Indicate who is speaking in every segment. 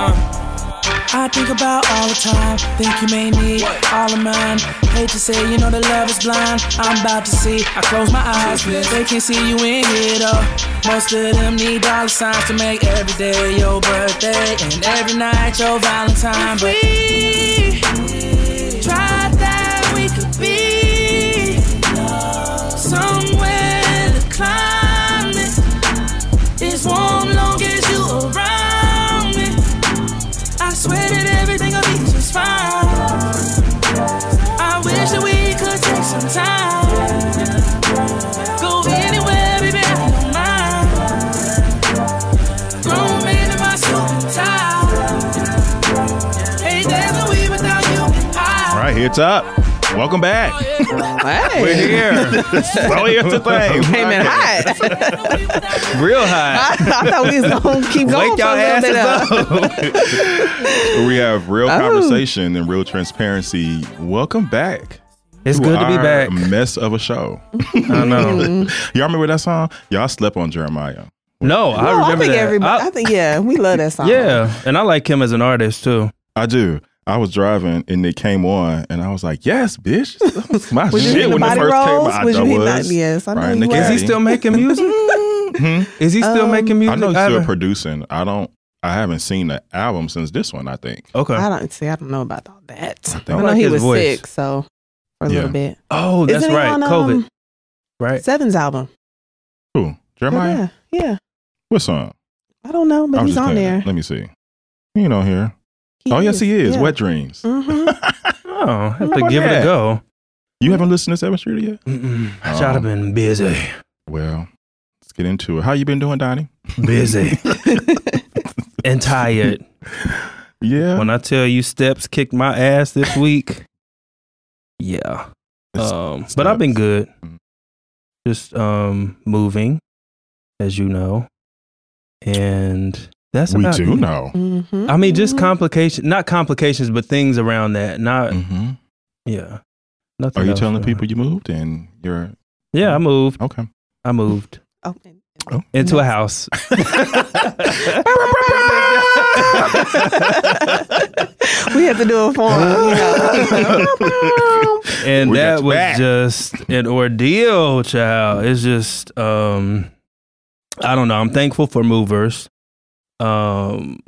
Speaker 1: I think about all the time. Think you may need all of mine. Hate to say, you know the love is blind. I'm about to see. I close my eyes, they can't see you in here though. Most of them need dollar signs to make every day your birthday and every night your Valentine. But
Speaker 2: We tried that we could be somewhere the climate is warm long as you around me. I swear that everything'll be just fine. I wish that we could take some time. Go anywhere, baby, I don't mind. Grown man in my suit and tie. Ain't there no we without you and I. Oh,
Speaker 3: All right, here it's up. Welcome back. We're
Speaker 4: Hey,
Speaker 3: here. oh, here's the thing.
Speaker 4: came in hot.
Speaker 3: Real high.
Speaker 4: I thought we was gonna keep going
Speaker 3: Wake
Speaker 4: for
Speaker 3: your
Speaker 4: a little
Speaker 3: asses
Speaker 4: bit. of-
Speaker 3: up. we have real
Speaker 4: Oh.
Speaker 3: conversation and real transparency. Welcome back.
Speaker 5: It's good to be
Speaker 3: our
Speaker 5: back.
Speaker 3: Mess of a show.
Speaker 5: I know.
Speaker 4: Mm-hmm.
Speaker 3: Y'all remember that song? Y'all slept on Jeremiah.
Speaker 5: No, I
Speaker 4: No,
Speaker 5: remember
Speaker 4: think
Speaker 5: that.
Speaker 4: everybody. I,
Speaker 5: I-
Speaker 4: think yeah, we love that song.
Speaker 5: yeah, and I like him as an artist too.
Speaker 3: I do. I was driving and it came on, and I was like, "Yes, bitch, that was my
Speaker 4: Was you
Speaker 3: shit
Speaker 4: hitting
Speaker 3: when
Speaker 4: the
Speaker 3: it
Speaker 4: body
Speaker 3: first
Speaker 4: rolls?
Speaker 3: came out." I
Speaker 4: Was you hitting
Speaker 3: was.
Speaker 4: that? Yes, I know
Speaker 3: Brian
Speaker 4: you
Speaker 3: Nicky.
Speaker 4: were.
Speaker 5: Is he still making music? Is he still
Speaker 4: Um,
Speaker 5: making music?
Speaker 3: I know he's
Speaker 5: haven't-
Speaker 3: still producing. I don't. I haven't seen the album since this one. I think.
Speaker 5: Okay.
Speaker 4: I don't see. I don't know about all that. I,
Speaker 3: don't
Speaker 4: know
Speaker 5: like
Speaker 4: he
Speaker 5: his
Speaker 4: was
Speaker 5: voice.
Speaker 4: sick, so for a
Speaker 3: Yeah.
Speaker 4: little bit.
Speaker 5: oh, that's
Speaker 4: Isn't he
Speaker 5: right.
Speaker 4: on,
Speaker 5: COVID.
Speaker 4: um,
Speaker 5: right.
Speaker 4: Seven's album.
Speaker 3: Who?
Speaker 4: Oh,
Speaker 3: Jeremiah.
Speaker 4: yeah, yeah.
Speaker 3: What song?
Speaker 4: I don't know, but
Speaker 3: I was
Speaker 4: he's
Speaker 3: just
Speaker 4: on
Speaker 3: thinking.
Speaker 4: there.
Speaker 3: Let me see. He ain't on here. oh yes, he is. Wet Dreams.
Speaker 5: Oh,
Speaker 4: hmm
Speaker 5: I have to
Speaker 3: about
Speaker 5: give it
Speaker 3: that?
Speaker 5: a go.
Speaker 3: You haven't listened to Seventh Street yet?
Speaker 5: Mm-mm. I
Speaker 3: Oh.
Speaker 5: should have been busy.
Speaker 3: Well, let's get into it. How you been doing, Donnie?
Speaker 5: Busy and tired.
Speaker 3: Yeah.
Speaker 5: When I tell you steps kicked my ass this week, yeah.
Speaker 3: It's-
Speaker 5: Um, but I've been
Speaker 3: Steps.
Speaker 5: good.
Speaker 3: Mm.
Speaker 5: Just um, moving, as you know, and that's
Speaker 3: we
Speaker 5: about
Speaker 3: do
Speaker 5: it.
Speaker 3: know.
Speaker 4: hmm
Speaker 5: I mean, just complications, not complications, but things around that. Not
Speaker 3: hmm
Speaker 5: yeah. Nothing
Speaker 3: Are you
Speaker 5: else
Speaker 3: telling the
Speaker 5: really.
Speaker 3: people you moved and you're
Speaker 5: Yeah, I moved.
Speaker 3: okay?
Speaker 5: I moved
Speaker 4: Open.
Speaker 3: Oh.
Speaker 5: into a house.
Speaker 4: we have to do a form. You know.
Speaker 5: and
Speaker 3: We got
Speaker 5: that
Speaker 3: your
Speaker 5: was
Speaker 3: back.
Speaker 5: just an ordeal, child. It's just um I don't know. I'm thankful for movers. Um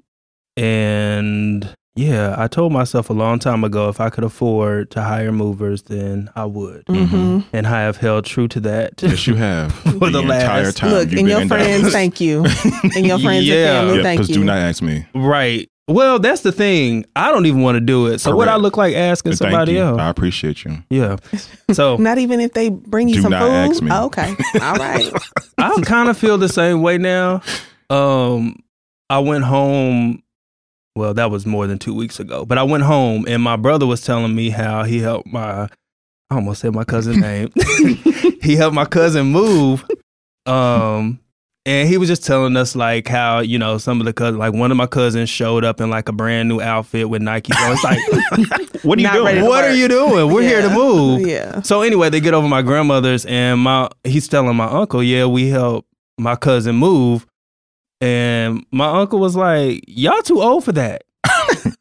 Speaker 5: and yeah, I told myself a long time ago if I could afford to hire movers, then I would.
Speaker 4: Mhm.
Speaker 5: And I have held true to that.
Speaker 3: Yes, you have.
Speaker 5: For the
Speaker 3: entire
Speaker 5: last-
Speaker 3: time
Speaker 4: Look,
Speaker 3: you've been
Speaker 4: and your
Speaker 3: in
Speaker 4: friends,
Speaker 3: Dallas.
Speaker 4: thank you. And your friends
Speaker 5: Yeah.
Speaker 4: and family,
Speaker 3: Yeah,
Speaker 4: thank you.
Speaker 3: do not ask me.
Speaker 5: Right. Well, that's the thing. I don't even want to do it. So what I
Speaker 3: Correct.
Speaker 5: look like asking
Speaker 3: Thank
Speaker 5: somebody
Speaker 3: you.
Speaker 5: else.
Speaker 3: I appreciate you.
Speaker 5: yeah. So
Speaker 4: Not even if they bring you
Speaker 3: Do
Speaker 4: some
Speaker 3: not
Speaker 4: food.
Speaker 3: ask me.
Speaker 4: Oh, okay, all right.
Speaker 5: I kind of feel the same way now. Um, I went home. Well, that was more than two weeks ago, but I went home and my brother was telling me how he helped my. I almost said my cousin's name. he helped my cousin move. Um, and he was just telling us like how you know some of the cousins, like one of my cousins showed up in like a brand new outfit with Nike. on. it's like,
Speaker 3: What are you
Speaker 4: Not
Speaker 3: doing?
Speaker 4: ready to
Speaker 5: what are
Speaker 4: work.
Speaker 5: you doing? We're here to
Speaker 4: Yeah.
Speaker 5: move.
Speaker 4: Yeah.
Speaker 5: So anyway, they get over my grandmother's, and my he's telling my uncle, "Yeah, we helped my cousin move," and my uncle was like, "Y'all too old for that," and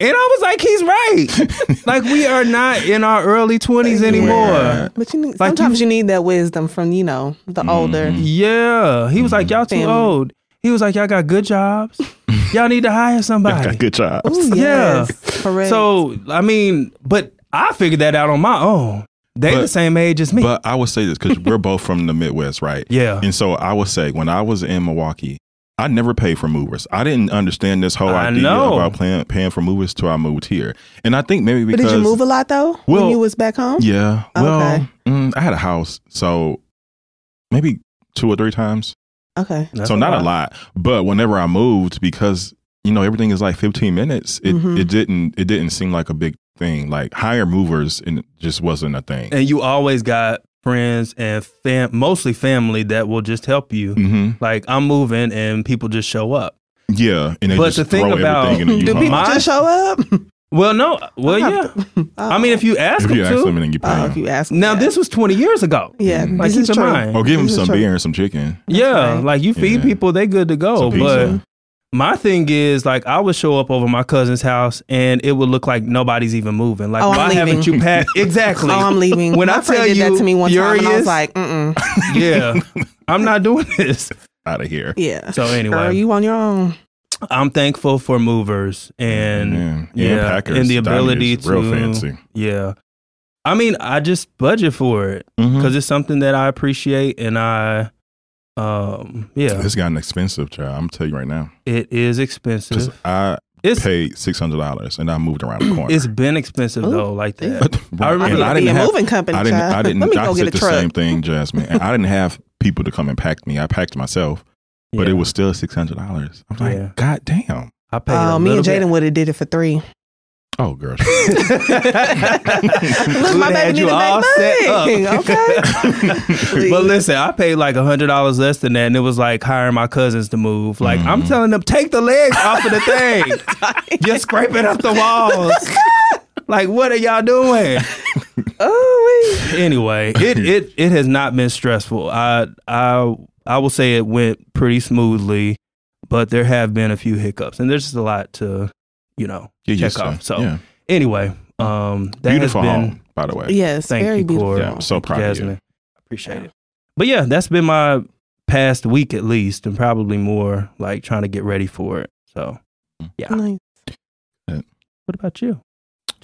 Speaker 5: I was like, "He's right. like we are not in our early twenties anymore."
Speaker 3: Yeah.
Speaker 5: Yeah.
Speaker 4: But you need,
Speaker 5: Like,
Speaker 4: sometimes you need that wisdom from you know
Speaker 5: Mm.
Speaker 4: the older.
Speaker 3: Mhm.
Speaker 5: he was like, "Y'all too
Speaker 4: Family.
Speaker 5: old." He was like, "Y'all got good jobs. Y'all need to hire
Speaker 3: Okay,
Speaker 5: somebody."
Speaker 3: good job.
Speaker 4: Ooh,
Speaker 5: Yeah.
Speaker 4: yes, correct.
Speaker 5: so I mean, but I figured that out on my own. They
Speaker 3: But-
Speaker 5: the same age as me.
Speaker 3: But I would say this because we're both from the Midwest, right?
Speaker 5: yeah.
Speaker 3: And so I would say when I was in Milwaukee, I never paid for movers. I didn't understand this whole
Speaker 5: I
Speaker 3: idea
Speaker 5: know.
Speaker 3: about paying, paying for movers till I moved here. And I think maybe
Speaker 4: but
Speaker 3: because
Speaker 4: did you move a lot though
Speaker 3: Well,
Speaker 4: when you was back home?
Speaker 3: Yeah. Well,
Speaker 4: Okay.
Speaker 3: mm, I had a house, so maybe two or three times.
Speaker 4: Okay.
Speaker 5: That's
Speaker 3: so not a
Speaker 5: lot.
Speaker 3: lot, but whenever I moved, because you know everything is like 15 minutes, it,
Speaker 4: Mhm.
Speaker 3: it didn't it didn't seem like a big thing. Like higher movers, and it just wasn't a thing.
Speaker 5: and you always got friends and fam- mostly family that will just help you.
Speaker 3: hmm
Speaker 5: Like I'm moving and people just show up.
Speaker 3: Yeah, and they
Speaker 5: But
Speaker 3: just
Speaker 5: the thing
Speaker 3: throw
Speaker 5: about-
Speaker 3: everything in the
Speaker 4: Do
Speaker 5: Huh.
Speaker 4: people
Speaker 3: U-Haul.
Speaker 5: My-
Speaker 4: just show up?
Speaker 5: Well, no, well,
Speaker 4: I'll
Speaker 5: yeah.
Speaker 4: have Oh.
Speaker 5: I mean, if you ask
Speaker 3: If
Speaker 5: them
Speaker 3: you ask
Speaker 5: to.
Speaker 3: them and then you pay
Speaker 4: oh, if
Speaker 3: them.
Speaker 4: you ask, me
Speaker 5: now
Speaker 4: that.
Speaker 5: this was 20 years ago.
Speaker 4: yeah,
Speaker 5: Like,
Speaker 4: this
Speaker 5: keep
Speaker 4: is
Speaker 5: in
Speaker 4: true.
Speaker 5: mind.
Speaker 3: or Oh, give them
Speaker 4: This is
Speaker 3: some
Speaker 4: true.
Speaker 3: beer and some chicken.
Speaker 5: Yeah,
Speaker 4: right.
Speaker 5: like you feed
Speaker 3: Yeah.
Speaker 5: people, they good to go.
Speaker 3: Some
Speaker 5: Oh, But
Speaker 3: pizza.
Speaker 5: my thing is, like, I would show up over my cousin's house and it would look like nobody's even moving. Like,
Speaker 4: Oh, I'm
Speaker 5: why haven't
Speaker 4: leaving.
Speaker 5: you packed?
Speaker 4: Oh,
Speaker 5: exactly.
Speaker 4: I'm leaving.
Speaker 5: When
Speaker 4: My
Speaker 5: I
Speaker 4: friend
Speaker 5: tell
Speaker 4: did that
Speaker 5: you
Speaker 4: to me one time, and I
Speaker 5: furious-
Speaker 4: was like, mm mm,
Speaker 5: yeah, I'm not doing this.
Speaker 3: Out of here.
Speaker 4: yeah.
Speaker 5: So anyway,
Speaker 4: Girl, you on your own.
Speaker 5: I'm thankful for movers and
Speaker 3: yeah,
Speaker 5: yeah,
Speaker 3: Packers.
Speaker 5: and the
Speaker 3: Dining
Speaker 5: ability
Speaker 3: is real
Speaker 5: to-
Speaker 3: fancy.
Speaker 5: yeah. I mean, I just budget for it
Speaker 3: Mhm.
Speaker 5: because it's something that I appreciate and I, um, yeah,
Speaker 3: It's gotten expensive, child. I'm telling you right now.
Speaker 5: it is
Speaker 3: Because
Speaker 5: expensive.
Speaker 3: I
Speaker 5: It's
Speaker 3: paid six hundred dollars and I moved around the corner.
Speaker 5: it's been expensive
Speaker 4: Ooh.
Speaker 5: though, like that.
Speaker 3: Right,
Speaker 5: I remember
Speaker 3: and
Speaker 4: need to
Speaker 3: I
Speaker 4: be
Speaker 3: didn't
Speaker 4: a
Speaker 3: have.
Speaker 4: moving company.
Speaker 3: I didn't.
Speaker 4: child.
Speaker 3: I didn't.
Speaker 4: Let me
Speaker 3: I
Speaker 4: go
Speaker 3: said
Speaker 4: get a
Speaker 3: the
Speaker 4: truck.
Speaker 3: same thing, Jasmine. And I didn't have people to come and pack me. I packed myself, but
Speaker 5: Yeah.
Speaker 3: it was still six hundred dollars. I'm like,
Speaker 5: Yeah.
Speaker 3: God damn.
Speaker 5: I paid.
Speaker 4: Oh,
Speaker 5: a
Speaker 4: me and
Speaker 5: little
Speaker 4: Jaden
Speaker 5: bit.
Speaker 4: would have did it for three.
Speaker 3: Oh, girl.
Speaker 4: Look, my
Speaker 5: Would've had
Speaker 4: baby need
Speaker 5: you
Speaker 4: to
Speaker 5: all
Speaker 4: make
Speaker 5: set
Speaker 4: money.
Speaker 5: up.
Speaker 4: Okay.
Speaker 5: But listen, I paid like hundred dollars less than that, and it was like hiring my cousins to move. Like I'm
Speaker 3: Mhm.
Speaker 5: telling them, take the legs off of the thing. You're scraping up the walls. like what are y'all doing?
Speaker 4: oh, wait.
Speaker 5: Anyway, it it it has not been stressful. I I I will say it went pretty smoothly, but there have been a few hiccups, and there's just a lot to, you know,
Speaker 3: Get
Speaker 5: check
Speaker 3: used to
Speaker 5: off.
Speaker 3: it.
Speaker 5: So
Speaker 3: yeah.
Speaker 5: anyway, um, that
Speaker 3: beautiful
Speaker 5: has been
Speaker 3: home, by the way.
Speaker 4: Yes,
Speaker 5: Thank
Speaker 4: very
Speaker 5: you,
Speaker 4: beautiful.
Speaker 5: Cora.
Speaker 3: Yeah, I'm so proud
Speaker 5: Jasmine.
Speaker 3: of
Speaker 5: Appreciate it. But yeah, that's been my past week at least, and probably more like trying to get ready for it. So, Yeah.
Speaker 4: Nice.
Speaker 5: what about you?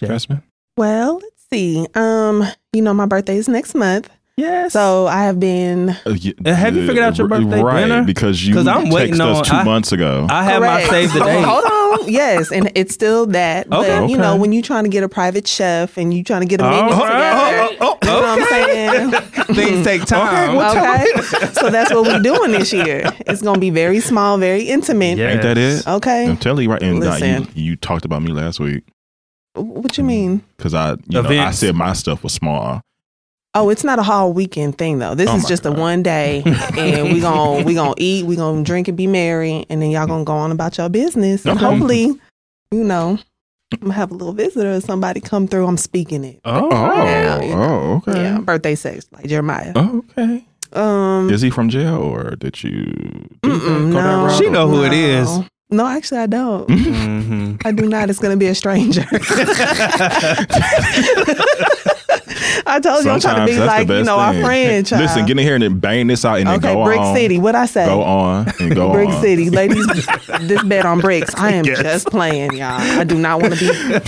Speaker 3: you, Jasmine.
Speaker 4: Well, let's see. Um, you know, my birthday is next month,
Speaker 5: Yes.
Speaker 4: so I have been.
Speaker 3: Uh, ye-
Speaker 5: And have you figured out your
Speaker 3: r-
Speaker 5: birthday
Speaker 3: right,
Speaker 5: dinner?
Speaker 3: Because you
Speaker 5: 'Cause I'm
Speaker 3: texted
Speaker 5: waiting on-
Speaker 3: us two
Speaker 5: I-
Speaker 3: months ago.
Speaker 5: I have my
Speaker 4: Correct.
Speaker 5: save the date.
Speaker 4: Hold on. Yes, and it's still that. but
Speaker 5: Okay.
Speaker 4: you know,
Speaker 5: Okay. Oh.
Speaker 4: when you're trying to get a private chef and you trying to get a menu
Speaker 5: All
Speaker 4: together,
Speaker 5: right. Oh, oh,
Speaker 4: you know
Speaker 5: oh,
Speaker 4: what I'm saying?
Speaker 5: okay. Things take time.
Speaker 4: okay. so that's what we're doing this year. It's gonna be very small, very intimate.
Speaker 5: Yeah.
Speaker 3: Ain't that it?
Speaker 4: Okay.
Speaker 3: I'm telling you right. And uh, you,
Speaker 4: Listen.
Speaker 3: you talked about me last week
Speaker 4: What you mean?
Speaker 3: because I, you know, I
Speaker 5: Events.
Speaker 3: said my stuff was small.
Speaker 4: Oh, it's not a whole weekend thing though. This
Speaker 3: Oh
Speaker 4: is
Speaker 3: my
Speaker 4: just
Speaker 3: God.
Speaker 4: a one day, and we gon' we gonna eat, we gonna drink and be merry, and then y'all gonna go on about your business. And
Speaker 3: Okay.
Speaker 4: hopefully, you know, I'm gonna have a little visitor or somebody come through. I'm speaking it.
Speaker 5: Oh,
Speaker 3: Oh,
Speaker 4: Yeah, you
Speaker 3: oh, okay.
Speaker 4: Yeah, birthday sex like Jeremiah.
Speaker 3: Oh, okay.
Speaker 4: Um,
Speaker 3: Is he from jail or did you? do that-
Speaker 4: mm-mm,
Speaker 3: go that
Speaker 4: no,
Speaker 3: route?
Speaker 5: She know who it
Speaker 4: no.
Speaker 5: is.
Speaker 4: No, actually, I don't.
Speaker 3: Mm-hmm.
Speaker 5: hmm
Speaker 4: I do not. It's gonna be a stranger. I told you I'm trying to be like you know our friend. Child.
Speaker 3: Listen, get in here and then bang this out and
Speaker 4: okay,
Speaker 3: then go
Speaker 4: Brick
Speaker 3: on.
Speaker 4: City. What I say?
Speaker 3: Go on and go
Speaker 4: Brick
Speaker 3: on.
Speaker 4: City, ladies. this bet on bricks. I am just playing, y'all. I do not want to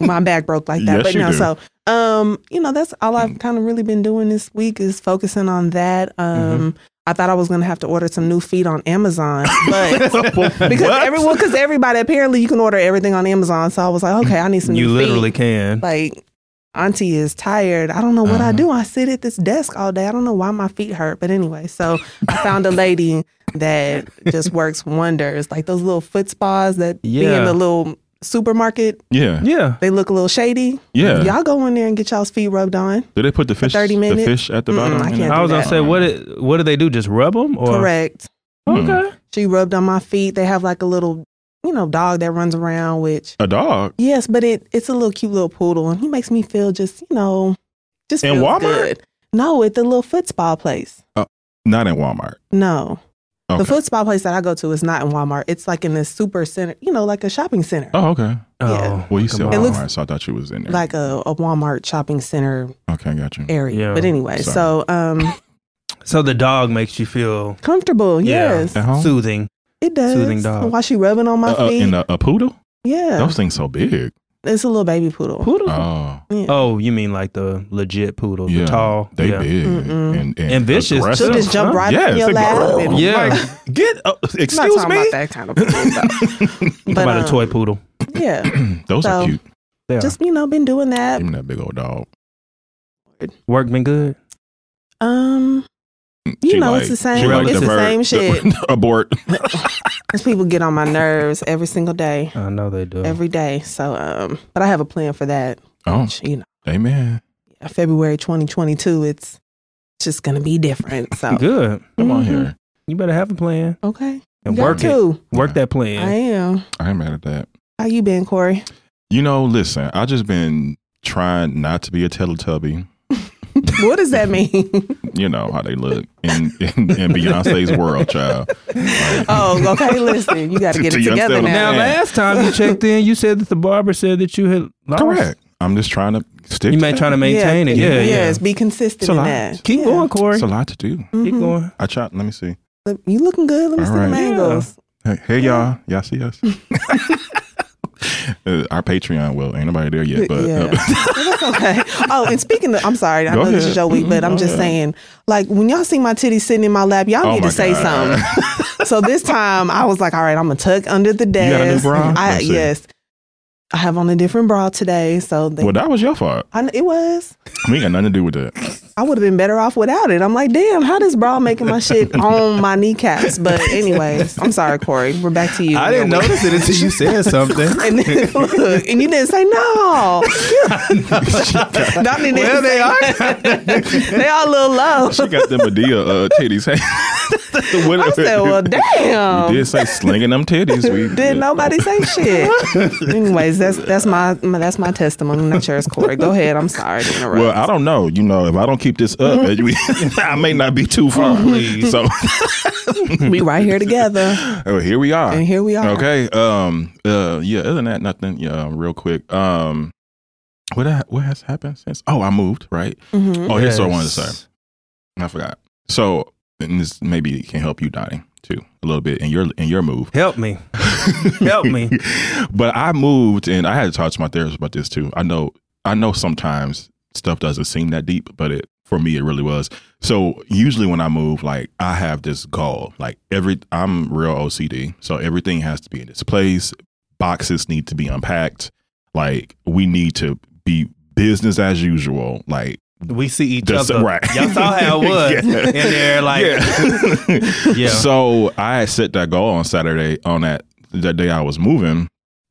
Speaker 4: be my back broke like that.
Speaker 3: Yes,
Speaker 4: but
Speaker 3: you
Speaker 4: no,
Speaker 3: do.
Speaker 4: so um, you know, that's all I've kind of really been doing this week is focusing on that.
Speaker 3: Mm-hmm.
Speaker 4: Um, I thought I was gonna have to order some new feet on Amazon, but. Because everyone, because everybody, apparently you can order everything on Amazon. So I was like, okay, I need some
Speaker 5: You
Speaker 4: new feet.
Speaker 5: literally can.
Speaker 4: Like, auntie is tired. I don't know
Speaker 3: Uh-huh.
Speaker 4: what I do. I sit at this desk all day. I don't know why my feet hurt. But anyway, so I found a lady that just works wonders. Like those little foot spas that be
Speaker 5: Yeah.
Speaker 4: in the little supermarket.
Speaker 3: Yeah,
Speaker 5: Yeah.
Speaker 4: They look a little shady.
Speaker 3: yeah.
Speaker 4: Y'all go in there and get y'all's feet rubbed on.
Speaker 3: Did they put the fish?
Speaker 4: 30
Speaker 3: the
Speaker 4: minutes?
Speaker 3: fish at the
Speaker 4: Mm-mm,
Speaker 3: bottom. in
Speaker 4: I can't
Speaker 3: it?
Speaker 4: do
Speaker 5: I was gonna
Speaker 4: that.
Speaker 5: say, what it, what do they do? Just rub them? Or?
Speaker 4: Correct.
Speaker 5: Okay.
Speaker 3: Mm-hmm.
Speaker 4: She rubbed on my feet. They have like a little, you know, dog that runs around, which
Speaker 3: A dog.
Speaker 4: Yes, but it it's a little cute little poodle, and he makes me feel just you know, just
Speaker 3: In
Speaker 4: feels
Speaker 3: Walmart?
Speaker 4: good. No, at the little foot spa place.
Speaker 3: Not in Walmart.
Speaker 4: No,
Speaker 3: Okay.
Speaker 4: the foot spa place that I go to is not in Walmart. It's like in this super center, you know, like a shopping center,
Speaker 3: Oh, okay.
Speaker 5: Oh,
Speaker 3: Well, you said
Speaker 5: come
Speaker 4: It
Speaker 5: on.
Speaker 4: looks-
Speaker 3: Walmart, so I thought you was in there.
Speaker 4: like a, a Walmart shopping center
Speaker 3: okay, got you.
Speaker 4: area.
Speaker 5: Yeah,
Speaker 4: but anyway,
Speaker 3: sorry.
Speaker 4: so um,
Speaker 5: so the dog makes you feel
Speaker 4: comfortable.
Speaker 5: Yeah.
Speaker 4: Yes,
Speaker 3: At home?
Speaker 5: soothing.
Speaker 4: it does.
Speaker 5: Soothing dog.
Speaker 4: While she rubbing on my
Speaker 3: Uh, uh,
Speaker 4: feet,
Speaker 3: in a, a poodle?
Speaker 4: yeah,
Speaker 3: Those things so big.
Speaker 4: it's a little baby poodle.
Speaker 5: Poodle.
Speaker 3: Oh,
Speaker 4: Yeah.
Speaker 5: Oh, you mean like the legit poodles,
Speaker 3: yeah.
Speaker 5: the tall,
Speaker 3: They
Speaker 5: yeah.
Speaker 3: big
Speaker 4: Mm-mm.
Speaker 3: and, and
Speaker 5: And vicious,
Speaker 3: aggressive.
Speaker 4: She'll
Speaker 5: too.
Speaker 4: just jump
Speaker 5: Huh?
Speaker 4: right
Speaker 3: Yes,
Speaker 4: in your
Speaker 3: they- Oh,
Speaker 4: lap. and-
Speaker 5: Yeah.
Speaker 3: Like, get. Uh,
Speaker 4: I'm not
Speaker 3: excuse
Speaker 4: talking
Speaker 3: me.
Speaker 4: about that kind of poodle, though.
Speaker 5: What
Speaker 4: but
Speaker 5: about
Speaker 4: um,
Speaker 5: a toy poodle.
Speaker 4: yeah.
Speaker 3: Those are
Speaker 4: So-
Speaker 3: cute.
Speaker 5: They are.
Speaker 4: just you know been doing that
Speaker 3: Give me that big old dog.
Speaker 5: work been good.
Speaker 4: um you
Speaker 3: She
Speaker 4: know
Speaker 3: like-
Speaker 4: it's the
Speaker 3: she
Speaker 4: same
Speaker 3: like
Speaker 4: it's the,
Speaker 3: bird-
Speaker 4: same
Speaker 3: the-
Speaker 4: shit
Speaker 3: abort.
Speaker 4: 'Cause people get on my nerves every single day
Speaker 5: I know they do.
Speaker 4: every day so um but i have a plan for that
Speaker 3: Oh,
Speaker 4: which, you know
Speaker 3: amen.
Speaker 4: february 2022 it's just gonna be different. So
Speaker 5: Good.
Speaker 3: Come on
Speaker 4: Mhm.
Speaker 3: here.
Speaker 5: You better have a plan
Speaker 4: Okay.
Speaker 5: and
Speaker 4: Got
Speaker 5: work it.
Speaker 4: to.
Speaker 5: Work that
Speaker 4: I
Speaker 5: plan.
Speaker 4: am.
Speaker 3: I ain't mad at that.
Speaker 4: How you been, Corey?
Speaker 3: You know, listen, I just been trying not to be a Teletubby.
Speaker 4: What does that mean?
Speaker 3: You know how they look in in, in Beyonce's world, child.
Speaker 4: oh, okay. Listen, you got to get
Speaker 3: To
Speaker 4: it
Speaker 3: young
Speaker 4: together
Speaker 3: self,
Speaker 5: Now,
Speaker 3: man.
Speaker 4: now.
Speaker 5: last time you checked in, you said that the barber said that you had lost.
Speaker 3: Correct. I'm just trying to stick.
Speaker 5: You
Speaker 3: to
Speaker 5: may
Speaker 3: that.
Speaker 5: try to maintain it. Yeah, yeah.
Speaker 4: Yes, be consistent
Speaker 3: It's a
Speaker 4: in
Speaker 3: lot.
Speaker 4: that.
Speaker 5: Keep
Speaker 4: Yeah.
Speaker 5: going, Corey.
Speaker 3: It's a lot to do.
Speaker 5: Keep
Speaker 4: Mhm.
Speaker 5: going.
Speaker 3: I try. Let me see.
Speaker 4: Look, You looking good? Let me
Speaker 3: All
Speaker 4: see
Speaker 3: right.
Speaker 4: the angles.
Speaker 3: Hey, hey, y'all. Y'all see us? Uh, Our Patreon. Well, ain't nobody there yet, but
Speaker 4: yeah,
Speaker 3: uh,
Speaker 4: That's okay. Oh, and speaking of, I'm sorry, I
Speaker 3: Go
Speaker 4: know this
Speaker 3: ahead.
Speaker 4: is your week, but I'm
Speaker 3: Go
Speaker 4: just
Speaker 3: ahead.
Speaker 4: saying, like when y'all see my titties sitting in my lap, y'all
Speaker 3: Oh
Speaker 4: need
Speaker 3: my
Speaker 4: to say
Speaker 3: God.
Speaker 4: something. so this time, I was like, all right, I'm gonna tuck under the
Speaker 3: got a new
Speaker 4: desk.
Speaker 3: bra?
Speaker 4: I,
Speaker 3: Let's see.
Speaker 4: yes, I have on a different bra today, so they,
Speaker 3: well, that was your fault.
Speaker 4: I, it was.
Speaker 3: We ain't got nothing to do with that.
Speaker 4: I would have been better off without it. I'm like, damn, how this bra making my shit on my kneecaps? But anyways, I'm sorry, Corey. We're back to you.
Speaker 5: I didn't
Speaker 4: Your week.
Speaker 5: notice it until you said something.
Speaker 4: And then, look, and you didn't say no. Dominic
Speaker 5: well,
Speaker 4: didn't
Speaker 5: they
Speaker 4: say
Speaker 5: are.
Speaker 4: they all a little low.
Speaker 3: She got them Medea uh, titties. What-
Speaker 4: I said, well, damn.
Speaker 3: We did say slinging them titties. We
Speaker 4: Did nobody say shit? Anyways, that's that's my, my that's my testimony, not yours, Corey. Go ahead. I'm sorry to interrupt.
Speaker 3: Well, I don't know. You know, if I don't keep this up, I may not be too far. so
Speaker 4: we right here together,
Speaker 3: oh, here we are.
Speaker 4: and here we are.
Speaker 3: Okay. Um. Uh. Yeah. Other than that, nothing. Yeah. um, Real quick. Um. What ha- What has happened since? Oh, I moved. Right.
Speaker 4: Mhm.
Speaker 3: Oh, here's what I wanted to say. I forgot. So, and this maybe can help you, Donnie, too, a little bit in your in your move.
Speaker 5: Help me. Help me.
Speaker 3: but I moved, and I had to talk to my therapist about this too. I know. I know. Sometimes stuff doesn't seem that deep, but it for me it really was. So usually when I move, like I have this goal. Like every, I'm real OCD, so everything has to be in its place. Boxes need to be unpacked. Like we need to be business as usual. Like
Speaker 5: We see each
Speaker 3: Just-
Speaker 5: other.
Speaker 3: right.
Speaker 5: Y'all saw how it was
Speaker 3: Yeah.
Speaker 5: in there. Like,
Speaker 3: yeah.
Speaker 5: Yeah.
Speaker 3: So I had set that goal on Saturday on that that day I was moving.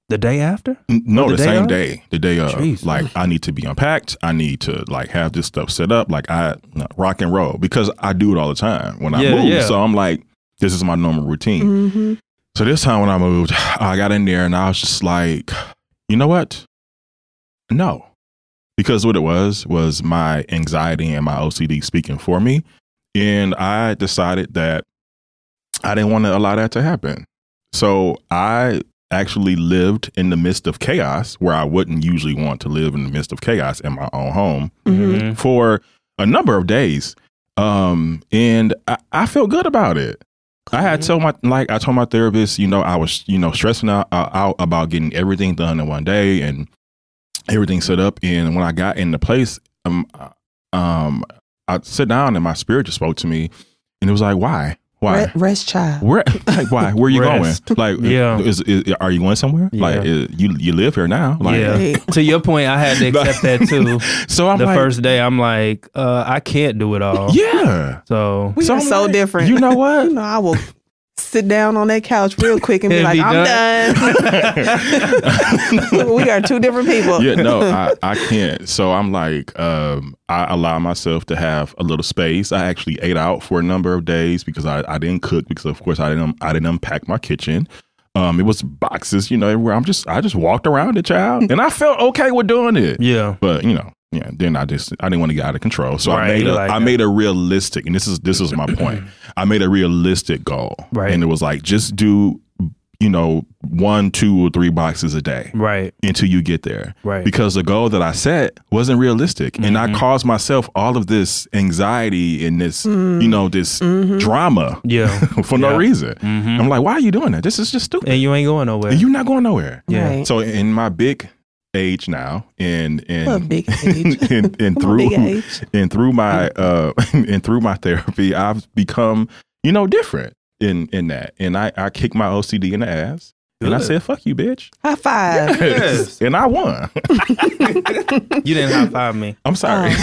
Speaker 5: the day after?
Speaker 3: N- No,
Speaker 5: Oh, the
Speaker 3: the,
Speaker 5: day
Speaker 3: same
Speaker 5: of?
Speaker 3: day, the day of.
Speaker 5: Jeez.
Speaker 3: Like I need to be unpacked. I need to like have this stuff set up. Like I no, rock and roll because I do it all the time when I
Speaker 5: Yeah,
Speaker 3: move.
Speaker 5: yeah.
Speaker 3: So I'm like, this is my normal routine.
Speaker 4: Mhm.
Speaker 3: So this time when I moved, I got in there and I was just like, you know what? No. Because what it was was my anxiety and my OCD speaking for me. And I decided that I didn't want to allow that to happen. So I actually lived in the midst of chaos where I wouldn't usually want to live in the midst of chaos in my own home
Speaker 4: Mhm.
Speaker 5: Mm-hmm.
Speaker 3: for a number of days. Um, and I, I felt good about it. I had told my like I told my therapist, you know, I was you know stressing out, uh, out about getting everything done in one day and everything set up. And when I got into place, um, uh, um, I sit down and my spirit just spoke to me, and it was like, why, why,
Speaker 4: Re- rest child.
Speaker 3: where, like, why, where you
Speaker 5: Rest.
Speaker 3: going? Like,
Speaker 5: Yeah.
Speaker 3: is, is, are you going somewhere?
Speaker 5: Yeah.
Speaker 3: Like, is, you you live here now? Like,
Speaker 5: yeah.
Speaker 4: Right.
Speaker 5: To your point, I had to accept that too.
Speaker 3: so I'm
Speaker 5: the
Speaker 3: like,
Speaker 5: first day, I'm like, uh, I can't do it all.
Speaker 3: yeah.
Speaker 5: So
Speaker 4: We
Speaker 3: So
Speaker 4: are
Speaker 3: I'm
Speaker 4: so
Speaker 3: like,
Speaker 4: different.
Speaker 3: You know what?
Speaker 4: You know, I will sit down on that couch real quick and be
Speaker 5: And
Speaker 4: like,
Speaker 5: be
Speaker 4: I'm done. we are two different people.
Speaker 3: yeah, no, I, I can't. So I'm like, um, I allow myself to have a little space. I actually ate out for a number of days because I, I didn't cook because of course I didn't I didn't unpack my kitchen. Um, it was boxes, you know, everywhere. I'm just I just walked around the child and I felt okay with doing it.
Speaker 5: yeah,
Speaker 3: But you know, yeah, then I just I didn't want to get out of control. So
Speaker 5: Right,
Speaker 3: I made
Speaker 5: you
Speaker 3: a,
Speaker 5: like
Speaker 3: I
Speaker 5: that.
Speaker 3: made a realistic and this is this is my point. I made a realistic goal.
Speaker 5: Right.
Speaker 3: And it was like just do you know, one, two, or three boxes a day
Speaker 5: right,
Speaker 3: until you get there.
Speaker 5: Right.
Speaker 3: Because the goal that I set wasn't realistic. And I caused myself all of this anxiety and this, you know, this
Speaker 4: Mm-hmm.
Speaker 3: drama
Speaker 5: yeah,
Speaker 3: for
Speaker 5: Yeah.
Speaker 3: no reason. I'm like, why are you doing that? This is just stupid.
Speaker 5: and you ain't going nowhere.
Speaker 3: You're not going nowhere.
Speaker 5: yeah.
Speaker 4: Right.
Speaker 3: So in my big age now, and and
Speaker 4: What big age?
Speaker 3: and, and
Speaker 4: What
Speaker 3: through
Speaker 4: big age?
Speaker 3: and through my uh and through my therapy, I've become you know different in in that, and I I kicked my OCD in the ass, and I
Speaker 5: Good.
Speaker 3: said, "Fuck you, bitch,"
Speaker 4: High five.
Speaker 5: Yes.
Speaker 3: and I won.
Speaker 5: you didn't high five me.
Speaker 3: I'm sorry.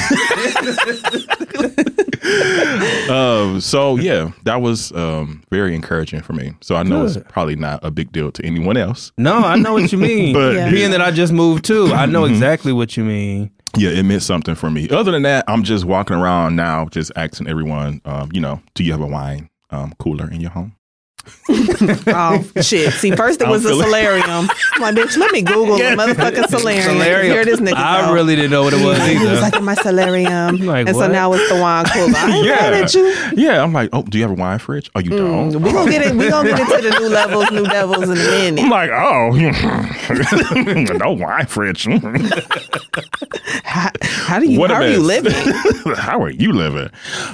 Speaker 3: um, so yeah, that was um very encouraging for me. So I know
Speaker 5: Good.
Speaker 3: it's probably not a big deal to anyone else,
Speaker 5: No, I know what you mean.
Speaker 3: but Mm-hmm.
Speaker 4: Yeah.
Speaker 5: Being that I just moved too, I know exactly what you mean.
Speaker 3: yeah, it meant something for me. Other than that, I'm just walking around now, just asking everyone, um, you know, do you have a wine um, cooler in your home?
Speaker 4: Oh shit! See, first it was a
Speaker 3: I'm feeling-
Speaker 4: solarium. I'm like, bitch, let me Google the motherfucking solarium.
Speaker 5: Solarium.
Speaker 4: Here this nigga.
Speaker 5: I
Speaker 4: go.
Speaker 5: really didn't know what it was
Speaker 4: He
Speaker 5: either.
Speaker 4: was like in my solarium,
Speaker 5: Like,
Speaker 4: and
Speaker 5: what?
Speaker 4: so now it's the wine cooler. I ain't mad at you.
Speaker 3: Yeah, I'm like, oh, do you have a wine fridge? Oh, you don't.
Speaker 4: Mm, We gonna get it. We gonna get into the new levels, new devils in a
Speaker 3: I'm
Speaker 4: minute.
Speaker 3: like, oh, no wine fridge.
Speaker 4: How, how do you?
Speaker 3: What a
Speaker 4: how are you
Speaker 3: mess.
Speaker 4: living?
Speaker 3: How are you living?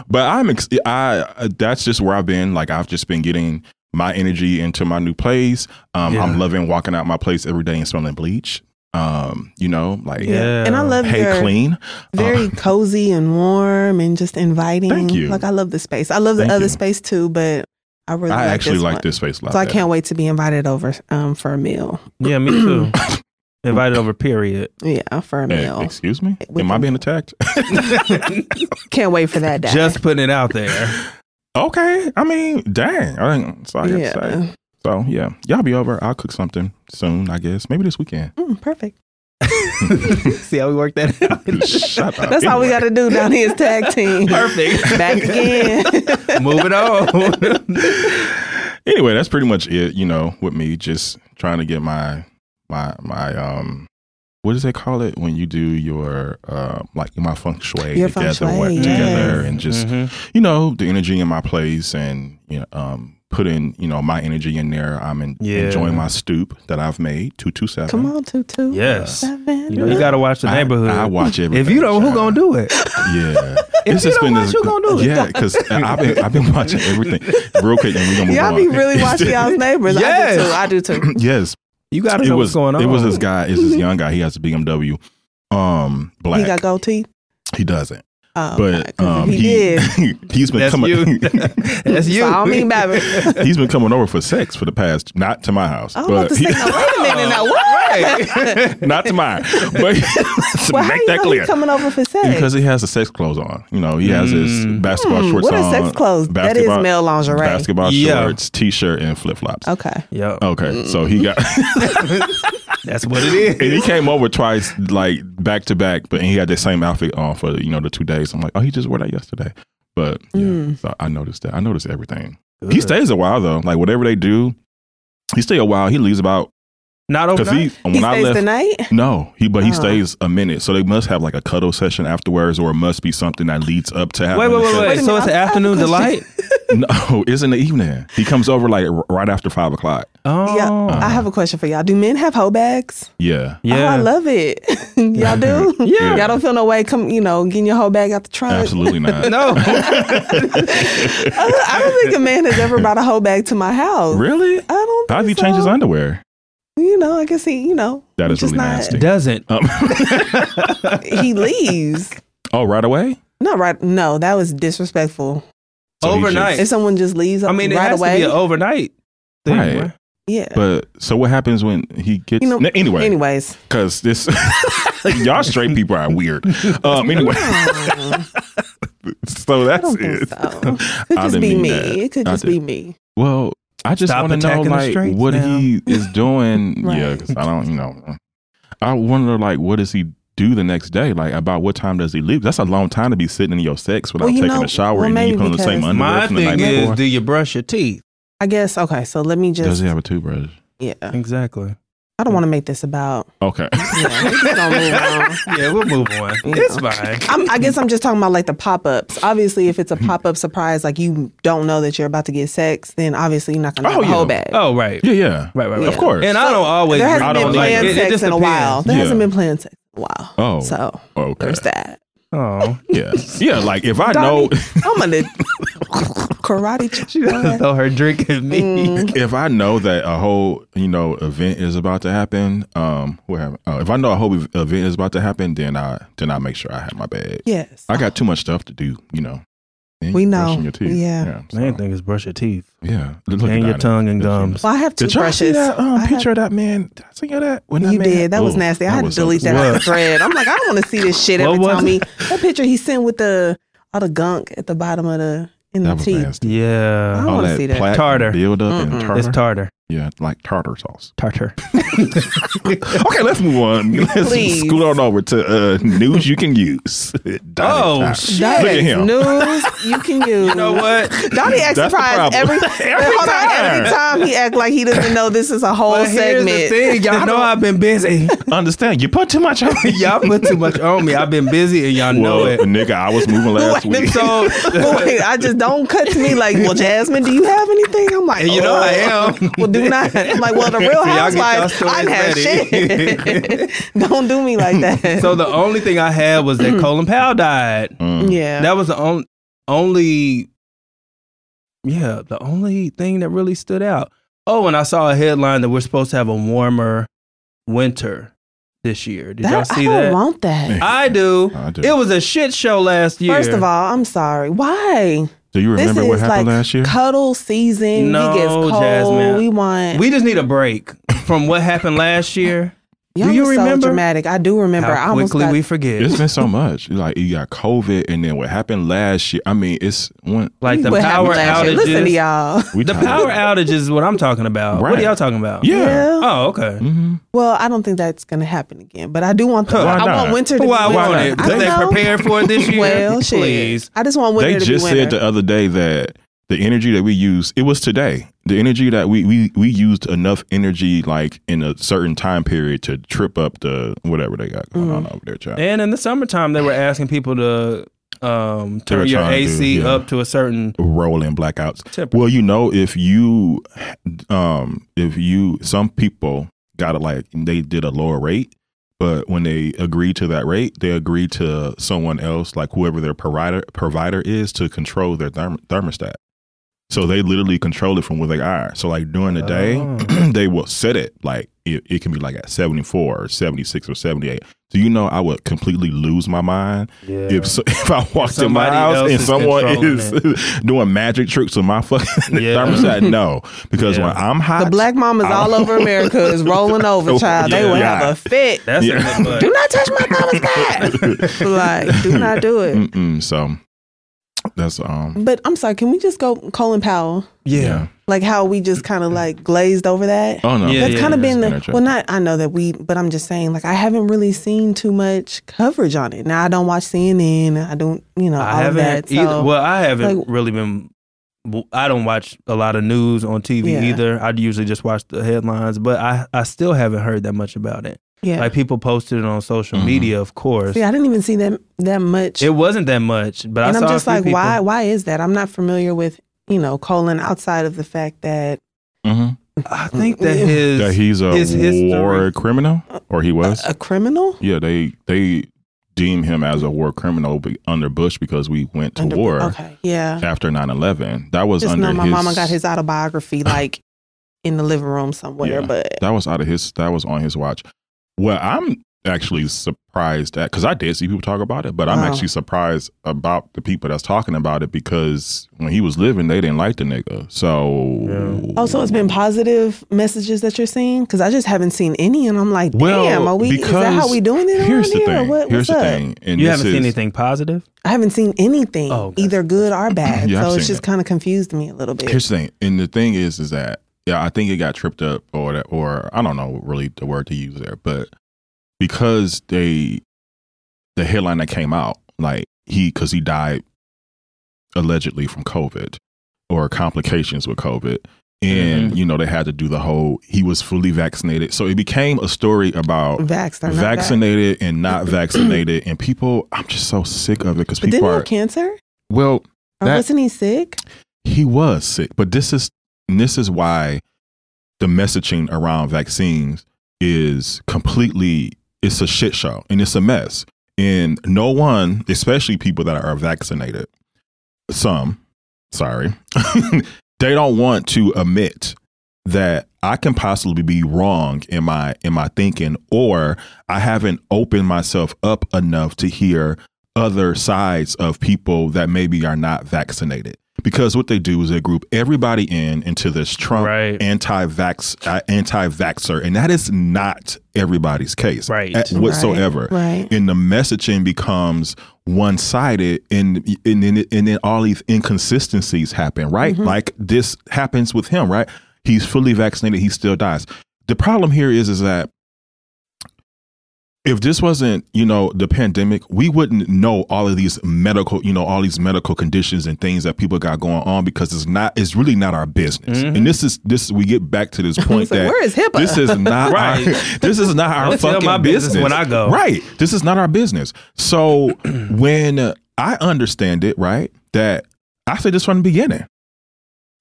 Speaker 3: But I'm, ex- I, uh, that's just where I've been. Like, I've just been getting my energy into my new place. Um,
Speaker 5: Yeah.
Speaker 3: I'm loving walking out my place every day and smelling bleach. Um, you know, like,
Speaker 5: Yeah.
Speaker 4: And I love your
Speaker 3: hey, clean.
Speaker 4: very cozy and warm and just inviting.
Speaker 3: Thank you.
Speaker 4: Like I love the space. I love the
Speaker 3: Thank
Speaker 4: other
Speaker 3: you.
Speaker 4: space too, but I really
Speaker 3: I
Speaker 4: like
Speaker 3: actually
Speaker 4: this
Speaker 3: like
Speaker 4: one.
Speaker 3: this space a lot.
Speaker 4: So I
Speaker 3: better.
Speaker 4: can't wait to be invited over um, for a meal.
Speaker 5: yeah, me too. Invited over, period.
Speaker 4: Yeah, for a
Speaker 3: Hey,
Speaker 4: meal.
Speaker 3: Eh, excuse me?
Speaker 4: With
Speaker 3: Am I
Speaker 4: the-
Speaker 3: being attacked?
Speaker 4: Can't wait for that day.
Speaker 5: Just putting it out there.
Speaker 3: okay. I mean, dang. I think that's all I got to say.
Speaker 4: yeah.
Speaker 3: So, yeah. Y'all be over. I'll cook something soon, I guess. Maybe this weekend.
Speaker 4: Mm, perfect.
Speaker 5: See how we work that out?
Speaker 3: Shut up.
Speaker 4: That's all we got to do down here is tag team.
Speaker 5: Perfect.
Speaker 4: Back again.
Speaker 5: Moving on.
Speaker 3: Anyway, that's pretty much it, you know, with me just trying to get my, my, my, um, what does they call it when you do your uh, like my feng shui
Speaker 4: Your feng
Speaker 3: together,
Speaker 4: shui,
Speaker 3: work
Speaker 4: yes.
Speaker 3: together, and just
Speaker 4: Mm-hmm.
Speaker 5: Mhm.
Speaker 3: you know the energy in my place and you know um putting you know my energy in there i'm in,
Speaker 5: Yeah.
Speaker 3: enjoying my stoop that i've made 227
Speaker 4: Come on, Tutu.
Speaker 5: Yes.
Speaker 4: Seven.
Speaker 5: You know, you got to watch the
Speaker 3: I-
Speaker 5: neighborhood.
Speaker 3: I, watch everything
Speaker 5: if you don't, who gonna do it?
Speaker 3: yeah
Speaker 5: If
Speaker 3: It's
Speaker 5: you
Speaker 3: just
Speaker 5: don't watch, who gonna do it?
Speaker 3: yeah because i've been i've been watching everything real quick and we're gonna move
Speaker 4: Y'all
Speaker 3: on.
Speaker 4: be really
Speaker 3: It's
Speaker 4: watching
Speaker 3: just-
Speaker 4: y'all's neighbors.
Speaker 5: Yes.
Speaker 4: I do too. I do too.
Speaker 3: yes
Speaker 5: You got to
Speaker 3: it
Speaker 5: know
Speaker 3: was
Speaker 5: what's going on.
Speaker 3: it was this guy it's this young guy he has a bmw um black
Speaker 4: He got gold teeth.
Speaker 3: He doesn't
Speaker 4: Oh, God,
Speaker 3: but
Speaker 4: 'cause
Speaker 3: um
Speaker 4: if he, did.
Speaker 3: he's been
Speaker 5: That's you.
Speaker 3: coming
Speaker 5: That's you.
Speaker 4: So I don't mean bad.
Speaker 3: he's been coming over for sex for the past not to my house
Speaker 4: Oh, I was about
Speaker 3: but
Speaker 4: to say,
Speaker 3: he-
Speaker 4: now, wait a minute, now what?
Speaker 3: not to mine. But to
Speaker 4: well, how
Speaker 3: make
Speaker 4: you
Speaker 3: that
Speaker 4: know
Speaker 3: clear.
Speaker 4: he coming over for sex?
Speaker 3: Because he has the sex clothes on. You know, he has his
Speaker 5: Mm.
Speaker 3: basketball
Speaker 4: Hmm,
Speaker 3: shorts
Speaker 4: what
Speaker 3: on.
Speaker 4: is sex clothes? That is
Speaker 3: basketball-
Speaker 4: male lingerie.
Speaker 3: Basketball
Speaker 5: Yeah.
Speaker 3: shorts, t shirt, and flip flops. Okay.
Speaker 4: Okay.
Speaker 5: Yo,
Speaker 3: so he got
Speaker 5: that's what it is.
Speaker 3: and he came over twice, like back to back, but he had the same outfit on for you know the two days. I'm like, oh, he just wore that yesterday, but yeah,
Speaker 4: Mm.
Speaker 3: so I noticed that. I noticed everything. He
Speaker 5: Good.
Speaker 3: stays a while though, like whatever they do, he stay a while. He leaves about
Speaker 5: Not
Speaker 3: because he
Speaker 5: overnight.
Speaker 3: when
Speaker 4: Oh, He
Speaker 3: I
Speaker 4: stays
Speaker 3: left,
Speaker 4: the night?
Speaker 3: No, he but he
Speaker 4: Oh.
Speaker 3: stays a minute, so they must have like a cuddle session afterwards, or it must be something that leads up to.
Speaker 5: Wait,
Speaker 3: having
Speaker 5: wait,
Speaker 3: the
Speaker 5: wait, wait.
Speaker 4: Wait a
Speaker 5: So it's an
Speaker 4: minute, I have a
Speaker 5: afternoon
Speaker 4: question.
Speaker 5: delight.
Speaker 3: sex. No, it's in the evening. He comes over like r- right after five o'clock.
Speaker 5: Oh,
Speaker 4: Yeah. I
Speaker 3: Uh-huh.
Speaker 4: have a question for y'all. Do men have hoe bags?
Speaker 3: Yeah,
Speaker 4: Oh,
Speaker 5: yeah.
Speaker 4: I love it. y'all do?
Speaker 5: Yeah.
Speaker 4: Y'all don't feel no way come, you know, getting your hoe bag out the trunk.
Speaker 3: absolutely not.
Speaker 5: no,
Speaker 4: I, don't- I don't think a man has ever brought a hoe bag to my house.
Speaker 3: really?
Speaker 4: I don't think
Speaker 3: How would he
Speaker 4: so.
Speaker 3: change his underwear?
Speaker 4: You know, I guess he, you know.
Speaker 3: That is
Speaker 4: just
Speaker 3: really
Speaker 4: not-
Speaker 3: nasty.
Speaker 5: doesn't.
Speaker 3: Um,
Speaker 4: He leaves.
Speaker 3: oh, right away.
Speaker 4: No, right. No, that was disrespectful.
Speaker 3: So he
Speaker 5: Overnight.
Speaker 4: If someone just leaves
Speaker 5: I mean, it
Speaker 4: right
Speaker 5: has
Speaker 4: away.
Speaker 5: to be an overnight thing.
Speaker 3: Right.
Speaker 5: right?
Speaker 4: yeah.
Speaker 3: just- but so what happens when he gets?
Speaker 4: You know,
Speaker 3: N- anyway,
Speaker 4: Anyways.
Speaker 3: because this y'all straight people are weird. Um, anyway,
Speaker 4: I
Speaker 3: so that's
Speaker 4: don't think
Speaker 3: it.
Speaker 4: so. Could
Speaker 3: I
Speaker 4: just
Speaker 3: didn't
Speaker 4: be
Speaker 3: mean
Speaker 4: me.
Speaker 3: that.
Speaker 4: It could
Speaker 3: I
Speaker 4: just be me.
Speaker 3: Well, I just
Speaker 5: Stop
Speaker 3: want to know
Speaker 5: attacking the
Speaker 3: like
Speaker 5: streets
Speaker 3: what
Speaker 5: now.
Speaker 3: he is doing.
Speaker 4: Right.
Speaker 3: Yeah, 'cause I don't, you know, I wonder like what does he do the next day? Like about what time does he leave? That's a long time to be sitting in your sex without
Speaker 4: Well, you
Speaker 3: taking
Speaker 4: know,
Speaker 3: a shower
Speaker 4: well,
Speaker 3: and then you
Speaker 4: maybe
Speaker 3: put on the same
Speaker 4: because-
Speaker 3: underwear
Speaker 5: My
Speaker 3: from the night
Speaker 5: thing is,
Speaker 3: before.
Speaker 5: do you brush your teeth?
Speaker 4: I guess. Okay. So let me
Speaker 3: does
Speaker 4: just.
Speaker 3: he have a toothbrush?
Speaker 4: yeah.
Speaker 5: Exactly.
Speaker 4: I don't want to make this about.
Speaker 3: Okay.
Speaker 4: Yeah. we just gonna move on.
Speaker 5: Yeah, we'll move on. It's fine.
Speaker 4: I'm, I guess I'm just talking about like the pop ups. Obviously, if it's a pop up surprise, like you don't know that you're about to get sex, then obviously you're not going to
Speaker 3: Oh,
Speaker 4: have a
Speaker 3: yeah.
Speaker 4: whole bag.
Speaker 5: Oh, right.
Speaker 3: yeah, yeah.
Speaker 5: Right, right, right.
Speaker 3: Of course.
Speaker 5: And I don't always.
Speaker 4: There
Speaker 5: I
Speaker 4: hasn't
Speaker 5: don't
Speaker 4: been
Speaker 5: like
Speaker 4: planned
Speaker 5: it. It
Speaker 4: sex
Speaker 5: just
Speaker 4: in a
Speaker 5: depends.
Speaker 4: while. There
Speaker 3: Yeah.
Speaker 4: hasn't been planned sex in a while.
Speaker 3: Oh.
Speaker 4: So
Speaker 3: okay.
Speaker 4: there's that.
Speaker 5: Oh,
Speaker 3: Yeah. Yeah. Like if I know
Speaker 4: Donnie, I'm gonna karate chop.
Speaker 5: she doesn't throw her drink at me.
Speaker 4: Mm.
Speaker 3: if I know that a whole you know event is about to happen, um, what happened? Oh, if I know a whole ev- event is about to happen, then I then I make sure I have my bag.
Speaker 4: Yes.
Speaker 3: I got too much stuff to do, you know. And
Speaker 4: We
Speaker 3: you
Speaker 4: know.
Speaker 3: brushing Your teeth.
Speaker 4: Yeah.
Speaker 3: so-
Speaker 5: Main thing is brush your teeth
Speaker 3: Yeah. Look at
Speaker 5: and your
Speaker 3: Donnie.
Speaker 5: tongue and
Speaker 3: Did you-
Speaker 5: gums.
Speaker 4: Well, I have two
Speaker 3: Did y'all see
Speaker 4: brushes.
Speaker 3: that um,
Speaker 4: I have-
Speaker 3: picture of that man? Did I see that? When that
Speaker 4: you
Speaker 3: man-
Speaker 4: did. That was
Speaker 3: Ugh,
Speaker 4: nasty. I
Speaker 3: that
Speaker 4: had to
Speaker 3: was so
Speaker 4: delete that
Speaker 3: disgusting.
Speaker 4: out of the thread. I'm like, I don't want to see this shit
Speaker 5: What
Speaker 4: every
Speaker 5: was
Speaker 4: time. He,
Speaker 5: it?
Speaker 4: that picture he sent with the all the gunk at the bottom of the in
Speaker 3: That
Speaker 4: the
Speaker 3: was
Speaker 4: teeth.
Speaker 3: nasty.
Speaker 5: Yeah,
Speaker 4: I don't
Speaker 3: All
Speaker 4: wanna
Speaker 3: that
Speaker 4: see that.
Speaker 3: plaque
Speaker 5: Tartar.
Speaker 3: build up and
Speaker 4: Mm-mm.
Speaker 3: tartar.
Speaker 5: it's tartar.
Speaker 3: Yeah, like tartar sauce.
Speaker 5: Tartar.
Speaker 3: Okay, let's move on. Let's
Speaker 4: Please.
Speaker 3: scoot on over to uh, news you can use. Donald
Speaker 5: Oh,
Speaker 3: Trump.
Speaker 5: shit.
Speaker 4: That
Speaker 3: Look at
Speaker 4: is
Speaker 3: him.
Speaker 4: news you can use.
Speaker 5: You know what?
Speaker 4: Donnie acts
Speaker 3: That's the
Speaker 4: surprised every,
Speaker 3: problem. Every
Speaker 4: hold on, every time he act like he doesn't know this is a whole
Speaker 5: But here's
Speaker 4: segment.
Speaker 5: the thing, y'all know I've been busy.
Speaker 3: Understand? You put too much on me.
Speaker 5: y'all put too much on me. I've been busy, and y'all know it.
Speaker 3: Well, nigga, I was moving last
Speaker 4: Wait a
Speaker 3: week.
Speaker 4: minute.
Speaker 5: So,
Speaker 4: Wait, I just don't cut to me like, well, Jasmine, do you have anything? I'm like, "Oh,
Speaker 5: and you know I
Speaker 3: Oh.
Speaker 5: am.
Speaker 4: Well, do not. I'm like, well, the Real
Speaker 5: Y'all get y'all
Speaker 4: Housewives, I
Speaker 5: stories
Speaker 4: didn't have
Speaker 5: ready.
Speaker 4: shit. don't do me like that.
Speaker 5: So the only thing I had was that Colin Powell died.
Speaker 3: Mm.
Speaker 4: yeah,
Speaker 5: That was the only, only, yeah, the only thing that really stood out. Oh, and I saw a headline that we're supposed to have a warmer winter this year. Did
Speaker 4: That-
Speaker 5: y'all see
Speaker 4: I don't
Speaker 5: that?
Speaker 4: want that.
Speaker 5: I do.
Speaker 3: I do.
Speaker 5: It was a shit show last year.
Speaker 4: First of all, I'm sorry. Why?
Speaker 3: Do you remember what happened last year?
Speaker 4: cuddle season.
Speaker 5: No,
Speaker 4: he gets cold.
Speaker 5: Jasmine.
Speaker 4: We want.
Speaker 5: we just need a break from what happened last year.
Speaker 4: Y'all
Speaker 5: Do you
Speaker 4: are so
Speaker 5: remember?
Speaker 4: dramatic. I do remember. I
Speaker 5: How
Speaker 4: almost
Speaker 5: quickly
Speaker 4: got,
Speaker 5: we forget.
Speaker 3: It's been so much. Like you got COVID, and then what happened last year? I mean, it's one.
Speaker 5: like the
Speaker 4: what happened
Speaker 5: power
Speaker 4: last year.
Speaker 5: outages.
Speaker 4: Listen to y'all.
Speaker 3: We
Speaker 5: The
Speaker 3: tired.
Speaker 5: power outage is what I'm talking about. What
Speaker 3: Right.
Speaker 5: are y'all talking about?
Speaker 3: Yeah.
Speaker 5: Oh, okay.
Speaker 3: hmm
Speaker 4: Well, I don't think that's gonna happen again. But I do want the.
Speaker 5: Huh. Why
Speaker 4: I
Speaker 3: not?
Speaker 4: want winter. To
Speaker 5: Well, I
Speaker 4: be winter.
Speaker 5: want it.
Speaker 4: I
Speaker 5: Because they
Speaker 4: know.
Speaker 5: prepared for it this year.
Speaker 4: Well, shit.
Speaker 5: Please.
Speaker 4: I just want winter
Speaker 3: They
Speaker 4: to
Speaker 3: just
Speaker 4: be
Speaker 3: said
Speaker 4: winter.
Speaker 3: the other day that the energy that we use, it was today. The energy that we we we used enough energy, like in a certain time period, to trip up the whatever they got going on over there, child.
Speaker 5: And in the summertime, they were asking people to um,
Speaker 3: were
Speaker 5: turn your
Speaker 3: trying to,
Speaker 5: AC
Speaker 3: yeah.
Speaker 5: up to a certain.
Speaker 3: rolling blackouts.
Speaker 5: Tip.
Speaker 3: Well, you know, if you, um, if you, some people got it like they did a lower rate, but when they agree to that rate, they agree to someone else, like whoever their provider provider is, to control their therm- thermostat. So they literally control it from where they are. So like during the day,
Speaker 5: Oh.
Speaker 3: they will set it like it, it can be like at 74 or 76 or 78. Do you know I would completely lose my mind if so, if I walked in my
Speaker 5: somebody
Speaker 3: house
Speaker 5: else
Speaker 3: and
Speaker 5: is
Speaker 3: someone
Speaker 5: controlling
Speaker 3: is doing magic tricks with my fucking
Speaker 5: Yeah.
Speaker 3: thermostat, no, because
Speaker 5: Yeah.
Speaker 3: when I'm hot,
Speaker 4: The black mamas
Speaker 3: I-
Speaker 4: all over America is rolling over, child. They will
Speaker 3: Yeah.
Speaker 4: have a fit.
Speaker 5: That's
Speaker 3: Yeah.
Speaker 5: a good
Speaker 4: Do
Speaker 5: one.
Speaker 4: not touch my thermostat. like, do not do it.
Speaker 3: Mm-mm, so that's
Speaker 5: Mm.
Speaker 3: um,
Speaker 4: But I'm sorry, can we just go Colin Powell?
Speaker 5: Yeah.
Speaker 4: Like how we just kind of like glazed over that.
Speaker 3: Oh no,
Speaker 5: Yeah,
Speaker 4: That's
Speaker 5: yeah,
Speaker 4: kind of
Speaker 5: yeah.
Speaker 4: been the,
Speaker 3: Energetic.
Speaker 4: well, not I know that we, but I'm just saying like I haven't really seen too much coverage on it. Now I don't watch CNN. I don't, you know,
Speaker 5: I
Speaker 4: all of
Speaker 5: haven't
Speaker 4: that. So,
Speaker 5: either. Well, I haven't
Speaker 4: like-
Speaker 5: really been. I don't watch a lot of news on TV
Speaker 4: Yeah.
Speaker 5: either. I usually just watch the headlines, but I, I still haven't heard that much about it.
Speaker 4: yeah.
Speaker 5: Like people posted it on social
Speaker 3: Mhm.
Speaker 5: media, of course.
Speaker 4: See, I didn't even see that that much.
Speaker 5: It wasn't that much, but
Speaker 4: and
Speaker 5: I
Speaker 4: I'm
Speaker 5: saw
Speaker 4: just
Speaker 5: a few
Speaker 4: like,
Speaker 5: people.
Speaker 4: why? Why is that? I'm not familiar with you know Colin outside of the fact that
Speaker 3: Mhm.
Speaker 5: I think that his
Speaker 3: that he's a
Speaker 5: his history-
Speaker 3: war criminal or he was.
Speaker 4: a criminal.
Speaker 3: yeah, they they deem him as a war criminal be- under Bush because we went to
Speaker 4: Under-
Speaker 3: war
Speaker 4: Okay, yeah.
Speaker 3: after 9-11. That was
Speaker 4: Just
Speaker 3: under
Speaker 4: know my
Speaker 3: his,
Speaker 4: mama got his autobiography like in the living room somewhere,
Speaker 3: Yeah.
Speaker 4: but
Speaker 3: that was out of his that was on his watch well i'm actually surprised at because i did see people talk about it but i'm
Speaker 4: Wow.
Speaker 3: actually surprised about the people that's talking about it because when he was living they didn't like the nigga so
Speaker 5: Yeah.
Speaker 4: oh, so it's been positive messages that you're seeing because I just haven't seen any, and I'm like, damn,
Speaker 3: Well,
Speaker 4: are we? Is that how
Speaker 3: because
Speaker 4: we doing it
Speaker 3: here's
Speaker 4: around
Speaker 3: the
Speaker 4: here?
Speaker 3: thing
Speaker 4: What,
Speaker 3: here's
Speaker 4: what's
Speaker 3: the
Speaker 4: up?
Speaker 3: thing and
Speaker 5: you
Speaker 3: this
Speaker 5: haven't seen
Speaker 3: is-
Speaker 5: anything positive?
Speaker 4: I haven't seen anything,
Speaker 5: Oh, okay.
Speaker 4: either good or bad.
Speaker 3: Yeah, I've
Speaker 4: so
Speaker 3: seen
Speaker 4: it's just
Speaker 3: it.
Speaker 4: kind of confused me a little bit.
Speaker 3: Here's the thing, and the thing is, is that yeah, I think it got tripped up, or that, or I don't know really the word to use there, but because they, the headline that came out, like he, because he died allegedly from COVID or complications with COVID, and
Speaker 4: Mm-hmm.
Speaker 3: you know they had to do the whole he was fully vaccinated, so it became a story about
Speaker 4: Vaxxed or Mm-hmm. not vaccinated.
Speaker 3: vaccinated and not vaccinated, and people, I'm just so sick of it because
Speaker 4: But didn't
Speaker 3: people
Speaker 4: he
Speaker 3: are
Speaker 4: have cancer?
Speaker 3: well.
Speaker 4: Or
Speaker 3: That-
Speaker 4: wasn't he sick?
Speaker 3: he was sick but this is this is why the messaging around vaccines is completely it's a shit show and it's a mess and no one especially people that are vaccinated some sorry they don't want to admit that I can possibly be wrong in my in my thinking or I haven't opened myself up enough to hear other sides of people that maybe are not vaccinated. Because what they do is they group everybody in into this Trump
Speaker 5: Right.
Speaker 3: anti-vax uh, anti-vaxer and that is not everybody's case
Speaker 5: Right.
Speaker 3: at- whatsoever
Speaker 4: Right.
Speaker 3: and the messaging becomes one-sided and
Speaker 4: Mm-hmm.
Speaker 3: and then and then all these inconsistencies happen right like this happens with him right He's fully vaccinated. He still dies. The problem here is is that if this wasn't you know the pandemic we wouldn't know all of these medical you know all these medical conditions and things that people got going on because it's not it's really not our business
Speaker 5: Mhm.
Speaker 3: and this is this we get back to this point
Speaker 4: Mm-hmm. like,
Speaker 3: that
Speaker 4: where is HIPAA?
Speaker 3: this is not
Speaker 5: Right.
Speaker 3: our, this is not our
Speaker 5: Don't tell
Speaker 3: fucking
Speaker 5: my business when I go.
Speaker 3: right this is not our business so when uh, i understand it right that i said this from the beginning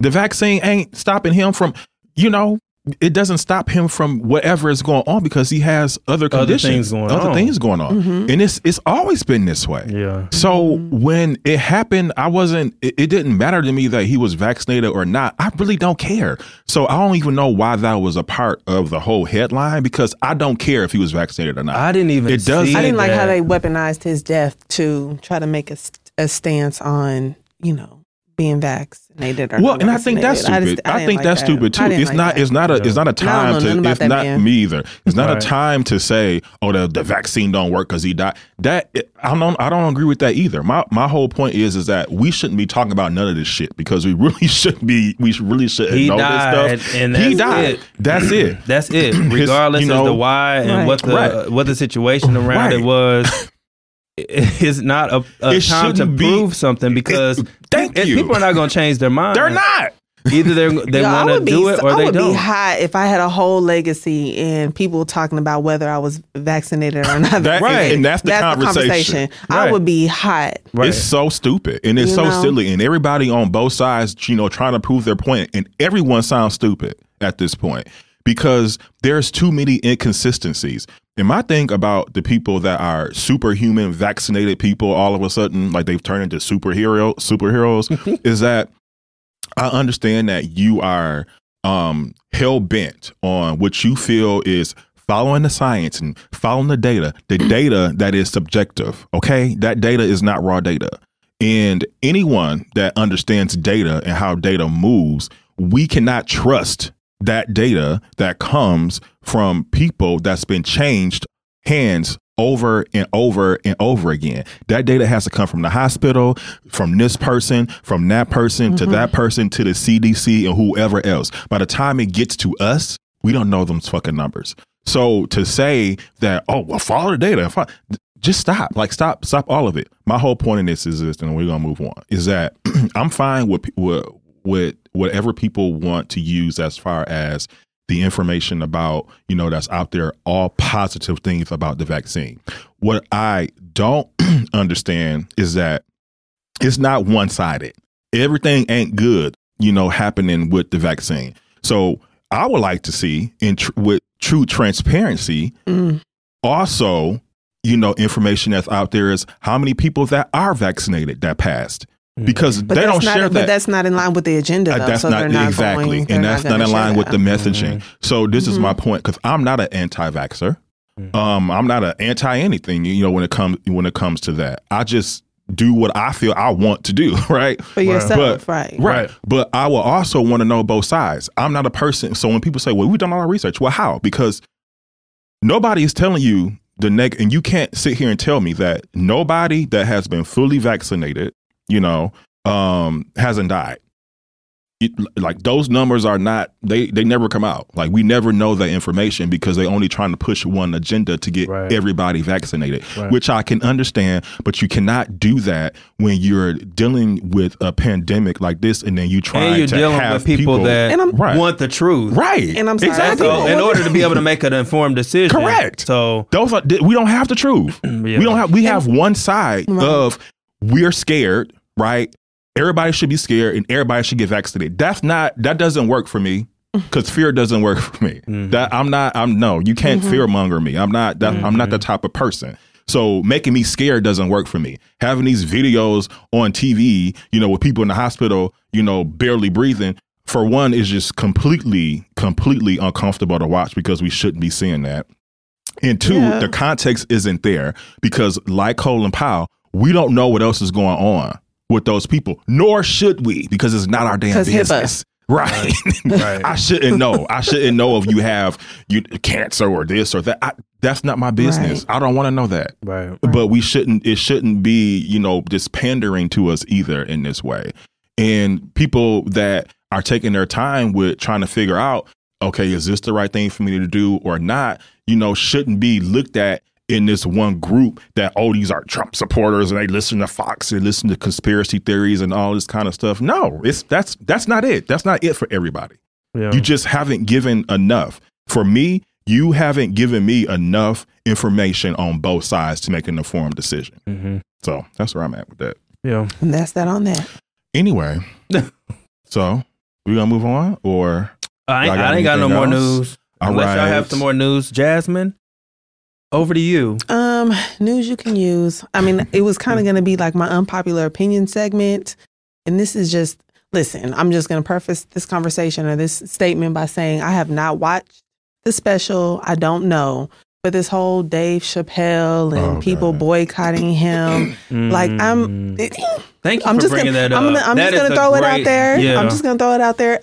Speaker 3: the vaccine ain't stopping him from you know it doesn't stop him from whatever is going on because he has other
Speaker 5: Other
Speaker 3: conditions
Speaker 5: things going
Speaker 3: other
Speaker 5: on.
Speaker 3: things going on and it's it's always been this way
Speaker 5: Yeah.
Speaker 3: so when it happened, I wasn't. It, it didn't matter to me that he was vaccinated or not. I really don't care. So I don't even know why that was a part of the whole headline because I don't care if he was vaccinated or not.
Speaker 5: I didn't even.
Speaker 3: It does-
Speaker 5: see
Speaker 4: I didn't like how
Speaker 5: that.
Speaker 4: they weaponized his death to try to make a, st- a stance on, you know, being vaccinated or
Speaker 3: well,
Speaker 4: not
Speaker 3: and I think that's
Speaker 4: vaccinated.
Speaker 3: stupid. I,
Speaker 4: just- didn't
Speaker 3: think
Speaker 4: like
Speaker 3: that's
Speaker 4: that.
Speaker 3: stupid too.
Speaker 4: I didn't
Speaker 3: It's
Speaker 4: like
Speaker 3: not.
Speaker 4: that.
Speaker 3: It's not a. It's not a
Speaker 4: I don't
Speaker 3: time
Speaker 4: know nothing
Speaker 3: to.
Speaker 4: about
Speaker 3: It's
Speaker 4: that
Speaker 3: not
Speaker 4: man.
Speaker 3: me either. It's not
Speaker 5: Right.
Speaker 3: a time to say, oh, the, the vaccine don't work because he died. That I don't. I don't agree with that either. My my whole point is is that we shouldn't be talking about none of this shit because we really shouldn't be. We really shouldn't
Speaker 5: He
Speaker 3: know
Speaker 5: died,
Speaker 3: this stuff.
Speaker 5: and
Speaker 3: he
Speaker 5: that's
Speaker 3: died.
Speaker 5: it.
Speaker 3: That's it.
Speaker 5: That's it.
Speaker 3: His-
Speaker 5: Regardless
Speaker 3: you know,
Speaker 5: of the why and
Speaker 4: Right.
Speaker 5: what the
Speaker 3: Right.
Speaker 5: what the situation around
Speaker 3: Right.
Speaker 5: it was, i- it's not a, a
Speaker 3: It
Speaker 5: time to
Speaker 3: shouldn't be-
Speaker 5: prove something because
Speaker 3: Thank
Speaker 5: it-
Speaker 3: you.
Speaker 5: people are not going to change their mind.
Speaker 3: They're not.
Speaker 5: Either they're, they
Speaker 4: Yo, I
Speaker 5: want
Speaker 4: would
Speaker 5: to
Speaker 4: be
Speaker 5: do it
Speaker 4: so-
Speaker 5: or
Speaker 4: I
Speaker 5: they
Speaker 4: would
Speaker 5: don't.
Speaker 4: be hot if I had a whole legacy and people talking about whether I was vaccinated or not.
Speaker 3: That-
Speaker 4: vaccinated.
Speaker 3: and that's the conversation.
Speaker 4: I
Speaker 5: Right.
Speaker 4: would be hot.
Speaker 5: Right.
Speaker 3: It's so stupid and it's
Speaker 4: You
Speaker 3: so
Speaker 4: know?
Speaker 3: silly, and everybody on both sides, you know, trying to prove their point, and everyone sounds stupid at this point because there's too many inconsistencies. And my thing about the people that are superhuman, vaccinated people, all of a sudden, like they've turned into superhero superheroes, is that I understand that you are um hell bent on what you feel is following the science and following the data, the data that is subjective. Okay, that data is not raw data. And anyone that understands data and how data moves, we cannot trust that data that comes from people that's been changed hands over and over and over again. That data has to come from the hospital, from this person, from that person, to that person, to the CDC, and whoever else. By the time it gets to us, we don't know those fucking numbers. So to say that, oh, well, follow the data, fo- just stop. Like, stop, stop all of it. My whole point in this is this, and we're gonna move on. Is that I'm fine with pe- with with whatever people want to use as far as the information about you know that's out there all positive things about the vaccine what i don't understand is that it's not one-sided everything ain't good you know happening with the vaccine so i would like to see in tr- with true transparency
Speaker 4: Mm.
Speaker 3: also you know information that's out there is how many people that are vaccinated that passed
Speaker 5: Mm.
Speaker 3: because
Speaker 4: But
Speaker 3: they
Speaker 4: that's
Speaker 3: don't
Speaker 4: not,
Speaker 3: share
Speaker 4: but
Speaker 3: that
Speaker 4: that's not in line with the agenda.
Speaker 3: uh,
Speaker 4: Though,
Speaker 3: that's
Speaker 4: so they're
Speaker 3: not,
Speaker 4: not
Speaker 3: exactly,
Speaker 4: going- they're
Speaker 3: and that's not,
Speaker 4: gonna
Speaker 3: in
Speaker 4: share
Speaker 3: line
Speaker 4: that. Mm-hmm.
Speaker 3: with the messaging. So this is my point because I'm not an anti-vaxer. Um, I'm not an anti anything. You know, when it comes when it comes to that, I just do what I feel I want to do. Right
Speaker 4: for yourself,
Speaker 3: But-
Speaker 4: right?
Speaker 3: right.
Speaker 5: Right.
Speaker 3: But I will also want to know both sides. I'm not a person. So when people say, well, we've done all our research, well, how? Because nobody is telling you the neg, and you can't sit here and tell me that nobody that has been fully vaccinated, you know, um, hasn't died. It, like those numbers are not they they never come out like we never know that information because they only trying to push one agenda to get
Speaker 5: Right.
Speaker 3: everybody vaccinated
Speaker 5: Right.
Speaker 3: which I can understand, but you cannot do that when you're dealing with a pandemic like this, and then you try
Speaker 5: and you're
Speaker 3: to
Speaker 5: dealing with
Speaker 3: have
Speaker 5: people, that
Speaker 4: And I'm-
Speaker 3: right,
Speaker 5: want the truth.
Speaker 3: right,
Speaker 4: And I'm sorry,
Speaker 5: And
Speaker 3: exactly.
Speaker 5: So, in order to be able to make an informed decision.
Speaker 3: Correct.
Speaker 5: So
Speaker 3: Those are th- we don't have the truth. We don't have we have one side
Speaker 4: Right.
Speaker 3: of we're scared, right? Everybody should be scared and everybody should get vaccinated. That's not that doesn't work for me because fear doesn't work for me. That I'm not I'm no, you can't fear monger me. I'm not that I'm not that type of person. So making me scared doesn't work for me. Having these videos on TV, you know, with people in the hospital, you know, barely breathing, for one is just completely completely uncomfortable to watch because we shouldn't be seeing that. And two,
Speaker 4: Yeah.
Speaker 3: the context isn't there because, like Colin Powell, we don't know what else is going on with those people, nor should we because it's not our damn
Speaker 4: 'Cause HIPAA.
Speaker 3: business. Right.
Speaker 5: Right.
Speaker 3: I shouldn't know. I shouldn't know if you have you cancer or this or that. I, that's not my business. I don't want to know that.
Speaker 5: Right.
Speaker 3: But we shouldn't, it shouldn't be, you know, just pandering to us either in this way. and people that are taking their time with trying to figure out okay is this the right thing for me to do or not you know shouldn't be looked at in this one group that oh these are trump supporters and they listen to fox and listen to conspiracy theories and all this kind of stuff no it's that's that's not it that's not it for everybody
Speaker 5: Yeah.
Speaker 3: you just haven't given enough for me you haven't given me enough information on both sides to make an informed decision
Speaker 5: mm-hmm. Uh,
Speaker 3: so that's where i'm at with that
Speaker 5: Yeah.
Speaker 4: And that's that on that.
Speaker 3: Anyway, so we gonna move on, or
Speaker 5: I
Speaker 3: Y'all
Speaker 5: ain't,
Speaker 3: got
Speaker 5: I ain't got no
Speaker 3: anything
Speaker 5: more
Speaker 3: else?
Speaker 5: news. Unless y'all have some more news. Jasmine, over to you.
Speaker 4: Um, news you can use. I mean, it was kind of going to be like my unpopular opinion segment. And this is just, listen, I'm just going to preface this conversation or this statement by saying I have not watched the special. I don't know. But this whole Dave Chappelle and
Speaker 3: Oh,
Speaker 4: people
Speaker 3: God.
Speaker 4: boycotting him, like I'm,
Speaker 5: Mm. Thank you
Speaker 4: I'm
Speaker 5: for
Speaker 4: just
Speaker 5: bringing
Speaker 4: gonna,
Speaker 5: that up.
Speaker 4: I'm gonna, I'm
Speaker 5: That
Speaker 4: just
Speaker 5: is
Speaker 4: gonna
Speaker 5: a
Speaker 4: throw it out
Speaker 5: great-
Speaker 4: there.
Speaker 5: Yeah.
Speaker 4: I'm just gonna throw it out there.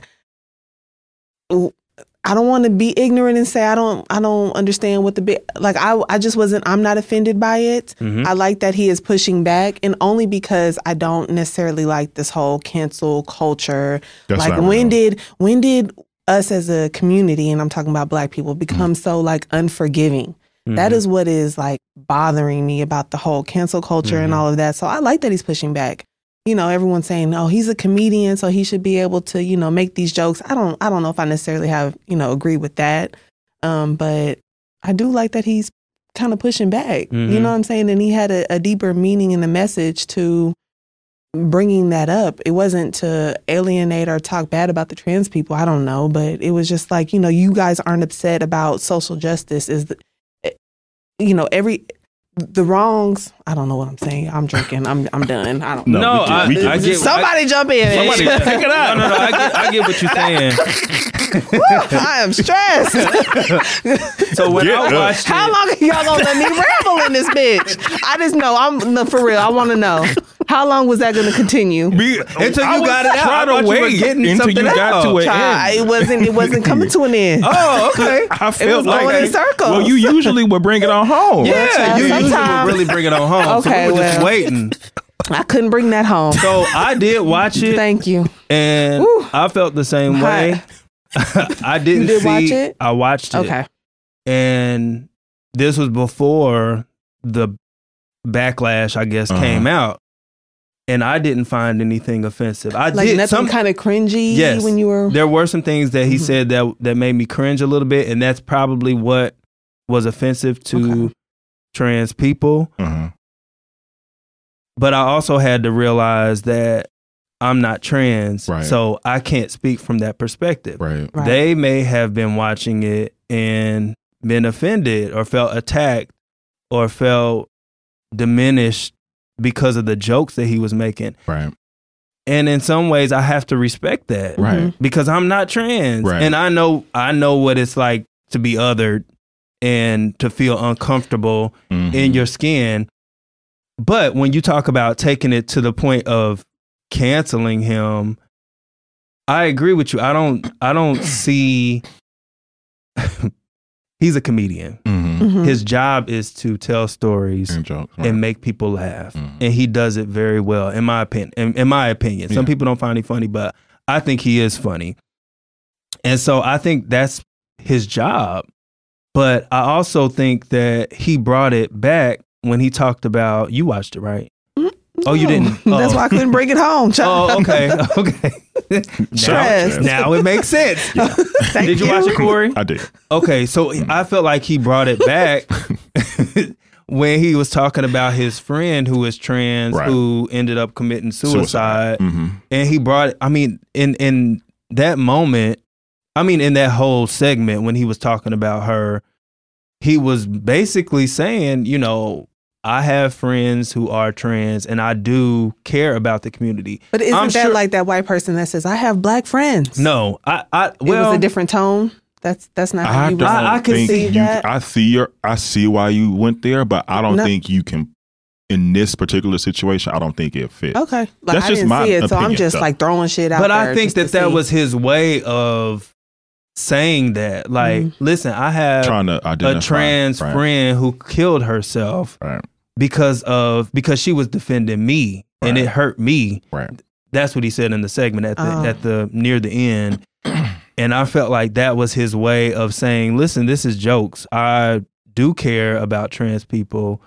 Speaker 4: I don't want to be ignorant and say I don't I don't understand what the big like I I just wasn't I'm not offended by it.
Speaker 5: Mhm.
Speaker 3: Mm-hmm.
Speaker 4: I like that he is pushing back and only because I don't necessarily like this whole cancel culture.
Speaker 3: That's
Speaker 4: like
Speaker 3: not real.
Speaker 4: when did when did us as a community and I'm talking about black people become
Speaker 3: Mm-hmm.
Speaker 4: so like unforgiving? That
Speaker 5: Mm-hmm.
Speaker 4: is what is like bothering me about the whole cancel culture and all of that. So I like that he's pushing back. You know, everyone's saying, "Oh, he's a comedian, so he should be able to, you know, make these jokes." I don't, I don't know if I necessarily have, you know, agree with that, um, but I do like that he's kind of pushing back. You
Speaker 5: Mhm.
Speaker 4: know what I'm saying? And he had a, a deeper meaning in the message to bringing that up. It wasn't to alienate or talk bad about the trans people. I don't know, but it was just like, you know, you guys aren't upset about social justice is the, you know, every the wrongs, I don't know what I'm saying. I'm drinking. I'm I'm done. I don't
Speaker 3: No,
Speaker 5: No,
Speaker 3: we get-
Speaker 5: I,
Speaker 3: we get
Speaker 5: I
Speaker 3: it.
Speaker 5: get
Speaker 4: Somebody jump in.
Speaker 5: I, Mm-hmm. somebody pick it up. No, no, no. I get, I get what you're saying.
Speaker 4: I am stressed.
Speaker 5: So when
Speaker 3: Get
Speaker 5: I
Speaker 3: up.
Speaker 5: watched
Speaker 4: How
Speaker 5: it,
Speaker 4: long are y'all gonna let me ramble in this bitch? I just know. I'm no, for real. I want to know how long was that gonna continue?
Speaker 3: Be,
Speaker 5: Until you got it out. I
Speaker 3: Try
Speaker 5: thought
Speaker 3: to
Speaker 5: you were
Speaker 3: wait
Speaker 5: getting
Speaker 3: until
Speaker 5: something
Speaker 3: you got to
Speaker 5: else.
Speaker 3: an end.
Speaker 4: Child, it wasn't. It wasn't coming to an end.
Speaker 5: oh, okay.
Speaker 3: I felt
Speaker 4: was
Speaker 3: like
Speaker 4: going in circles.
Speaker 3: well, you usually would bring it on home.
Speaker 5: Yeah,
Speaker 4: child,
Speaker 5: you usually would
Speaker 4: sometimes-
Speaker 5: really bring it on home.
Speaker 4: Okay,
Speaker 5: so we were just
Speaker 4: well.
Speaker 5: waiting.
Speaker 4: I couldn't bring that home.
Speaker 5: So I did watch it.
Speaker 4: Thank you.
Speaker 5: and
Speaker 4: Whew.
Speaker 5: I felt the same
Speaker 4: Hot.
Speaker 5: way. I didn't
Speaker 4: You did
Speaker 5: see,
Speaker 4: watch it?
Speaker 5: I watched it.
Speaker 4: Okay.
Speaker 5: And this was before the backlash, I guess,
Speaker 3: Uh-huh.
Speaker 5: came out. And I didn't find anything offensive. I
Speaker 4: Like
Speaker 5: did
Speaker 4: nothing
Speaker 5: some.
Speaker 4: kind Mm-hmm. of cringy
Speaker 5: Yes.
Speaker 4: when you were.
Speaker 5: there were some things that he said that that made me cringe a little bit, and that's probably what was offensive to trans people.
Speaker 3: Mhm.
Speaker 5: But I also had to realize that I'm not trans,
Speaker 3: Right.
Speaker 5: so I can't speak from that perspective.
Speaker 3: Right.
Speaker 4: Right.
Speaker 5: they may have been watching it and been offended or felt attacked or felt diminished because of the jokes that he was making.
Speaker 3: Right.
Speaker 5: And in some ways I have to respect
Speaker 4: Mm-hmm.
Speaker 5: that
Speaker 3: Right.
Speaker 5: because I'm not trans
Speaker 3: Right.
Speaker 5: and I know I know what it's like to be othered and to feel uncomfortable
Speaker 3: Mhm.
Speaker 5: in your skin. But when you talk about taking it to the point of canceling him, I agree with you. I don't I don't see he's a comedian.
Speaker 3: Mhm.
Speaker 4: Mhm.
Speaker 5: His job is to tell stories
Speaker 3: And jokes. Right.
Speaker 5: and make people laugh.
Speaker 3: Mhm.
Speaker 5: And he does it very well, in my opinion. In, in my opinion. Some
Speaker 3: Yeah.
Speaker 5: people don't find him funny, but I think he is funny. And so I think that's his job. But I also think that he brought it back when he talked about you watched it, right? Oh, you didn't. Oh.
Speaker 4: Mm, That's why I couldn't bring it home. Child.
Speaker 5: Oh, okay. Okay.
Speaker 3: Yes.
Speaker 5: now, now it makes sense.
Speaker 4: Thank
Speaker 5: Did you watch it, Corey?
Speaker 3: I did.
Speaker 5: Okay, so I felt like he brought it back when he was talking about his friend who is trans
Speaker 3: Right.
Speaker 5: who ended up committing suicide,
Speaker 3: Mhm.
Speaker 5: and he brought it. I mean, in in that moment, I mean, in that whole segment when he was talking about her, he was basically saying, you know. I have friends who are trans, and I do care about the community.
Speaker 4: But isn't
Speaker 5: I'm
Speaker 4: that
Speaker 5: sure-
Speaker 4: like that white person that says, "I have black friends"?
Speaker 5: No, I, I
Speaker 4: it
Speaker 5: well,
Speaker 4: was a different tone. That's that's not how
Speaker 3: I
Speaker 4: you
Speaker 3: don't.
Speaker 4: wrote it.
Speaker 5: I- I can
Speaker 3: think
Speaker 4: see
Speaker 3: you,
Speaker 4: that.
Speaker 3: I see your. I see why you went there, but I don't
Speaker 4: No.
Speaker 3: think you can. In this particular situation, I don't think it fits.
Speaker 4: Okay, like,
Speaker 3: That's
Speaker 4: I
Speaker 3: just
Speaker 4: didn't
Speaker 3: my
Speaker 4: see it, so I'm
Speaker 3: opinion,
Speaker 4: just
Speaker 3: though.
Speaker 4: like throwing shit out.
Speaker 5: but I
Speaker 4: there
Speaker 5: think that
Speaker 4: just to
Speaker 5: that
Speaker 4: see.
Speaker 5: was his way of saying that. Like,
Speaker 4: Mm-hmm.
Speaker 5: listen, I have
Speaker 3: Trying to identify
Speaker 5: a trans
Speaker 3: Right.
Speaker 5: friend who killed herself
Speaker 3: Right.
Speaker 5: because of because she was defending me and
Speaker 3: Right.
Speaker 5: it hurt me.
Speaker 3: Right.
Speaker 5: That's what he said in the segment at the
Speaker 4: Oh.
Speaker 5: at the near the end. And I felt like that was his way of saying, "Listen, this is jokes. I do care about trans people,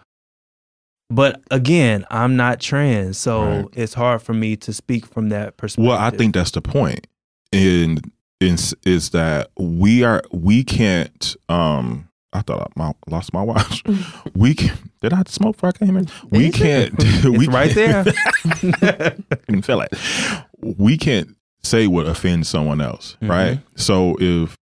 Speaker 5: but again, I'm not trans, so
Speaker 3: Right.
Speaker 5: it's hard for me to speak from that perspective."
Speaker 3: Well, I think that's the point, and is is that we are we can't. um I thought I my, lost my watch. We can, did I smoke before I came in? We can't. we
Speaker 5: it's right
Speaker 3: can't-
Speaker 5: there.
Speaker 3: I can feel it. We can't say what offends someone else, right? So if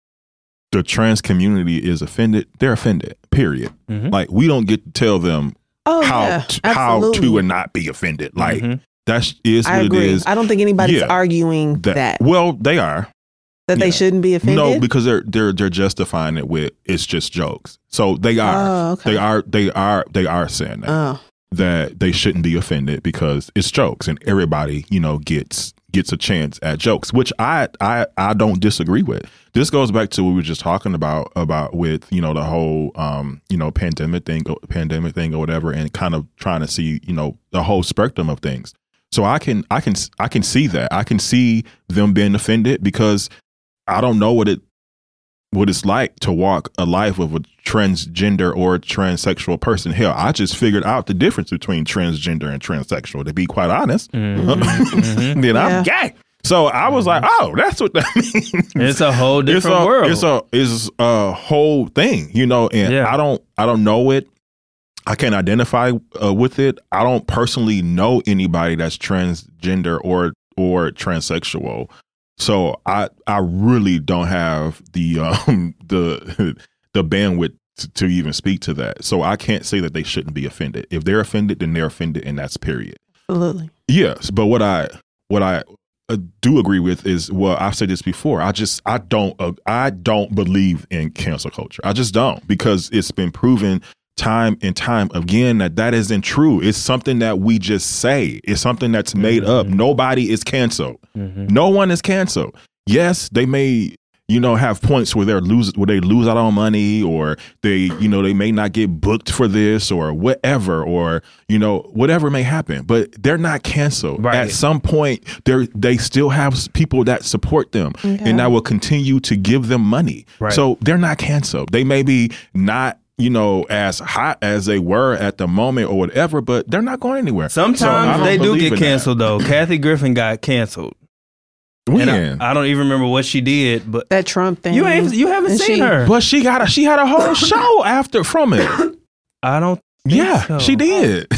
Speaker 3: the trans community is offended, they're offended. Period.
Speaker 5: Mhm.
Speaker 3: Like we don't get to tell them
Speaker 4: Oh,
Speaker 3: how
Speaker 4: yeah,
Speaker 3: t- how to
Speaker 4: absolutely.
Speaker 3: and not be offended. Like
Speaker 5: Mhm.
Speaker 3: that's is
Speaker 4: I
Speaker 3: what
Speaker 4: agree.
Speaker 3: it is.
Speaker 4: I don't think anybody's
Speaker 3: Yeah.
Speaker 4: arguing that that,
Speaker 3: well, they are yeah.
Speaker 4: they shouldn't be offended.
Speaker 3: no because they're they're they're justifying it with it's just jokes. So they are
Speaker 4: Oh, okay.
Speaker 3: they are they are they are saying that
Speaker 4: Oh,
Speaker 3: that they shouldn't be offended because it's jokes and everybody you know gets gets a chance at jokes which i i i don't disagree with this goes back to what we were just talking about about with you know the whole um you know pandemic thing pandemic thing or whatever and kind of trying to see you know the whole spectrum of things so i can i can i can see that i can see them being offended because i don't know what it what it's like to walk a life of a transgender or transsexual person. Hell, I just figured out the difference between transgender and transsexual, to be quite honest.
Speaker 5: Mhm. Mhm.
Speaker 3: then
Speaker 4: Yeah.
Speaker 3: I'm gay. So I was like, oh, that's what that means.
Speaker 5: It's a whole different
Speaker 3: It's a,
Speaker 5: world.
Speaker 3: it's a it's a whole thing, you know, and
Speaker 5: Yeah.
Speaker 3: I don't I don't know it. I can't identify uh, with it. I don't personally know anybody that's transgender or or transsexual. So I I really don't have the um the the bandwidth to, to even speak to that. So I can't say that they shouldn't be offended. If they're offended, then they're offended, and that's period.
Speaker 4: absolutely.
Speaker 3: Yes, but what I what I uh, do agree with is well, I've said this before. I just I don't uh, I don't believe in cancel culture. I just don't because it's been proven time and time again that that isn't true. It's something that we just say. It's something that's made up. Nobody is canceled.
Speaker 5: Mhm.
Speaker 3: No one is canceled. Yes, they may you know have points where they are lose where they lose out on money or they you know they may not get booked for this or whatever or you know whatever may happen but they're not canceled
Speaker 5: Right.
Speaker 3: at some point they they still have s- people that support them and that will continue to give them money
Speaker 5: Right.
Speaker 3: so they're not canceled they may be not you know as hot as they were at the moment or whatever but they're not going anywhere So I
Speaker 5: Sometimes
Speaker 3: don't
Speaker 5: they do
Speaker 3: believe
Speaker 5: get
Speaker 3: in that.
Speaker 5: canceled though. Kathy Griffin got canceled.
Speaker 3: when
Speaker 5: And I, I don't even remember what she did, but
Speaker 4: That Trump thing.
Speaker 5: you ain't you haven't
Speaker 4: And
Speaker 5: seen
Speaker 4: she-
Speaker 5: her.
Speaker 3: but she got a she had a whole show after from it
Speaker 5: I don't. think
Speaker 3: Yeah,
Speaker 5: so.
Speaker 3: she did.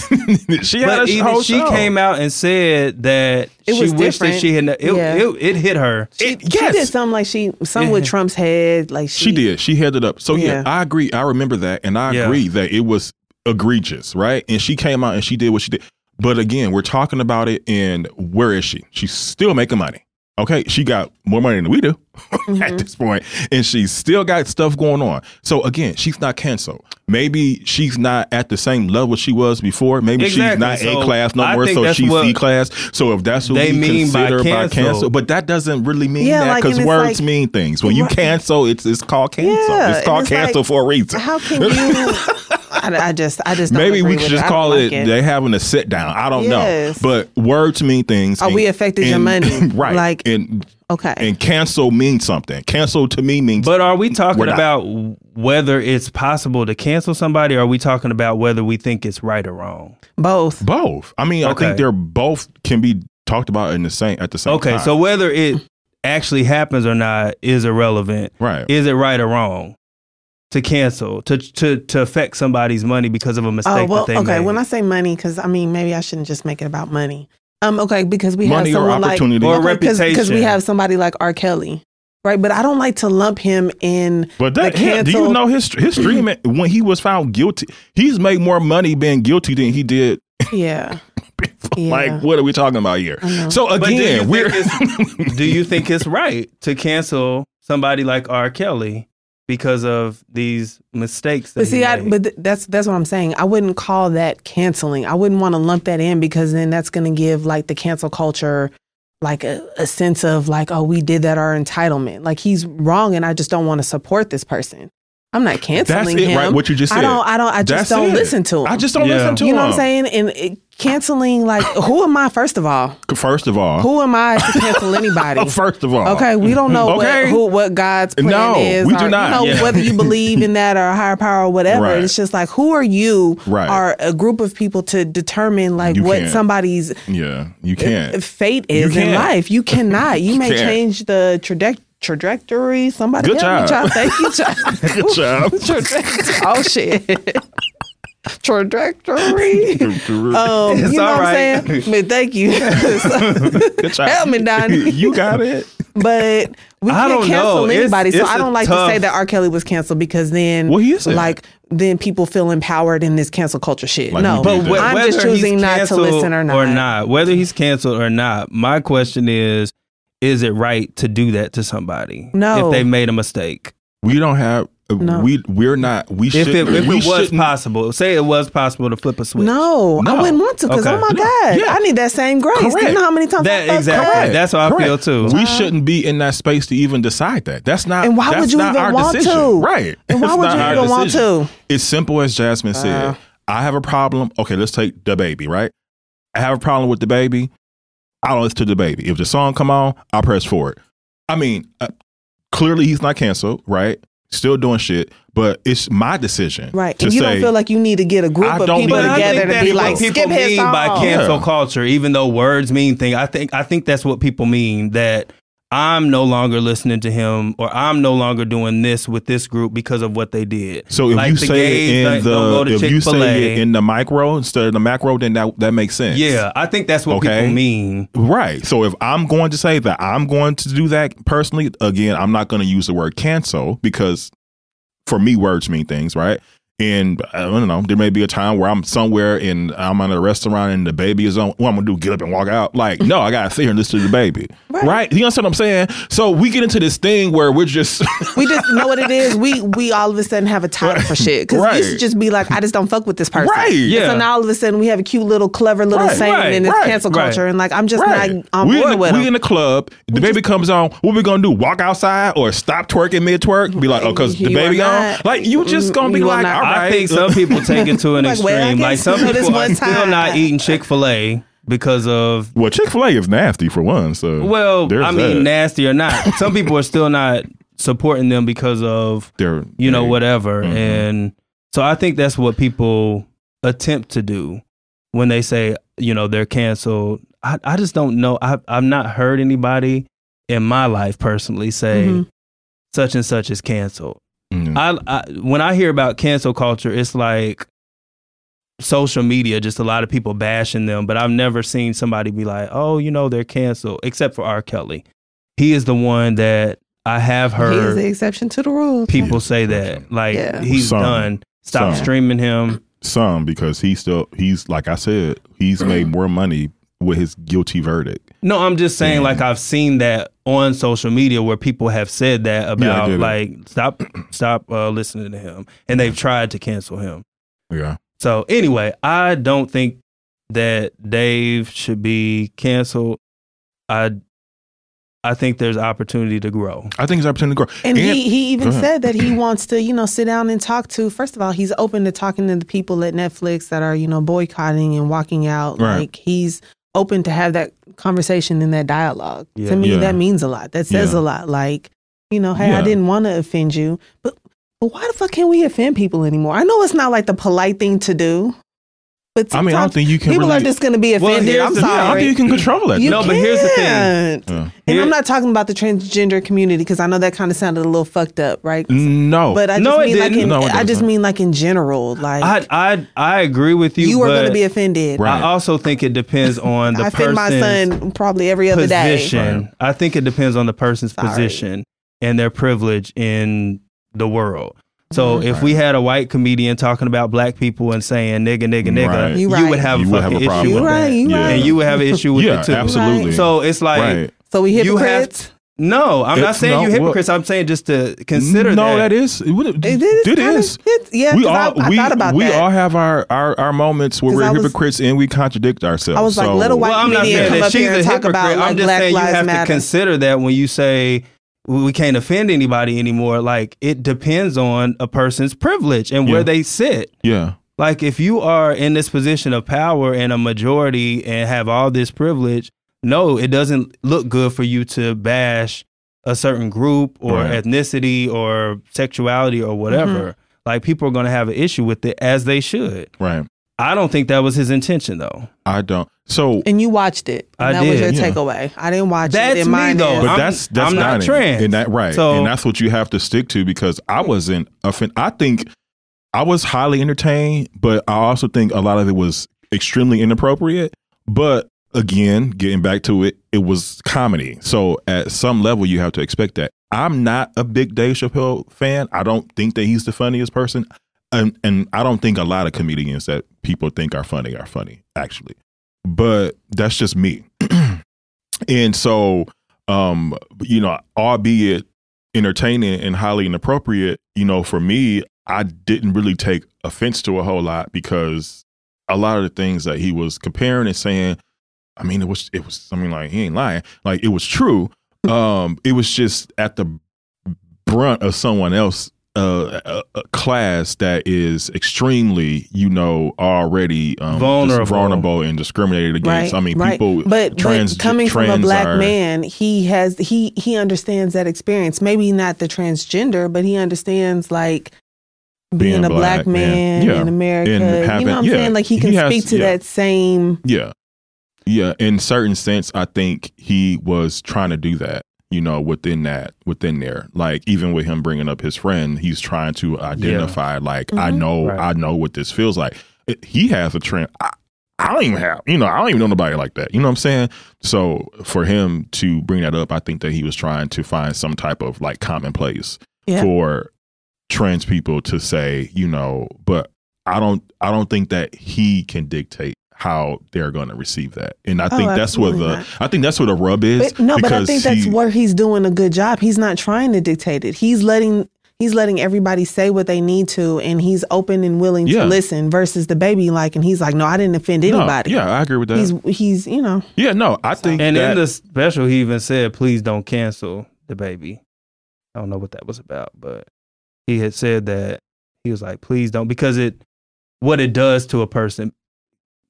Speaker 3: she had
Speaker 5: But
Speaker 3: a
Speaker 5: even
Speaker 3: whole
Speaker 5: she
Speaker 3: show.
Speaker 5: came out and said that
Speaker 4: It
Speaker 5: she
Speaker 4: was
Speaker 5: wished that
Speaker 4: different.
Speaker 5: she had. no- It,
Speaker 4: Yeah.
Speaker 5: it, it hit her.
Speaker 4: She,
Speaker 3: It-
Speaker 4: she
Speaker 3: yes.
Speaker 4: did something like she, something with
Speaker 5: Yeah.
Speaker 4: Trump's head. Like she,
Speaker 3: She did. She headed up. So yeah,
Speaker 4: Yeah.
Speaker 3: I agree. I remember that, and I
Speaker 5: Yeah.
Speaker 3: agree that it was egregious, right? And she came out and she did what she did. But again, we're talking about it, and where is she? She's still making money. Okay, she got more money than we do at this point, and she's still got stuff going on. So again, she's not canceled. Maybe she's not at the same level she was before. Maybe she's
Speaker 5: Exactly.
Speaker 3: not
Speaker 5: So
Speaker 3: A class no
Speaker 5: I
Speaker 3: more,
Speaker 5: think
Speaker 3: so
Speaker 5: that's
Speaker 3: she's
Speaker 5: what
Speaker 3: C class. So if that's what
Speaker 5: they
Speaker 3: we
Speaker 5: mean by
Speaker 3: consider by cancel.
Speaker 5: cancel.
Speaker 3: but that doesn't really mean
Speaker 4: Yeah,
Speaker 3: that
Speaker 4: like,
Speaker 3: because
Speaker 4: and it's
Speaker 3: words
Speaker 4: like-
Speaker 3: mean things. When you
Speaker 4: Right.
Speaker 3: cancel, it's it's called cancel.
Speaker 4: Yeah,
Speaker 3: it's called
Speaker 4: and it's like,
Speaker 3: cancel for a reason.
Speaker 4: How can you? I, I just, I just. Don't
Speaker 3: Maybe
Speaker 4: agree
Speaker 3: we should
Speaker 4: with
Speaker 3: just
Speaker 4: I don't
Speaker 3: call
Speaker 4: like
Speaker 3: it, they having a sit down. I don't
Speaker 4: Yes.
Speaker 3: know, but words mean things.
Speaker 4: Are we affected your money?
Speaker 3: right?
Speaker 4: Like-
Speaker 3: and
Speaker 4: okay.
Speaker 3: and cancel means something. Cancel to me means.
Speaker 5: But are we talking
Speaker 3: We're not.
Speaker 5: about whether it's possible to cancel somebody? Or are we talking about whether we think it's right or wrong?
Speaker 4: Both.
Speaker 3: both. I mean, I
Speaker 5: Okay.
Speaker 3: think they're both can be talked about in the same at the same.
Speaker 5: Okay,
Speaker 3: time.
Speaker 5: so whether it actually happens or not is irrelevant.
Speaker 3: right.
Speaker 5: Is it right or wrong to cancel to to to affect somebody's money because of a mistake
Speaker 4: Oh well,
Speaker 5: that they
Speaker 4: okay.
Speaker 5: made?
Speaker 4: When I say money, because I mean, maybe I shouldn't just make it about money. Um, okay, because we
Speaker 3: Money or
Speaker 4: have someone like
Speaker 3: opportunity. Or
Speaker 4: because we
Speaker 5: reputation.
Speaker 4: have somebody like R. Kelly, right? But I don't like to lump him in.
Speaker 3: But that
Speaker 4: the
Speaker 3: him, do you
Speaker 4: canceled-
Speaker 3: know his his stream when he was found guilty? He's made more money being guilty than he did
Speaker 4: Yeah, Yeah.
Speaker 3: Like, what are we talking about here?
Speaker 4: I know.
Speaker 3: So
Speaker 5: But do you
Speaker 3: again,
Speaker 5: think
Speaker 3: we're
Speaker 5: it's- do you think it's right to cancel somebody like R. Kelly because of these mistakes? That
Speaker 4: but see,
Speaker 5: he
Speaker 4: I,
Speaker 5: made?
Speaker 4: but th- that's that's what I'm saying. I wouldn't call that canceling. I wouldn't want to lump that in because then that's going to give like the cancel culture like a, a sense of like, oh, we did that our entitlement. Like he's wrong, and I just don't want to support this person. I'm not
Speaker 3: That's
Speaker 4: canceling
Speaker 3: it,
Speaker 4: him.
Speaker 3: right? What you just said.
Speaker 4: I don't. I don't. I
Speaker 3: That's
Speaker 4: just don't
Speaker 3: it.
Speaker 4: listen to him.
Speaker 3: I just don't
Speaker 5: Yeah.
Speaker 3: listen to
Speaker 4: You
Speaker 3: him.
Speaker 4: know what I'm saying? And it, canceling, like, who am I? First of all,
Speaker 3: First of all,
Speaker 4: who am I to cancel anybody?
Speaker 3: Uh, Oh, first of all,
Speaker 4: Okay, we don't know
Speaker 3: Okay.
Speaker 4: what, who, what God's plan
Speaker 3: No,
Speaker 4: is.
Speaker 3: we
Speaker 4: or,
Speaker 3: do not.
Speaker 4: You know,
Speaker 5: Yeah.
Speaker 4: whether you believe in that or a higher power or whatever.
Speaker 3: Right.
Speaker 4: It's just like, who are you
Speaker 3: Right.
Speaker 4: or a group of people to determine like
Speaker 3: You
Speaker 4: what
Speaker 3: can't.
Speaker 4: somebody's
Speaker 3: Yeah, you can't.
Speaker 4: fate is in
Speaker 3: can't.
Speaker 4: life? You cannot. You, may
Speaker 3: can't.
Speaker 4: change the trajectory. Trajectory. Somebody
Speaker 3: Good
Speaker 4: help
Speaker 3: job.
Speaker 4: me, child. Thank you, child.
Speaker 3: Good job.
Speaker 4: Traject- oh shit. Trajectory. Um,
Speaker 5: It's
Speaker 4: you know
Speaker 5: all right.
Speaker 4: what I'm saying? But thank you.
Speaker 3: Good job.
Speaker 4: Help me, Donnie.
Speaker 3: you got it.
Speaker 4: but we
Speaker 5: I
Speaker 4: can't
Speaker 5: don't know.
Speaker 4: cancel
Speaker 5: It's-
Speaker 4: anybody. so
Speaker 5: it's
Speaker 4: I
Speaker 5: a
Speaker 4: don't like
Speaker 5: tough-
Speaker 4: to say that R. Kelly was canceled because then,
Speaker 3: Well, he is it.
Speaker 4: like, then people feel empowered in this cancel culture shit.
Speaker 3: Like,
Speaker 4: no,
Speaker 3: we did
Speaker 5: But
Speaker 3: that.
Speaker 5: wh-
Speaker 3: I'm
Speaker 5: whether
Speaker 4: I'm just choosing
Speaker 5: he's
Speaker 4: not to
Speaker 5: canceled
Speaker 4: listen or not.
Speaker 5: or not, whether he's canceled or not, my question is: Is it right to do that to somebody?
Speaker 4: No.
Speaker 5: if they made a mistake.
Speaker 3: We don't have. uh,
Speaker 4: No.
Speaker 3: We we're not. We
Speaker 5: If
Speaker 3: should.
Speaker 5: it, if
Speaker 3: we
Speaker 5: it was
Speaker 3: shouldn't-
Speaker 5: possible, say it was possible to flip a switch.
Speaker 4: No,
Speaker 3: No.
Speaker 4: I wouldn't want to because
Speaker 5: Okay.
Speaker 4: oh my
Speaker 5: No.
Speaker 4: god,
Speaker 3: Yeah.
Speaker 4: I need that same grace.
Speaker 3: Correct.
Speaker 4: You know how many times I
Speaker 5: That
Speaker 4: felt
Speaker 5: exactly.
Speaker 4: that?
Speaker 5: That's how I
Speaker 3: Correct.
Speaker 5: feel too.
Speaker 3: We shouldn't be in that space to even decide that. That's not.
Speaker 4: And why
Speaker 3: that's
Speaker 4: would you
Speaker 3: not
Speaker 4: even
Speaker 3: our
Speaker 4: want
Speaker 3: decision.
Speaker 4: to?
Speaker 3: Right.
Speaker 4: And why
Speaker 3: It's
Speaker 4: would
Speaker 3: not
Speaker 4: you
Speaker 3: our
Speaker 4: even want
Speaker 3: decision.
Speaker 4: to?
Speaker 3: It's simple as Jasmine said.
Speaker 4: Uh-huh.
Speaker 3: I have a problem. Okay, let's take the baby. Right. I have a problem with the baby. I don't listen to the baby. If the song come on, I press forward. I mean, uh, clearly he's not canceled. Right. Still doing shit, but it's my decision.
Speaker 4: Right.
Speaker 3: To
Speaker 4: And you
Speaker 3: say,
Speaker 4: don't feel like you need to get a group
Speaker 3: I
Speaker 4: of
Speaker 3: don't
Speaker 4: people
Speaker 3: need to
Speaker 4: together
Speaker 3: get
Speaker 4: to be
Speaker 3: people.
Speaker 4: like,
Speaker 5: people
Speaker 4: skip his
Speaker 5: mean
Speaker 4: song.
Speaker 5: by cancel
Speaker 3: Yeah.
Speaker 5: culture, even though words mean thing. I think I think that's what people mean that I'm no longer listening to him or I'm no longer doing this with this group because of what they did.
Speaker 3: So if
Speaker 5: Like
Speaker 3: you
Speaker 5: the
Speaker 3: say
Speaker 5: gays
Speaker 3: it in
Speaker 5: don't- don't
Speaker 3: the
Speaker 5: go to
Speaker 3: if you say
Speaker 5: Chick-fil-A.
Speaker 3: it in the micro instead of the macro, then that that makes sense.
Speaker 5: yeah, I think that's what
Speaker 3: Okay.
Speaker 5: people mean.
Speaker 3: Right. So if I'm going to say that I'm going to do that personally, again, I'm not going to use the word cancel because for me, words mean things, right? And I don't know, there may be a time where I'm somewhere and I'm at a restaurant and the baby is on. What I'm going to do, get up and walk out. Like, no, I got to sit here and listen to the baby. Right.
Speaker 4: Right.
Speaker 3: You understand what I'm saying? So we get into this thing where we're just,
Speaker 4: We just know what it is. We we all of a sudden have a title for shit because
Speaker 3: Right.
Speaker 4: it used to just be like, I just don't fuck with this person.
Speaker 3: right.
Speaker 5: Yeah.
Speaker 4: So now all of a sudden we have a cute little clever little
Speaker 3: Right,
Speaker 4: saying
Speaker 5: right,
Speaker 4: and it's
Speaker 3: right,
Speaker 4: cancel
Speaker 5: right.
Speaker 4: culture and like I'm just
Speaker 3: Right.
Speaker 4: not on
Speaker 3: we
Speaker 4: board
Speaker 3: in,
Speaker 4: with
Speaker 3: we
Speaker 4: it.
Speaker 3: in the club. The baby comes on. What we gonna do? Walk outside or stop twerking mid twerk? Be like, oh, cause the
Speaker 4: You are
Speaker 3: baby on.
Speaker 4: not-
Speaker 3: Like you just gonna be
Speaker 4: you are
Speaker 3: like, all
Speaker 4: not-
Speaker 5: I
Speaker 3: right.
Speaker 5: think some people take it to an
Speaker 4: Like, well, I
Speaker 5: extreme. like
Speaker 4: guess
Speaker 5: some
Speaker 4: you know this
Speaker 5: people are
Speaker 4: one
Speaker 5: still
Speaker 4: time.
Speaker 5: not eating Chick-fil-A because of
Speaker 3: well, Chick Fil A is nasty for one. So
Speaker 5: well,
Speaker 3: there's
Speaker 5: I mean,
Speaker 3: that.
Speaker 5: nasty or not. Some people are still not supporting them because of
Speaker 3: they're
Speaker 5: you know,
Speaker 3: they-
Speaker 5: whatever.
Speaker 3: Mhm.
Speaker 5: And so I think that's what people attempt to do when they say, you know, they're canceled. I, I just don't know. I, I've not heard anybody in my life personally say
Speaker 4: Mhm.
Speaker 5: such and such is canceled.
Speaker 3: Mhm.
Speaker 5: I, I when I hear about cancel culture, it's like social media, just a lot of people bashing them. But I've never seen somebody be like, "Oh, you know, they're canceled," except for R. Kelly. He is the one that I have heard
Speaker 4: He is the exception to the rule.
Speaker 5: people
Speaker 3: Yeah,
Speaker 5: say that
Speaker 3: definitely.
Speaker 5: like
Speaker 4: Yeah.
Speaker 5: he's
Speaker 3: Some.
Speaker 5: done stop
Speaker 3: Some.
Speaker 5: streaming him
Speaker 3: some because he's still he's like I said
Speaker 4: Mm-hmm.
Speaker 3: he's made more money with his guilty verdict.
Speaker 5: no i'm just saying
Speaker 3: Yeah.
Speaker 5: like i've seen that on social media where people have said that about
Speaker 3: get it.
Speaker 5: like stop stop uh, listening to him and they've tried to cancel him
Speaker 3: Yeah.
Speaker 5: so anyway i don't think that dave should be canceled i i think there's opportunity to grow
Speaker 3: I think it's opportunity to grow.
Speaker 4: And he, he
Speaker 3: go
Speaker 4: even
Speaker 3: ahead.
Speaker 4: said that he wants to, you know, sit down and talk to. First of all, he's open to talking to the people at Netflix that are, you know, boycotting and walking out.
Speaker 3: Right.
Speaker 4: Like he's open to have that conversation and that dialogue.
Speaker 5: Yeah.
Speaker 4: To me,
Speaker 3: Yeah.
Speaker 4: that means a lot. That says
Speaker 3: Yeah.
Speaker 4: a lot. Like, you know, hey,
Speaker 3: Yeah.
Speaker 4: I didn't want to offend you, but but why the fuck can't we offend people anymore? I know it's not like the polite thing to do, but
Speaker 3: I mean, I don't
Speaker 4: sometimes
Speaker 3: think you can.
Speaker 4: people
Speaker 3: really,
Speaker 4: are just going to be
Speaker 5: Well,
Speaker 4: offended.
Speaker 5: here's
Speaker 4: I'm
Speaker 5: the- yeah,
Speaker 3: I don't
Speaker 4: sorry.
Speaker 3: think you can control that.
Speaker 4: You
Speaker 5: No, but here's the thing.
Speaker 4: can't.
Speaker 3: Yeah.
Speaker 4: And
Speaker 5: Here-
Speaker 4: I'm not talking about the transgender community because I know that kind of sounded a little fucked up, right?
Speaker 3: No.
Speaker 4: But I just
Speaker 5: Mm. No, it
Speaker 4: mean like
Speaker 5: didn't.
Speaker 4: in,
Speaker 3: No, it
Speaker 4: I just
Speaker 3: doesn't.
Speaker 4: mean like in general, like
Speaker 5: i i i agree with you
Speaker 4: you, are going
Speaker 5: but
Speaker 4: to be offended.
Speaker 3: Right.
Speaker 5: i also think it depends on the
Speaker 4: I
Speaker 5: person
Speaker 4: offend my son probably every other day.
Speaker 5: position.
Speaker 3: Right.
Speaker 5: I think it depends on the person's
Speaker 4: Sorry.
Speaker 5: position and their privilege in the world. So
Speaker 4: Mhm.
Speaker 5: if we had a white comedian talking about black people and saying nigga, nigga, nigga,
Speaker 3: Right.
Speaker 5: you,
Speaker 4: You right.
Speaker 5: would have a
Speaker 3: You would have
Speaker 5: fucking
Speaker 3: a problem
Speaker 5: issue
Speaker 3: with
Speaker 5: with
Speaker 4: You right,
Speaker 5: that.
Speaker 4: you
Speaker 3: Yeah.
Speaker 4: right.
Speaker 3: And
Speaker 5: And you would have an issue with
Speaker 3: yeah,
Speaker 5: it too.
Speaker 3: absolutely.
Speaker 5: So it's like
Speaker 3: right.
Speaker 4: So we
Speaker 5: you have
Speaker 4: hypocrites.
Speaker 5: no. I'm not
Speaker 3: It's
Speaker 5: saying
Speaker 3: not
Speaker 5: you
Speaker 3: what-
Speaker 5: hypocrites. I'm saying just to consider
Speaker 3: no,
Speaker 5: that.
Speaker 3: that is it, would-
Speaker 4: It is
Speaker 3: it
Speaker 4: kinda-
Speaker 3: is.
Speaker 4: it's- yeah,
Speaker 3: we
Speaker 4: 'cause I-
Speaker 3: all
Speaker 4: I,
Speaker 3: we,
Speaker 4: thought about
Speaker 3: we
Speaker 4: that.
Speaker 3: all have our, our our moments where
Speaker 4: 'Cause
Speaker 3: we're
Speaker 4: I was-
Speaker 3: hypocrites and we contradict ourselves.
Speaker 4: I was like,
Speaker 3: so,
Speaker 4: let a white
Speaker 5: well, I'm not
Speaker 4: comedian
Speaker 5: saying
Speaker 4: come
Speaker 5: that
Speaker 4: up
Speaker 5: she's
Speaker 4: here
Speaker 5: a
Speaker 4: and talk
Speaker 5: hypocrite.
Speaker 4: about
Speaker 5: I'm
Speaker 4: like
Speaker 5: just
Speaker 4: Black
Speaker 5: saying you
Speaker 4: Lives
Speaker 5: have to
Speaker 4: Matter.
Speaker 5: consider that when you say we we can't offend anybody anymore. Like it depends on a person's privilege and where
Speaker 3: Yeah.
Speaker 5: they sit.
Speaker 3: Yeah.
Speaker 5: Like if you are in this position of power and a majority and have all this privilege, no, it doesn't look good for you to bash a certain group or
Speaker 3: Right.
Speaker 5: ethnicity or sexuality or whatever. Like people are going to have an issue with it as they should.
Speaker 3: Right.
Speaker 5: I don't think that was his intention though.
Speaker 3: I don't. So,
Speaker 4: And you watched it.
Speaker 5: I
Speaker 4: that
Speaker 5: did,
Speaker 4: was your
Speaker 3: yeah.
Speaker 4: takeaway. I didn't watch
Speaker 5: That's
Speaker 4: it.
Speaker 5: me,
Speaker 4: And mine
Speaker 5: though.
Speaker 4: is-
Speaker 3: but
Speaker 5: I'm-
Speaker 3: that's that's
Speaker 5: I'm not
Speaker 3: it.
Speaker 5: trans.
Speaker 3: and that right,
Speaker 5: So-
Speaker 3: and that's what you have to stick to because I wasn't offend. I think I was highly entertained, but I also think a lot of it was extremely inappropriate. But again, getting back to it, it was comedy, so at some level you have to expect that. I'm not a big Dave Chappelle fan. I don't think that he's the funniest person, and and I don't think a lot of comedians that people think are funny are funny actually. But that's just me. And so, um, you know, albeit entertaining and highly inappropriate, you know, for me, I didn't really take offense to a whole lot because a lot of the things that he was comparing and saying, I mean, it was it was I mean, like he ain't lying, like it was true. Um, it was just at the brunt of someone else uh, a, a class that is extremely, you know, already um, just
Speaker 5: Vulnerable.
Speaker 3: vulnerable and discriminated against.
Speaker 4: Right,
Speaker 3: I mean,
Speaker 4: right.
Speaker 3: people
Speaker 4: but,
Speaker 3: trans
Speaker 4: but coming from
Speaker 3: trans
Speaker 4: a black
Speaker 3: are-
Speaker 4: man, he has he he understands that experience. Maybe not the transgender, but he understands like being,
Speaker 3: Being
Speaker 4: a black,
Speaker 3: black, man.
Speaker 4: man,
Speaker 3: Yeah.
Speaker 4: in America.
Speaker 3: And
Speaker 4: you
Speaker 3: having-
Speaker 4: know what I'm
Speaker 3: yeah.
Speaker 4: saying? Like he can
Speaker 3: He has-
Speaker 4: speak to
Speaker 3: yeah.
Speaker 4: that same
Speaker 3: Yeah. Yeah. In certain sense, I think he was trying to do that, you know, within that, within there. Like even with him bringing up his friend, he's trying to identify, like, I
Speaker 4: Mhm.
Speaker 3: know,
Speaker 5: Right.
Speaker 3: I know what this feels like. It- he has a trend. I, I don't even have, you know, I don't even know nobody like that. You know what I'm saying? So for him to bring that up, I think that he was trying to find some type of like commonplace
Speaker 4: Yeah.
Speaker 3: for trans people to say, you know, but I don't I don't think that he can dictate how they're going to receive that. And I
Speaker 4: Oh,
Speaker 3: think that's where the
Speaker 4: absolutely not.
Speaker 3: I think that's where the rub is.
Speaker 4: But, no, but I
Speaker 3: because
Speaker 4: think that's
Speaker 3: he-
Speaker 4: where he's doing a good job. He's not trying to dictate it. He's letting he's letting everybody say what they need to, and he's open and willing
Speaker 3: Yeah.
Speaker 4: to listen. Versus the baby, like, and he's like, no, I didn't offend
Speaker 3: No,
Speaker 4: anybody.
Speaker 3: yeah, I agree with that.
Speaker 4: he's he's you know
Speaker 3: yeah, no, I think
Speaker 5: And
Speaker 3: that,
Speaker 5: in the special, he even said, "Please don't cancel the baby." I don't know what that was about, but he had said that he was like, "Please don't," because it what it does to a person.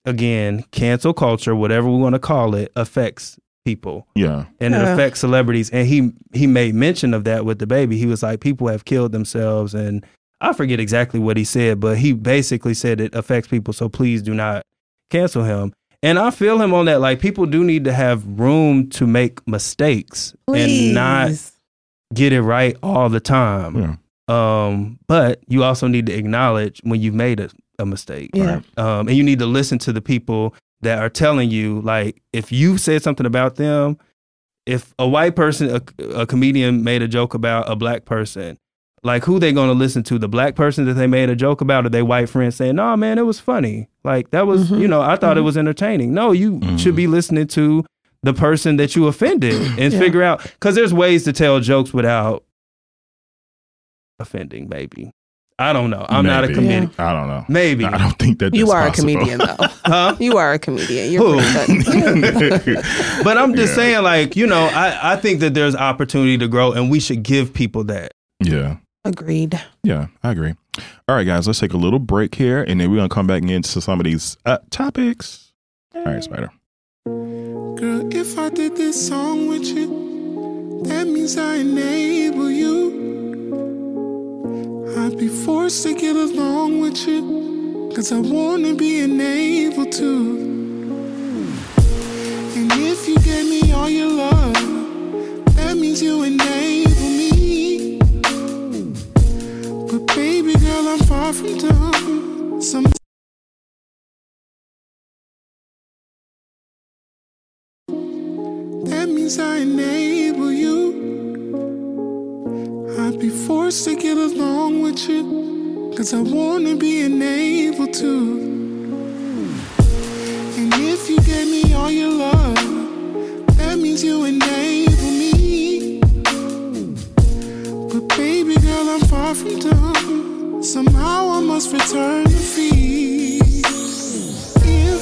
Speaker 5: Again, cancel culture, whatever we want to call it, affects people
Speaker 3: yeah,
Speaker 5: and it
Speaker 4: Yeah.
Speaker 5: affects celebrities. And he he made mention of that with the baby. He was like, people have killed themselves, and I forget exactly what he said, but he basically said it affects people. So please do not cancel him. And I feel him on that. Like people do need to have room to make mistakes
Speaker 4: please.
Speaker 5: and not get it right all the time.
Speaker 3: yeah,
Speaker 5: Um, but you also need to acknowledge when you've made a, a mistake.
Speaker 4: Yeah.
Speaker 3: Right.
Speaker 5: Um, and you need to listen to the people that are telling you, like, if you said something about them, if a white person, a, a comedian made a joke about a black person, like, who they going to listen to? The black person that they made a joke about or their white friend saying, no, man, it was funny. Like, that was,
Speaker 4: Mhm.
Speaker 5: you know, I thought it was entertaining. No, you
Speaker 3: Mhm.
Speaker 5: should be listening to the person that you offended and
Speaker 4: Yeah.
Speaker 5: figure out, because there's ways to tell jokes without offending, maybe. I don't know. I'm not a
Speaker 3: maybe.
Speaker 5: comedian.
Speaker 3: I don't know.
Speaker 5: Maybe.
Speaker 3: I don't think that
Speaker 4: You
Speaker 3: that's
Speaker 4: are
Speaker 3: possible.
Speaker 4: a comedian though.
Speaker 5: Huh?
Speaker 4: you are a comedian.
Speaker 5: Who?
Speaker 4: You're pretty funny.
Speaker 5: But I'm just
Speaker 3: Yeah.
Speaker 5: saying, like, you know, I, I think that there's opportunity to grow and we should give people that.
Speaker 3: Yeah.
Speaker 4: Agreed.
Speaker 3: Yeah, I agree. All right, guys, let's take a little break here, and then we're gonna come back and get into some of these uh, topics. All right, Spider.
Speaker 6: Girl, if I did this song with you, that means I enable you. I'd be forced to get along with you, cause I wanna be enabled to. And if you gave me all your love, that means you enable me. But baby girl, I'm far from done. Some That means I enable you. I'd be forced to get along with you. Cause I wanna be enabled to. And if you gave me all your love, that means you enable me. But baby girl, I'm far from done. Somehow I must return the fee. If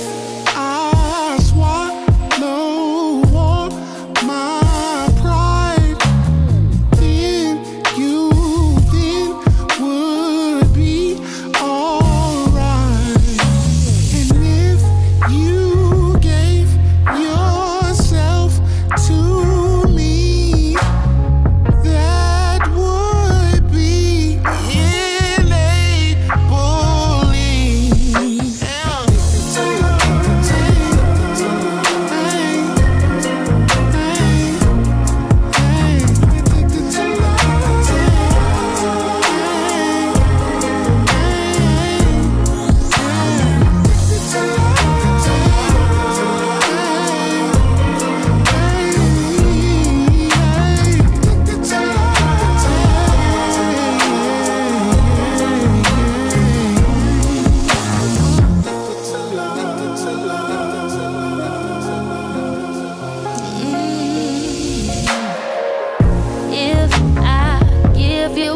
Speaker 6: I swallow all my pride,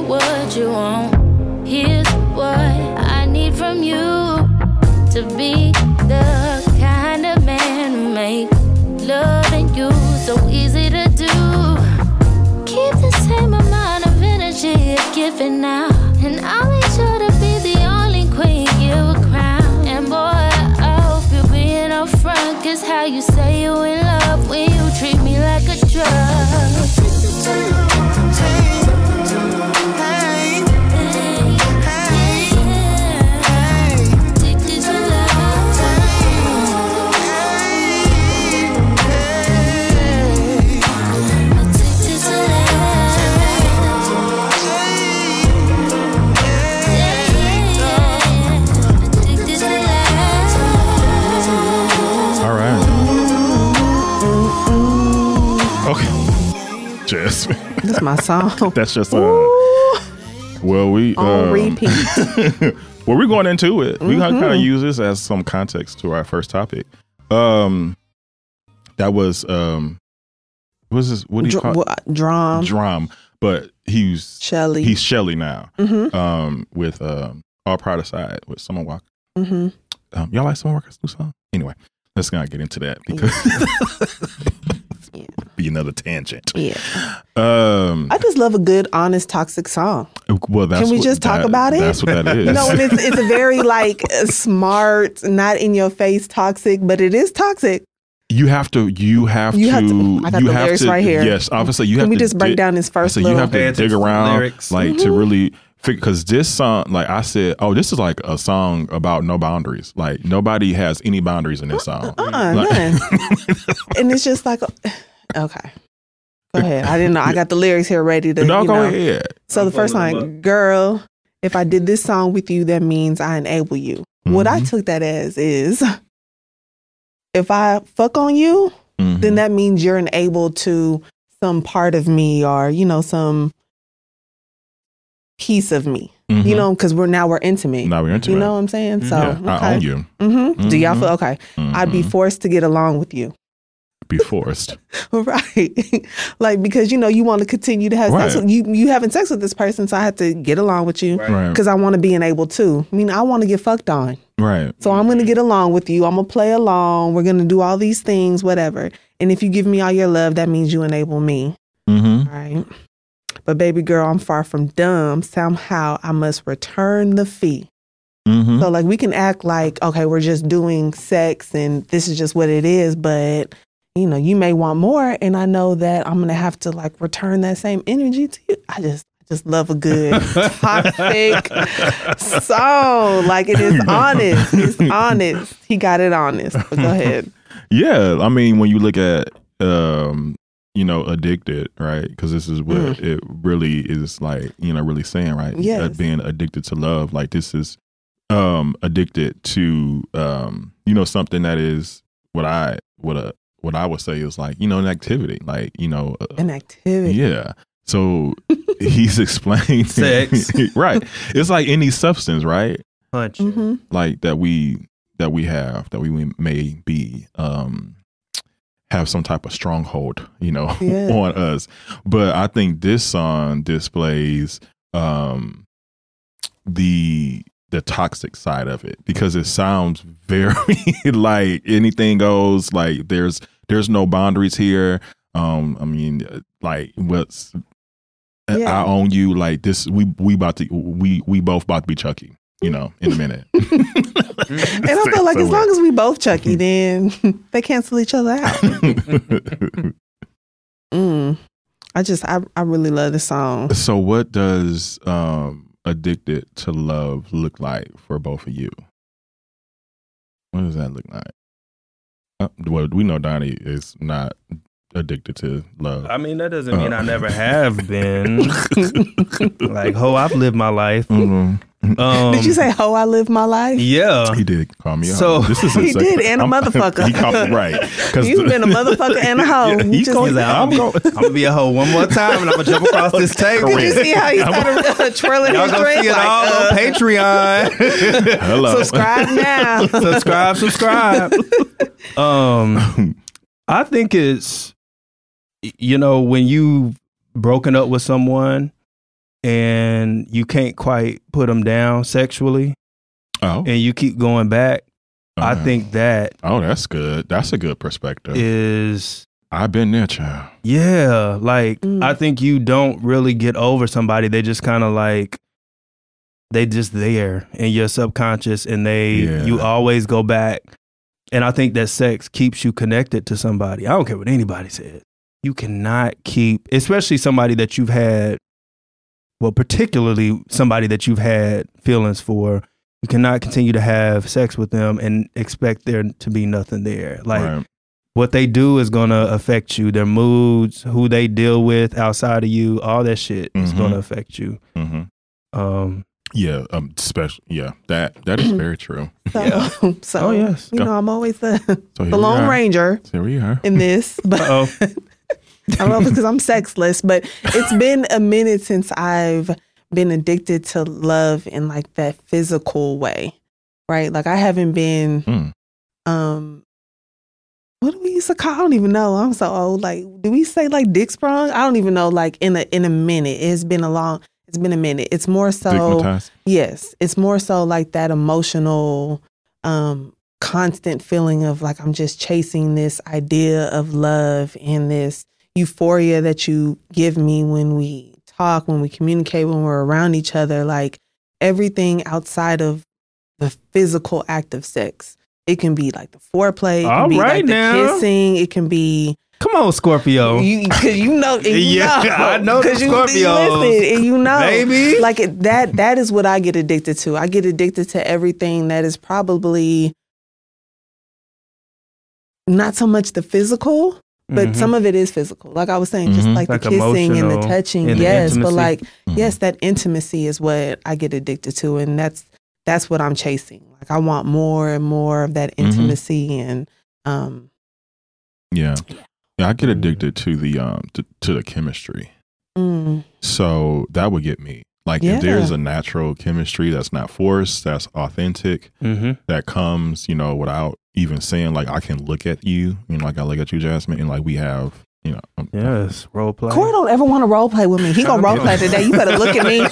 Speaker 7: what you want. Here's what I need from you to be the kind of man who make loving you so easy to do. Keep the same amount of energy you're giving now, and I'll make sure to be the only queen you crown. And boy, I hope you're being upfront, cause how you say you in love when you treat me like a drug.
Speaker 3: All right. Okay. Jasmine.
Speaker 4: That's my song.
Speaker 3: That's just uh,
Speaker 4: Ooh,
Speaker 3: well we
Speaker 4: on
Speaker 3: um,
Speaker 4: repeat.
Speaker 3: well we're going into it. We're
Speaker 6: Mm-hmm.
Speaker 3: gonna kind of use this as some context to our first topic. Um, that was um, what's this? What do you
Speaker 4: Dr-
Speaker 3: call
Speaker 4: wha-
Speaker 6: um?
Speaker 4: drum.
Speaker 3: drum? But he's
Speaker 4: Shelly.
Speaker 3: he's Shelly now.
Speaker 4: hmm
Speaker 3: Um, with um, all pride aside, with someone walk.
Speaker 4: hmm
Speaker 3: Um, y'all like someone walker's new song? Anyway, let's not get into that because
Speaker 4: Yeah.
Speaker 3: be another tangent.
Speaker 4: Yeah.
Speaker 3: Um,
Speaker 4: I just love a good, honest, toxic song.
Speaker 3: well, that's
Speaker 4: we
Speaker 3: what
Speaker 4: just talk
Speaker 3: that-
Speaker 4: about it?
Speaker 3: That's what that is.
Speaker 4: You know, and it's it's a very like uh, smart, not in your face, toxic, but it is toxic.
Speaker 3: you have to you have
Speaker 4: You
Speaker 3: to,
Speaker 4: have to- I got
Speaker 3: you
Speaker 4: the
Speaker 3: have
Speaker 4: lyrics
Speaker 3: to
Speaker 4: right here.
Speaker 3: yes obviously you
Speaker 4: Can
Speaker 3: have
Speaker 4: we
Speaker 3: to
Speaker 4: just break
Speaker 3: dig-
Speaker 4: down Mm-hmm. this first
Speaker 3: so you
Speaker 4: little-
Speaker 3: have
Speaker 5: Pay
Speaker 3: to
Speaker 5: attention
Speaker 3: dig
Speaker 5: to the
Speaker 3: around
Speaker 5: lyrics.
Speaker 3: like to really because this song like i said oh this is like a song about no boundaries like nobody has any boundaries in this song
Speaker 4: Uh, none. and it's just like, okay, go ahead. I didn't know. I got the lyrics here ready to.
Speaker 3: no
Speaker 4: you
Speaker 3: go
Speaker 4: know.
Speaker 3: ahead
Speaker 4: So
Speaker 5: I'm
Speaker 4: the first
Speaker 5: following them
Speaker 4: line, girl, if I did this song with you, that means I enable you. What
Speaker 3: Mm-hmm.
Speaker 4: I took that as is, if I fuck on you,
Speaker 3: Mhm.
Speaker 4: then that means you're enabled to some part of me or you know some piece of me
Speaker 3: Mhm.
Speaker 4: you know because we're now we're intimate
Speaker 3: now we're into
Speaker 4: you
Speaker 3: it
Speaker 4: know what i'm saying so
Speaker 3: Mm-hmm. yeah, i own you
Speaker 4: hmm do y'all
Speaker 3: Mhm.
Speaker 4: feel okay i'd be
Speaker 3: Mhm.
Speaker 4: forced to get along with you
Speaker 3: Mm-hmm. be forced
Speaker 4: right like because you know you want to continue to have sex
Speaker 3: Right.
Speaker 4: with, you you having sex with this person so i have to get along with you
Speaker 3: right
Speaker 4: because i want to be enabled too i mean i want to get fucked on
Speaker 3: right
Speaker 4: So I'm gonna get along with you. I'm gonna play along. We're gonna do all these things, whatever. And if you give me all your love, that means you enable me.
Speaker 3: mm-hmm.
Speaker 4: All right. But baby girl, I'm far from dumb. Somehow I must return the fee.
Speaker 3: Mm-hmm.
Speaker 4: So like we can act like, okay, we're just doing sex and this is just what it is, but you know, you may want more and I know that I'm gonna have to like return that same energy to you. I just I just love a good toxic song. Like it is honest. It's honest. He got it honest. But go ahead.
Speaker 3: yeah i mean when you look at um you know addicted right because this is what it really is like you know really saying right
Speaker 4: Mm. Yes.
Speaker 3: Uh, being addicted to love like this is um addicted to um you know something that is what i what a what i would say is like you know an activity like you know uh,
Speaker 4: An activity.
Speaker 3: yeah. So he's explaining
Speaker 5: Sex.
Speaker 3: right. It's like any substance, right?
Speaker 5: Punch.
Speaker 4: hmm
Speaker 3: Like that we that we have that we may be um have some type of stronghold, you know,
Speaker 4: Yeah.
Speaker 3: on us. But I think this song displays um the the toxic side of it because it sounds very like anything goes like there's there's no boundaries here um i mean uh, like what's
Speaker 4: Yeah.
Speaker 3: i own you like this we we about to we we both about to be chucky you know in a minute
Speaker 4: And I feel like as long as we both Chucky, then they cancel each other out. Mm. I just I, I really love the song.
Speaker 3: so what does um addicted to love look like for both of you what does that look like uh, well we know donnie is not addicted to love
Speaker 5: I mean, that doesn't mean
Speaker 3: Uh.
Speaker 5: I never have been. like, ho, I've lived my life.
Speaker 4: Mm.
Speaker 3: Mhm.
Speaker 5: Um,
Speaker 4: Did you say "Ho, I live my life"?
Speaker 5: Yeah.
Speaker 3: He did call me.
Speaker 5: So-
Speaker 3: out. this is his
Speaker 4: He
Speaker 3: second-
Speaker 4: did, and a motherfucker.
Speaker 3: he called me right because
Speaker 4: You've been a motherfucker and a hoe.
Speaker 3: Yeah,
Speaker 4: You
Speaker 3: he's
Speaker 4: just-
Speaker 3: going-
Speaker 5: He's like, I'm,
Speaker 3: I'm
Speaker 5: gonna, I'm gonna be a hoe one more time, and I'm gonna jump across this table.
Speaker 4: Did you see how he started uh, twirling
Speaker 5: Y'all
Speaker 4: his
Speaker 5: gonna
Speaker 4: drink?
Speaker 5: see it
Speaker 4: Like,
Speaker 5: all
Speaker 4: uh,
Speaker 5: on Patreon.
Speaker 3: Hello.
Speaker 4: subscribe now.
Speaker 5: subscribe, subscribe. um,
Speaker 3: Oh,
Speaker 5: I think it's, y- you know, when you broken up with someone, and you can't quite put them down sexually
Speaker 3: Oh,
Speaker 5: and you keep going back, I
Speaker 3: uh,
Speaker 5: think that
Speaker 3: Oh, that's good. That's a good perspective.
Speaker 5: is
Speaker 3: I've been there, child.
Speaker 5: yeah, like
Speaker 4: Mm.
Speaker 5: I think you don't really get over somebody. They just kind of like they just there in your subconscious and they
Speaker 3: Yeah.
Speaker 5: you always go back. And I think that sex keeps you connected to somebody. I don't care what anybody says. You cannot keep, especially somebody that you've had well, particularly somebody that you've had feelings for, you cannot continue to have sex with them and expect there to be nothing there. Like
Speaker 3: right.
Speaker 5: what they do is going to affect you. Their moods, who they deal with outside of you, all that shit is
Speaker 3: Mhm.
Speaker 5: going to affect you.
Speaker 3: hmm
Speaker 5: Um,
Speaker 3: Yeah. Um. Special. Yeah. That. That is very true.
Speaker 4: So, so
Speaker 5: Oh, yes.
Speaker 4: you know, I'm always the,
Speaker 3: So here
Speaker 4: the
Speaker 3: we
Speaker 4: Lone
Speaker 3: are.
Speaker 4: Ranger
Speaker 3: Here we are.
Speaker 4: in this, but
Speaker 5: oh,
Speaker 4: I don't know because I'm sexless, but it's been a minute since I've been addicted to love in like that physical way, right? Like I haven't been,
Speaker 3: Mm.
Speaker 4: um, what do we used to call? I don't even know. I'm so old. Like, do we say like dick sprung? I don't even know. Like in a in a minute, it's been a long. It's been a minute. It's more so.
Speaker 3: Stigmatized.
Speaker 4: Yes, it's more so like that emotional, um, constant feeling of like I'm just chasing this idea of love and this euphoria that you give me when we talk, when we communicate, when we're around each other. Like everything outside of the physical act of sex, it can be like the foreplay, it can
Speaker 5: All
Speaker 4: be
Speaker 5: right
Speaker 4: like
Speaker 5: now.
Speaker 4: the kissing, it can be
Speaker 5: come on, Scorpio.
Speaker 4: you because you know, and you
Speaker 5: Yeah,
Speaker 4: know,
Speaker 5: I know
Speaker 4: 'Cause you,
Speaker 5: Scorpios,
Speaker 4: listen, and you know,
Speaker 5: baby.
Speaker 4: like it, that. That is what I get addicted to. I get addicted to everything that is probably not so much the physical, but
Speaker 5: Mhm.
Speaker 4: some of it is physical. Like I was saying, just
Speaker 3: Mhm.
Speaker 4: like,
Speaker 5: Mm-hmm. Like
Speaker 4: the kissing and the
Speaker 5: emotional
Speaker 4: touching,
Speaker 5: and the
Speaker 4: yes. but
Speaker 5: intimacy. Mm-hmm.
Speaker 4: like,
Speaker 3: Mhm.
Speaker 4: yes, that intimacy is what I get addicted to, and that's that's what I'm chasing. Like I want more and more of
Speaker 5: Mm-hmm.
Speaker 4: that intimacy and. Um,
Speaker 3: Yeah. Yeah. I get addicted to the um to, to the chemistry.
Speaker 4: mm,
Speaker 3: So that would get me. Like
Speaker 4: Yeah.
Speaker 3: if there is a natural chemistry that's not forced, that's authentic,
Speaker 5: hmm
Speaker 3: that comes, you know, without even saying like I can look at you, you know, like I look at you, Jasmine, and like we have, you know, um,
Speaker 5: Yes, role play.
Speaker 4: Corey don't ever want to role play with me. He gonna role play today. You better look at me.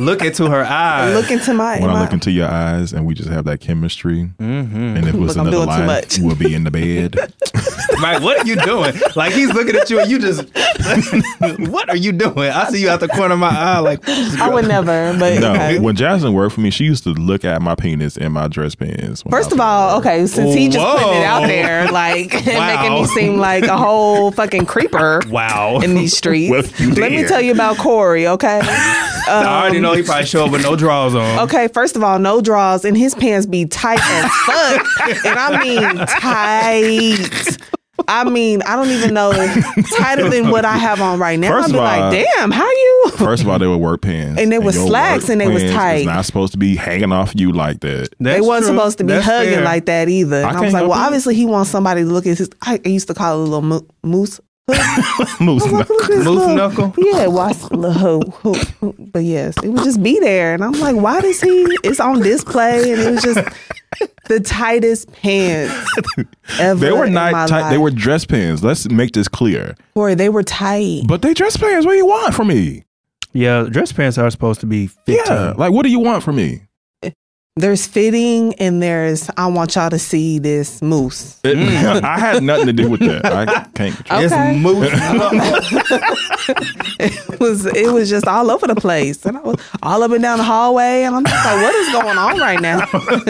Speaker 5: look into her eyes.
Speaker 4: look into my.
Speaker 3: when I
Speaker 4: my-
Speaker 3: look into your eyes and we just have that chemistry.
Speaker 5: hmm
Speaker 3: And if it was
Speaker 4: Look, I'm
Speaker 3: another
Speaker 4: doing
Speaker 3: life,
Speaker 4: too much.
Speaker 3: we'll be in the bed.
Speaker 5: Mike, what are you doing? Like he's looking at you and you just what are you doing? I see you out the corner of my eye like
Speaker 4: I would never. But okay.
Speaker 3: no, when Jasmine worked for me, she used to look at my penis and my dress pants. when I
Speaker 4: First
Speaker 3: was
Speaker 4: of
Speaker 3: at
Speaker 4: all,
Speaker 3: work.
Speaker 4: okay, since he just putting it
Speaker 5: Whoa.
Speaker 4: out there, like and making
Speaker 5: Wow.
Speaker 4: me seem like a whole fucking creeper
Speaker 5: Wow.
Speaker 4: in these streets.
Speaker 3: Well, you
Speaker 4: Let me
Speaker 3: did.
Speaker 4: tell you about Corey, okay? Um,
Speaker 5: I already know he probably showed up with no drawers on.
Speaker 4: Okay, first of all, no draws, and his pants be tight as fuck. and I mean tight. I mean, I don't even know if tighter than what I have on right now.
Speaker 3: First
Speaker 4: I'd be
Speaker 3: of all-
Speaker 4: like, damn, how you?
Speaker 3: First of all, they were work pants,
Speaker 4: And they were
Speaker 3: your
Speaker 4: slacks
Speaker 3: work
Speaker 4: and they was
Speaker 3: pants
Speaker 4: tight.
Speaker 3: Is not supposed to be hanging off you like that.
Speaker 5: That's
Speaker 4: they wasn't
Speaker 5: true.
Speaker 4: supposed to be
Speaker 5: That's
Speaker 4: hugging
Speaker 5: fair.
Speaker 4: like that either. And I,
Speaker 3: can't
Speaker 4: was like,
Speaker 3: help
Speaker 4: well,
Speaker 3: it.
Speaker 4: obviously he wants somebody to look at his. I used to call it a little mo- moose.
Speaker 3: Moose
Speaker 4: I was like, look at this
Speaker 5: Moose
Speaker 4: little-
Speaker 5: knuckle?
Speaker 4: Yeah, watch little ho- ho- ho- But yes, it would just be there, and I'm like, why does he? It's on display, and it was just the tightest pants ever.
Speaker 3: They were
Speaker 4: in my
Speaker 3: not tight. They
Speaker 4: life.
Speaker 3: were dress pants. Let's make this clear.
Speaker 4: Boy, they were tight.
Speaker 3: But they dress pants. What do you want from me?
Speaker 5: Yeah, dress pants are supposed to be 15.
Speaker 3: Yeah. Like, what do you want from me?
Speaker 4: There's fitting, and there's. I want y'all to see this moose.
Speaker 3: It- I had nothing to do with that. I can't. control-
Speaker 5: It's
Speaker 4: Okay.
Speaker 5: moose knuckle.
Speaker 4: It was it was just all over the place, and I was all up and down the hallway, and I'm just like, what is going on right now?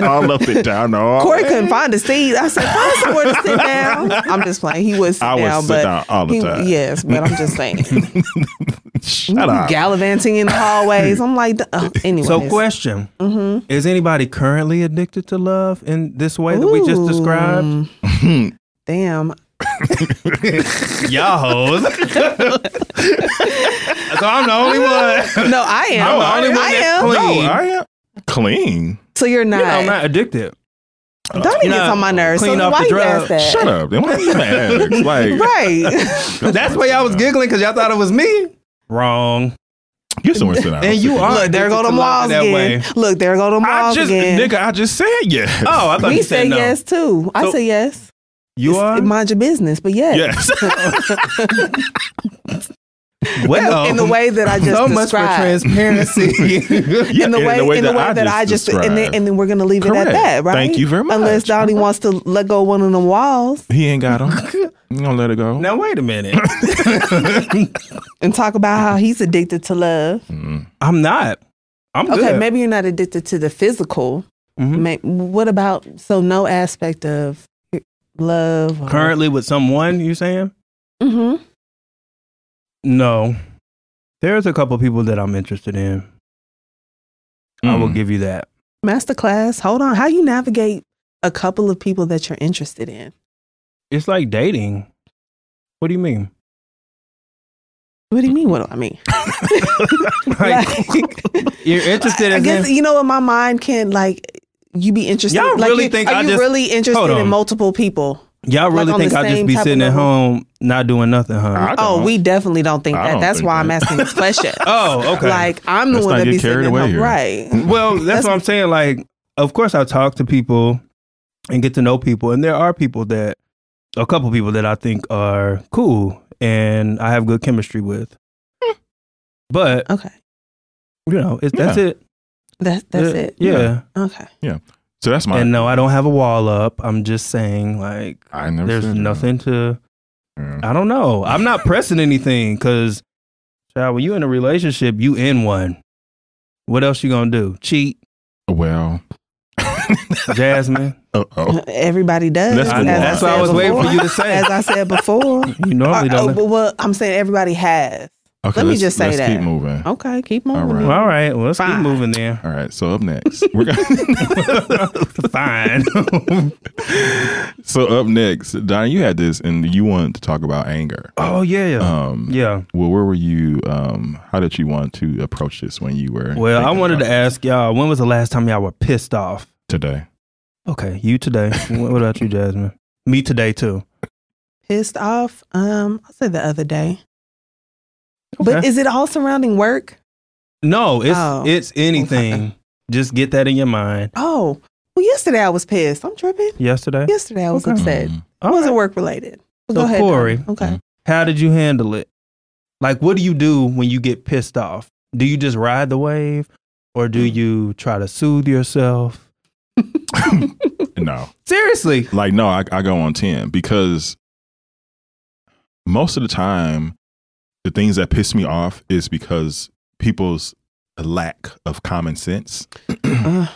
Speaker 3: all up and down. Oh, No,
Speaker 4: Corey couldn't find a seat. I said, find somewhere to sit down. I'm just playing. He was sit
Speaker 3: I would
Speaker 4: down,
Speaker 3: sit
Speaker 4: but
Speaker 3: down all the
Speaker 4: he-
Speaker 3: time.
Speaker 4: Yes, but I'm just saying,
Speaker 3: shut up.
Speaker 4: gallivanting in the hallways. I'm like, Mm-hmm. uh, anyway.
Speaker 5: so question. Is anybody currently addicted to love in this way that we just described?
Speaker 4: Damn.
Speaker 5: Y'all hoes. so I'm the only one.
Speaker 4: No, I am.
Speaker 5: I'm the only one
Speaker 4: I
Speaker 5: that's
Speaker 4: am.
Speaker 5: clean.
Speaker 3: No, Oh, I am clean.
Speaker 4: So you're not.
Speaker 5: You know, I'm not addicted.
Speaker 4: Don't even
Speaker 5: You're
Speaker 4: get
Speaker 5: not
Speaker 4: on my nerves.
Speaker 5: clean
Speaker 4: so
Speaker 5: off
Speaker 4: why
Speaker 5: the
Speaker 4: you ask
Speaker 5: drugs.
Speaker 4: that?
Speaker 3: Shut up. Then why you even ask? Like,
Speaker 4: Right.
Speaker 5: That's why y'all was giggling because y'all thought it was me. Wrong.
Speaker 3: you somewhere sit down.
Speaker 5: And you are.
Speaker 4: Look, there go
Speaker 5: addicted
Speaker 4: them
Speaker 5: to love
Speaker 4: walls
Speaker 5: that
Speaker 4: again.
Speaker 5: way.
Speaker 4: Look, there go them
Speaker 3: I
Speaker 4: walls
Speaker 3: just,
Speaker 4: again.
Speaker 3: nigga, I just said yes.
Speaker 5: Oh, I thought
Speaker 4: we
Speaker 5: you
Speaker 4: say
Speaker 5: said no.
Speaker 4: yes too. I
Speaker 5: So-
Speaker 4: say yes.
Speaker 5: You
Speaker 4: It's-
Speaker 5: are.
Speaker 4: Mind your business, but yes.
Speaker 3: yes.
Speaker 5: Well,
Speaker 4: in the way that I just
Speaker 5: so much for
Speaker 4: described.
Speaker 5: transparency.
Speaker 3: Yeah,
Speaker 4: in the way, in the way that, I just, and then and then we're gonna leave it at
Speaker 3: Correct.
Speaker 4: that, right?
Speaker 3: Thank you very much.
Speaker 4: Unless Donnie wants to let go of one of them walls
Speaker 3: he ain't got him. You gonna let it go?
Speaker 5: now wait a minute.
Speaker 4: and talk about how he's addicted to love.
Speaker 5: I'm not. I'm
Speaker 4: Okay,
Speaker 5: good.
Speaker 4: maybe you're not addicted to the physical.
Speaker 5: Mhm.
Speaker 4: May, what about so no aspect of love? Or,
Speaker 5: Currently with someone, you saying?
Speaker 4: hmm
Speaker 5: No. There's a couple people that I'm interested in. I
Speaker 3: Mm.
Speaker 5: will give you that.
Speaker 4: masterclass. Hold on, how you navigate a couple of people that you're interested in?
Speaker 5: It's like dating. What do you mean?
Speaker 4: What do you mean? What do I mean?
Speaker 5: Like,
Speaker 4: Like-
Speaker 5: you're interested
Speaker 4: I, I
Speaker 5: in
Speaker 4: guess you know what my mind can like. You be interested.
Speaker 5: Y'all
Speaker 4: like,
Speaker 5: really
Speaker 4: you-
Speaker 5: think
Speaker 4: are
Speaker 5: I
Speaker 4: you
Speaker 5: just-
Speaker 4: really interested
Speaker 5: hold on.
Speaker 4: in multiple people?
Speaker 5: y'all
Speaker 4: like
Speaker 5: really
Speaker 4: on
Speaker 5: think
Speaker 4: the
Speaker 5: I just
Speaker 4: same
Speaker 5: be
Speaker 4: type of
Speaker 5: sitting at
Speaker 4: level?
Speaker 5: home not doing nothing, huh?
Speaker 3: I
Speaker 4: Oh,
Speaker 3: don't.
Speaker 4: we definitely don't think
Speaker 3: I
Speaker 4: that.
Speaker 3: don't
Speaker 4: That's
Speaker 3: think
Speaker 4: why I'm
Speaker 3: that.
Speaker 4: asking this question.
Speaker 5: Oh, okay.
Speaker 4: Like I'm the
Speaker 3: Let's
Speaker 4: one
Speaker 3: not
Speaker 4: that
Speaker 3: get
Speaker 4: be
Speaker 3: carried
Speaker 4: sitting
Speaker 3: away
Speaker 4: away
Speaker 3: here.
Speaker 4: right.
Speaker 5: well, that's, what I'm saying. Like, of course, I talk to people and get to know people, and there are people that, a couple people that I think are cool and I have good chemistry with.
Speaker 4: Hmm.
Speaker 5: But
Speaker 4: Okay,
Speaker 5: you know, it's that's
Speaker 3: Yeah.
Speaker 5: it.
Speaker 4: that's that's
Speaker 5: Yeah.
Speaker 4: it.
Speaker 5: Yeah.
Speaker 4: Okay.
Speaker 3: so that's my.
Speaker 5: And no, I don't have a wall up. I'm just saying, like,
Speaker 3: I never
Speaker 5: there's
Speaker 3: said that.
Speaker 5: nothing to.
Speaker 3: Yeah.
Speaker 5: I don't know. I'm not pressing anything because, child, when you in a relationship, you in one. What else you gonna do? Cheat,
Speaker 3: Well,
Speaker 5: Jasmine?
Speaker 3: uh oh.
Speaker 4: Everybody does.
Speaker 3: Let's
Speaker 4: as
Speaker 3: move on.
Speaker 4: I
Speaker 3: That's
Speaker 4: said
Speaker 3: why I was
Speaker 5: waiting
Speaker 4: before.
Speaker 5: for you to say.
Speaker 4: As I said before.
Speaker 5: You normally
Speaker 4: Or- oh,
Speaker 5: don't.
Speaker 4: but well, I'm saying everybody has.
Speaker 3: Okay,
Speaker 4: Let me
Speaker 3: let's-
Speaker 4: just say
Speaker 3: let's
Speaker 4: that.
Speaker 3: Keep moving.
Speaker 5: Oh.
Speaker 4: Okay, keep moving.
Speaker 3: All right.
Speaker 4: then.
Speaker 5: Well, all right, well, let's keep
Speaker 4: Fine.
Speaker 5: moving then.
Speaker 3: All right. So up next, we're gonna.
Speaker 5: Fine.
Speaker 3: so up next, Don, you had this, and you wanted to talk about anger.
Speaker 5: oh yeah,
Speaker 3: Um.
Speaker 5: yeah.
Speaker 3: Well, where were you? Um. How did you want to approach this when you were?
Speaker 5: Well, I
Speaker 3: thinking
Speaker 5: wanted
Speaker 3: about
Speaker 5: to ask y'all when was the last time y'all were pissed off?
Speaker 3: today.
Speaker 5: Okay, you today. what what about you, Jasmine? Me today too.
Speaker 4: Pissed off. Um, I'll say the other day. But
Speaker 5: Okay.
Speaker 4: is it all surrounding work?
Speaker 5: No, it's
Speaker 4: Oh.
Speaker 5: it's anything. Just get that in your mind.
Speaker 4: Oh, well, yesterday I was pissed. I'm tripping.
Speaker 5: Yesterday,
Speaker 4: Yesterday I was
Speaker 5: Okay.
Speaker 4: upset.
Speaker 3: Mm.
Speaker 4: It
Speaker 5: All
Speaker 4: wasn't
Speaker 5: right.
Speaker 4: work related.
Speaker 5: So, Corey.
Speaker 4: Okay.
Speaker 5: how did you handle it? Like, what do you do when you get pissed off? Do you just ride the wave, or do
Speaker 4: Mm.
Speaker 5: you try to soothe yourself?
Speaker 3: No.
Speaker 5: Seriously,
Speaker 3: Like no, I, I go on ten because most of the time, the things that piss me off is because people's lack of common sense.
Speaker 4: Ugh.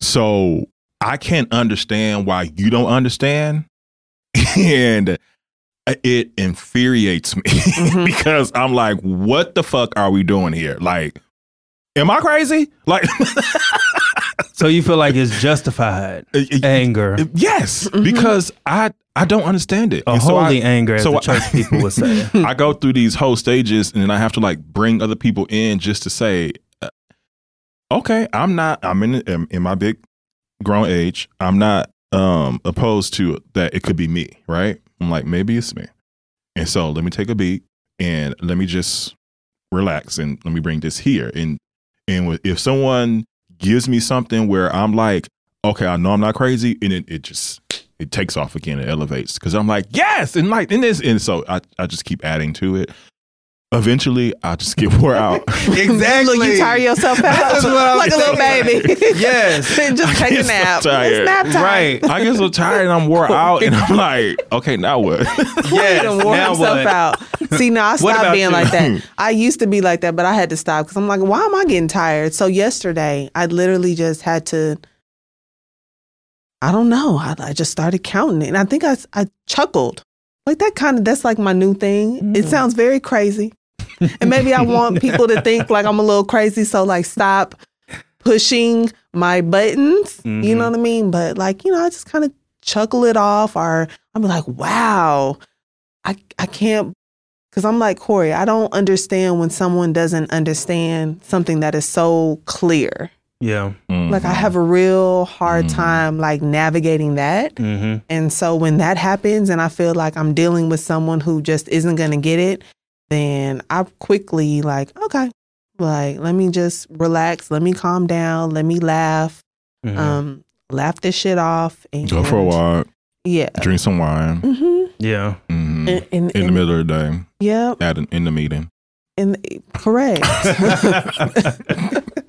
Speaker 3: So I can't understand why you don't understand, and it infuriates me because I'm like, what the fuck are we doing here? Like, am I crazy? Like,
Speaker 5: so you feel like it's justified anger,
Speaker 3: yes, because I I don't understand it.
Speaker 5: a
Speaker 3: And so I-
Speaker 5: holy anger, as
Speaker 3: so
Speaker 5: the
Speaker 3: I-
Speaker 5: church people would say.
Speaker 3: I go through these whole stages and then I have to like bring other people in just to say, uh, okay, I'm not, I'm in, in, in my big grown age. I'm not um opposed to that. It could be me, right? I'm like, maybe it's me. And so let me take a beat and let me just relax and let me bring this here. And, and with- if someone gives me something where I'm like, okay, I know I'm not crazy, and it, it just it takes off again, it elevates because I'm like, yes, and like, and this, and so I, I just keep adding to it. Eventually, I just get wore out.
Speaker 5: exactly.
Speaker 4: Look, you tire yourself
Speaker 5: That's
Speaker 4: out
Speaker 5: what I'm
Speaker 4: like a little
Speaker 5: saying.
Speaker 4: baby.
Speaker 5: Yes.
Speaker 4: And
Speaker 3: I
Speaker 4: just take a
Speaker 3: get so
Speaker 4: nap.
Speaker 3: tired.
Speaker 4: It's nap time.
Speaker 5: Right.
Speaker 3: I get so tired and I'm wore out, and I'm like, okay, now what?
Speaker 5: Yes.
Speaker 4: And wore
Speaker 5: now
Speaker 4: himself
Speaker 5: what?
Speaker 4: out. See, now I
Speaker 5: about
Speaker 4: stopped being
Speaker 5: you?
Speaker 4: like that. I used to be like that, but I had to stop because I'm like, why am I getting tired? So yesterday, I literally just had to. I don't know. I, I just started counting it, and I think I s- I chuckled. Like that kind of that's like my new thing. It sounds very crazy, and maybe I want people to think like I'm a little crazy. So like, stop pushing my buttons. You know what I mean? But like, you know, I just kind of chuckle it off, or I'm like, wow, I I can't, because I'm like Corey. I don't understand when someone doesn't understand something that is so clear.
Speaker 5: Yeah.
Speaker 3: Mm-hmm.
Speaker 4: Like I have a real hard
Speaker 3: Mhm.
Speaker 4: time like navigating that.
Speaker 5: hmm
Speaker 4: And so when that happens and I feel like I'm dealing with someone who just isn't going to get it, then I quickly like, okay, like let me just relax, let me calm down, let me laugh,
Speaker 5: Mm-hmm.
Speaker 4: um, laugh this shit off and
Speaker 3: Go for a walk,
Speaker 4: Yeah.
Speaker 3: drink some wine.
Speaker 4: hmm
Speaker 5: yeah.
Speaker 3: Mhm.
Speaker 4: And, and,
Speaker 3: in the
Speaker 4: and-
Speaker 3: middle of the day
Speaker 4: Yep.
Speaker 3: at an, in the meeting.
Speaker 4: And correct.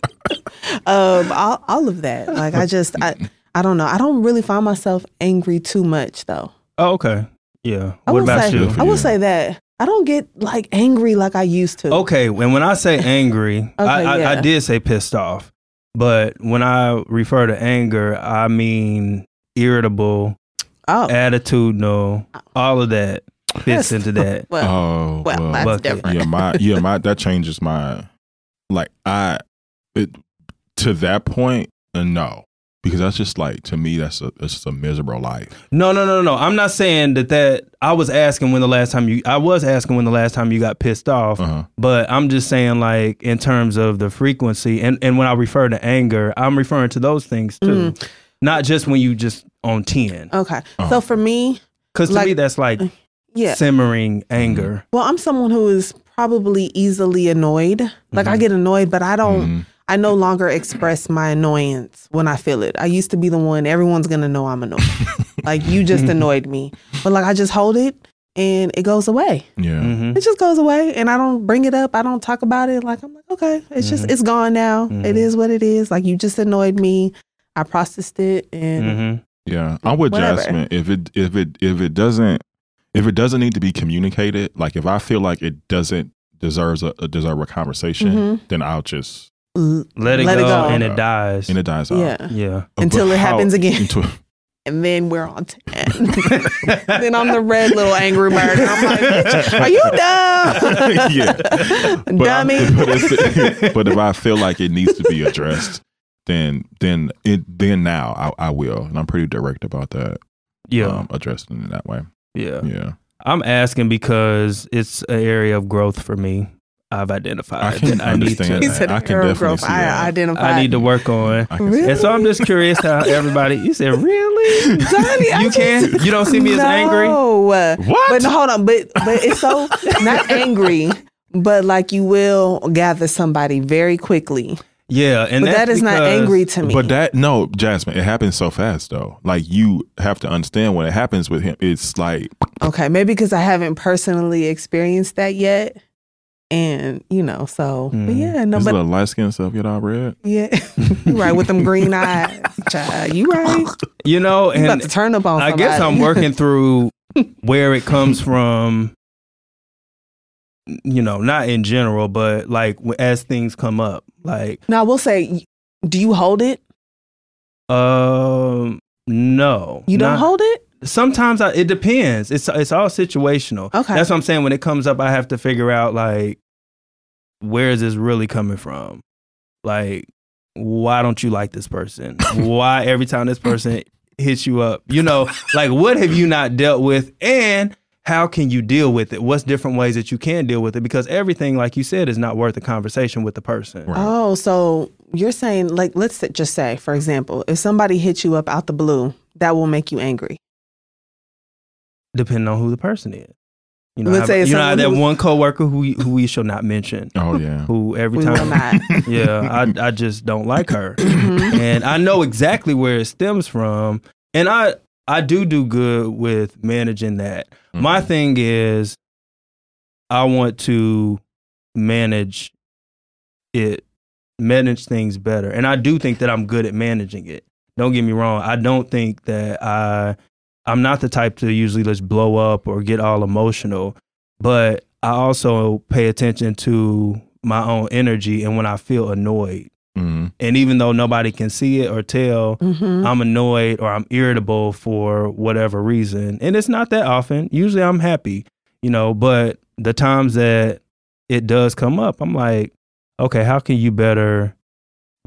Speaker 4: um, all, all of that. Like I just, I, I don't know. I don't really find myself angry too much though.
Speaker 5: Oh, okay. Yeah.
Speaker 4: I
Speaker 5: what
Speaker 4: will
Speaker 5: about
Speaker 4: say,
Speaker 5: you?
Speaker 3: for
Speaker 4: I
Speaker 3: you.
Speaker 4: will say that I don't get like angry like I used to.
Speaker 5: Okay, and when I say angry, I, I, I
Speaker 4: yeah.
Speaker 5: did say pissed off, but when I refer to anger, I mean irritable,
Speaker 4: Oh,
Speaker 3: Uh,
Speaker 5: attitudinal, all of that fits
Speaker 4: Yes.
Speaker 5: into that.
Speaker 4: well,
Speaker 3: oh,
Speaker 4: Uh, well,
Speaker 3: well.
Speaker 4: that's
Speaker 5: bucket.
Speaker 4: different.
Speaker 3: yeah, my yeah, my that changes my like I it to that point. uh, No, because that's just like to me that's a that's just a miserable life.
Speaker 5: No, no, no, no. I'm not saying that. That I was asking when the last time you. I was asking when the last time you got pissed off,
Speaker 3: Uh-huh.
Speaker 5: but I'm just saying like in terms of the frequency, and and when I refer to anger, I'm referring to those things too,
Speaker 4: Mm.
Speaker 5: not just when you just on ten.
Speaker 4: Okay. So for me,
Speaker 5: Because to
Speaker 4: Uh, Like- uh,
Speaker 5: me, that's like
Speaker 4: yeah.
Speaker 5: simmering
Speaker 3: Mm-hmm.
Speaker 5: anger.
Speaker 4: Well, I'm someone who is probably easily annoyed. Like I get annoyed, but I don't. I no longer express my annoyance when I feel it. I used to be the one everyone's gonna know I'm annoyed. like you just annoyed me, but like I just hold it and it goes away.
Speaker 3: Yeah,
Speaker 5: hmm
Speaker 4: It just goes away, and I don't bring it up. I don't talk about it. Like I'm like, okay, it's just it's gone now. It is what it is. Like you just annoyed me. I processed it, and
Speaker 5: hmm
Speaker 3: Mm-hmm. yeah. I'm with
Speaker 4: Whatever.
Speaker 3: Jasmine. If it if it if it doesn't if it doesn't need to be communicated, like if I feel like it doesn't deserves a, a deserve a conversation,
Speaker 4: Mm-hmm.
Speaker 3: then I'll just
Speaker 4: l-
Speaker 5: Let it,
Speaker 4: Let it
Speaker 5: go,
Speaker 4: go.
Speaker 5: and it dies.
Speaker 3: and it dies out.
Speaker 4: yeah.
Speaker 5: yeah.
Speaker 3: But
Speaker 4: Until it
Speaker 3: how-
Speaker 4: happens again.
Speaker 3: until-
Speaker 4: and then we're on 10. then I'm the red little angry bird. And I'm like, bitch, are you dumb?
Speaker 3: yeah, but I'm-
Speaker 4: Dummy.
Speaker 3: but, it's- but if I feel like it needs to be addressed, then then it then now I, I will, and I'm pretty direct about that.
Speaker 5: Yeah.
Speaker 3: um, addressing it that way.
Speaker 5: yeah.
Speaker 3: Yeah,
Speaker 5: I'm asking because it's an area of growth for me. I've identified
Speaker 3: I can
Speaker 5: that I need to.
Speaker 3: understand
Speaker 4: He
Speaker 3: that.
Speaker 4: said,
Speaker 3: I can
Speaker 4: girl
Speaker 3: definitely
Speaker 4: growth.
Speaker 3: see
Speaker 4: I
Speaker 3: that.
Speaker 4: identified.
Speaker 5: I need to work on.
Speaker 3: I can
Speaker 4: Really?
Speaker 5: And so I'm just curious how everybody. You said really?
Speaker 4: Johnny, I
Speaker 5: you
Speaker 4: just-
Speaker 5: can. You don't see me as angry.
Speaker 4: angry.
Speaker 3: What?
Speaker 4: But no, hold on. But but it's so not angry, but like you will gather somebody very quickly.
Speaker 5: Yeah, and
Speaker 4: But that
Speaker 5: that's
Speaker 4: is not
Speaker 5: because-
Speaker 4: angry to me.
Speaker 3: But that no, Jasmine, it happens so fast though. Like you have to understand when it happens with him, it's like
Speaker 4: okay, maybe because I haven't personally experienced that yet. And you know, so but yeah, no,
Speaker 3: this
Speaker 4: but
Speaker 3: little light skin stuff get all red.
Speaker 4: yeah, you right with them green eyes, child. You right.
Speaker 5: You know,
Speaker 4: You about
Speaker 5: and
Speaker 4: to turn up on
Speaker 5: I guess
Speaker 4: somebody.
Speaker 5: I'm working through where it comes from. You know, not in general, but like w- as things come up, like
Speaker 4: Now, I will say, do you hold it?
Speaker 5: um, no,
Speaker 4: You don't
Speaker 5: not-
Speaker 4: hold it?
Speaker 5: Sometimes I, it depends. It's it's all situational.
Speaker 4: Okay.
Speaker 5: that's what I'm saying. When it comes up, I have to figure out like where is this really coming from? Like, why don't you like this person? why every time this person hits you up, you know, like what have you not dealt with, and how can you deal with it? What's different ways that you can deal with it? Because everything, like you said, is not worth a conversation with the person.
Speaker 3: Right.
Speaker 4: Oh, so you're saying, like, let's say- just say, for example, if somebody hits you up out the blue, that will make you angry.
Speaker 5: depending on who the person is. You know,
Speaker 4: Let's
Speaker 5: have-
Speaker 4: say it's
Speaker 5: you know have
Speaker 4: someone
Speaker 5: that
Speaker 4: who's-
Speaker 5: one coworker who we- who we shall not mention,
Speaker 3: Oh yeah,
Speaker 5: who every
Speaker 4: We will
Speaker 5: time,
Speaker 4: not.
Speaker 5: yeah, I I just don't like her,
Speaker 4: Mm-hmm,
Speaker 5: and I know exactly where it stems from, and I I do do good with managing that. My thing is, I want to manage it, manage things better, and I do think that I'm good at managing it. Don't get me wrong, I don't think that I I'm not the type to usually just blow up or get all emotional, but I also pay attention to my own energy and when I feel annoyed.
Speaker 3: Mhm.
Speaker 5: And even though nobody can see it or tell,
Speaker 4: Mhm.
Speaker 5: I'm annoyed or I'm irritable for whatever reason. And it's not that often. Usually I'm happy, you know, but the times that it does come up, I'm like, okay, how can you better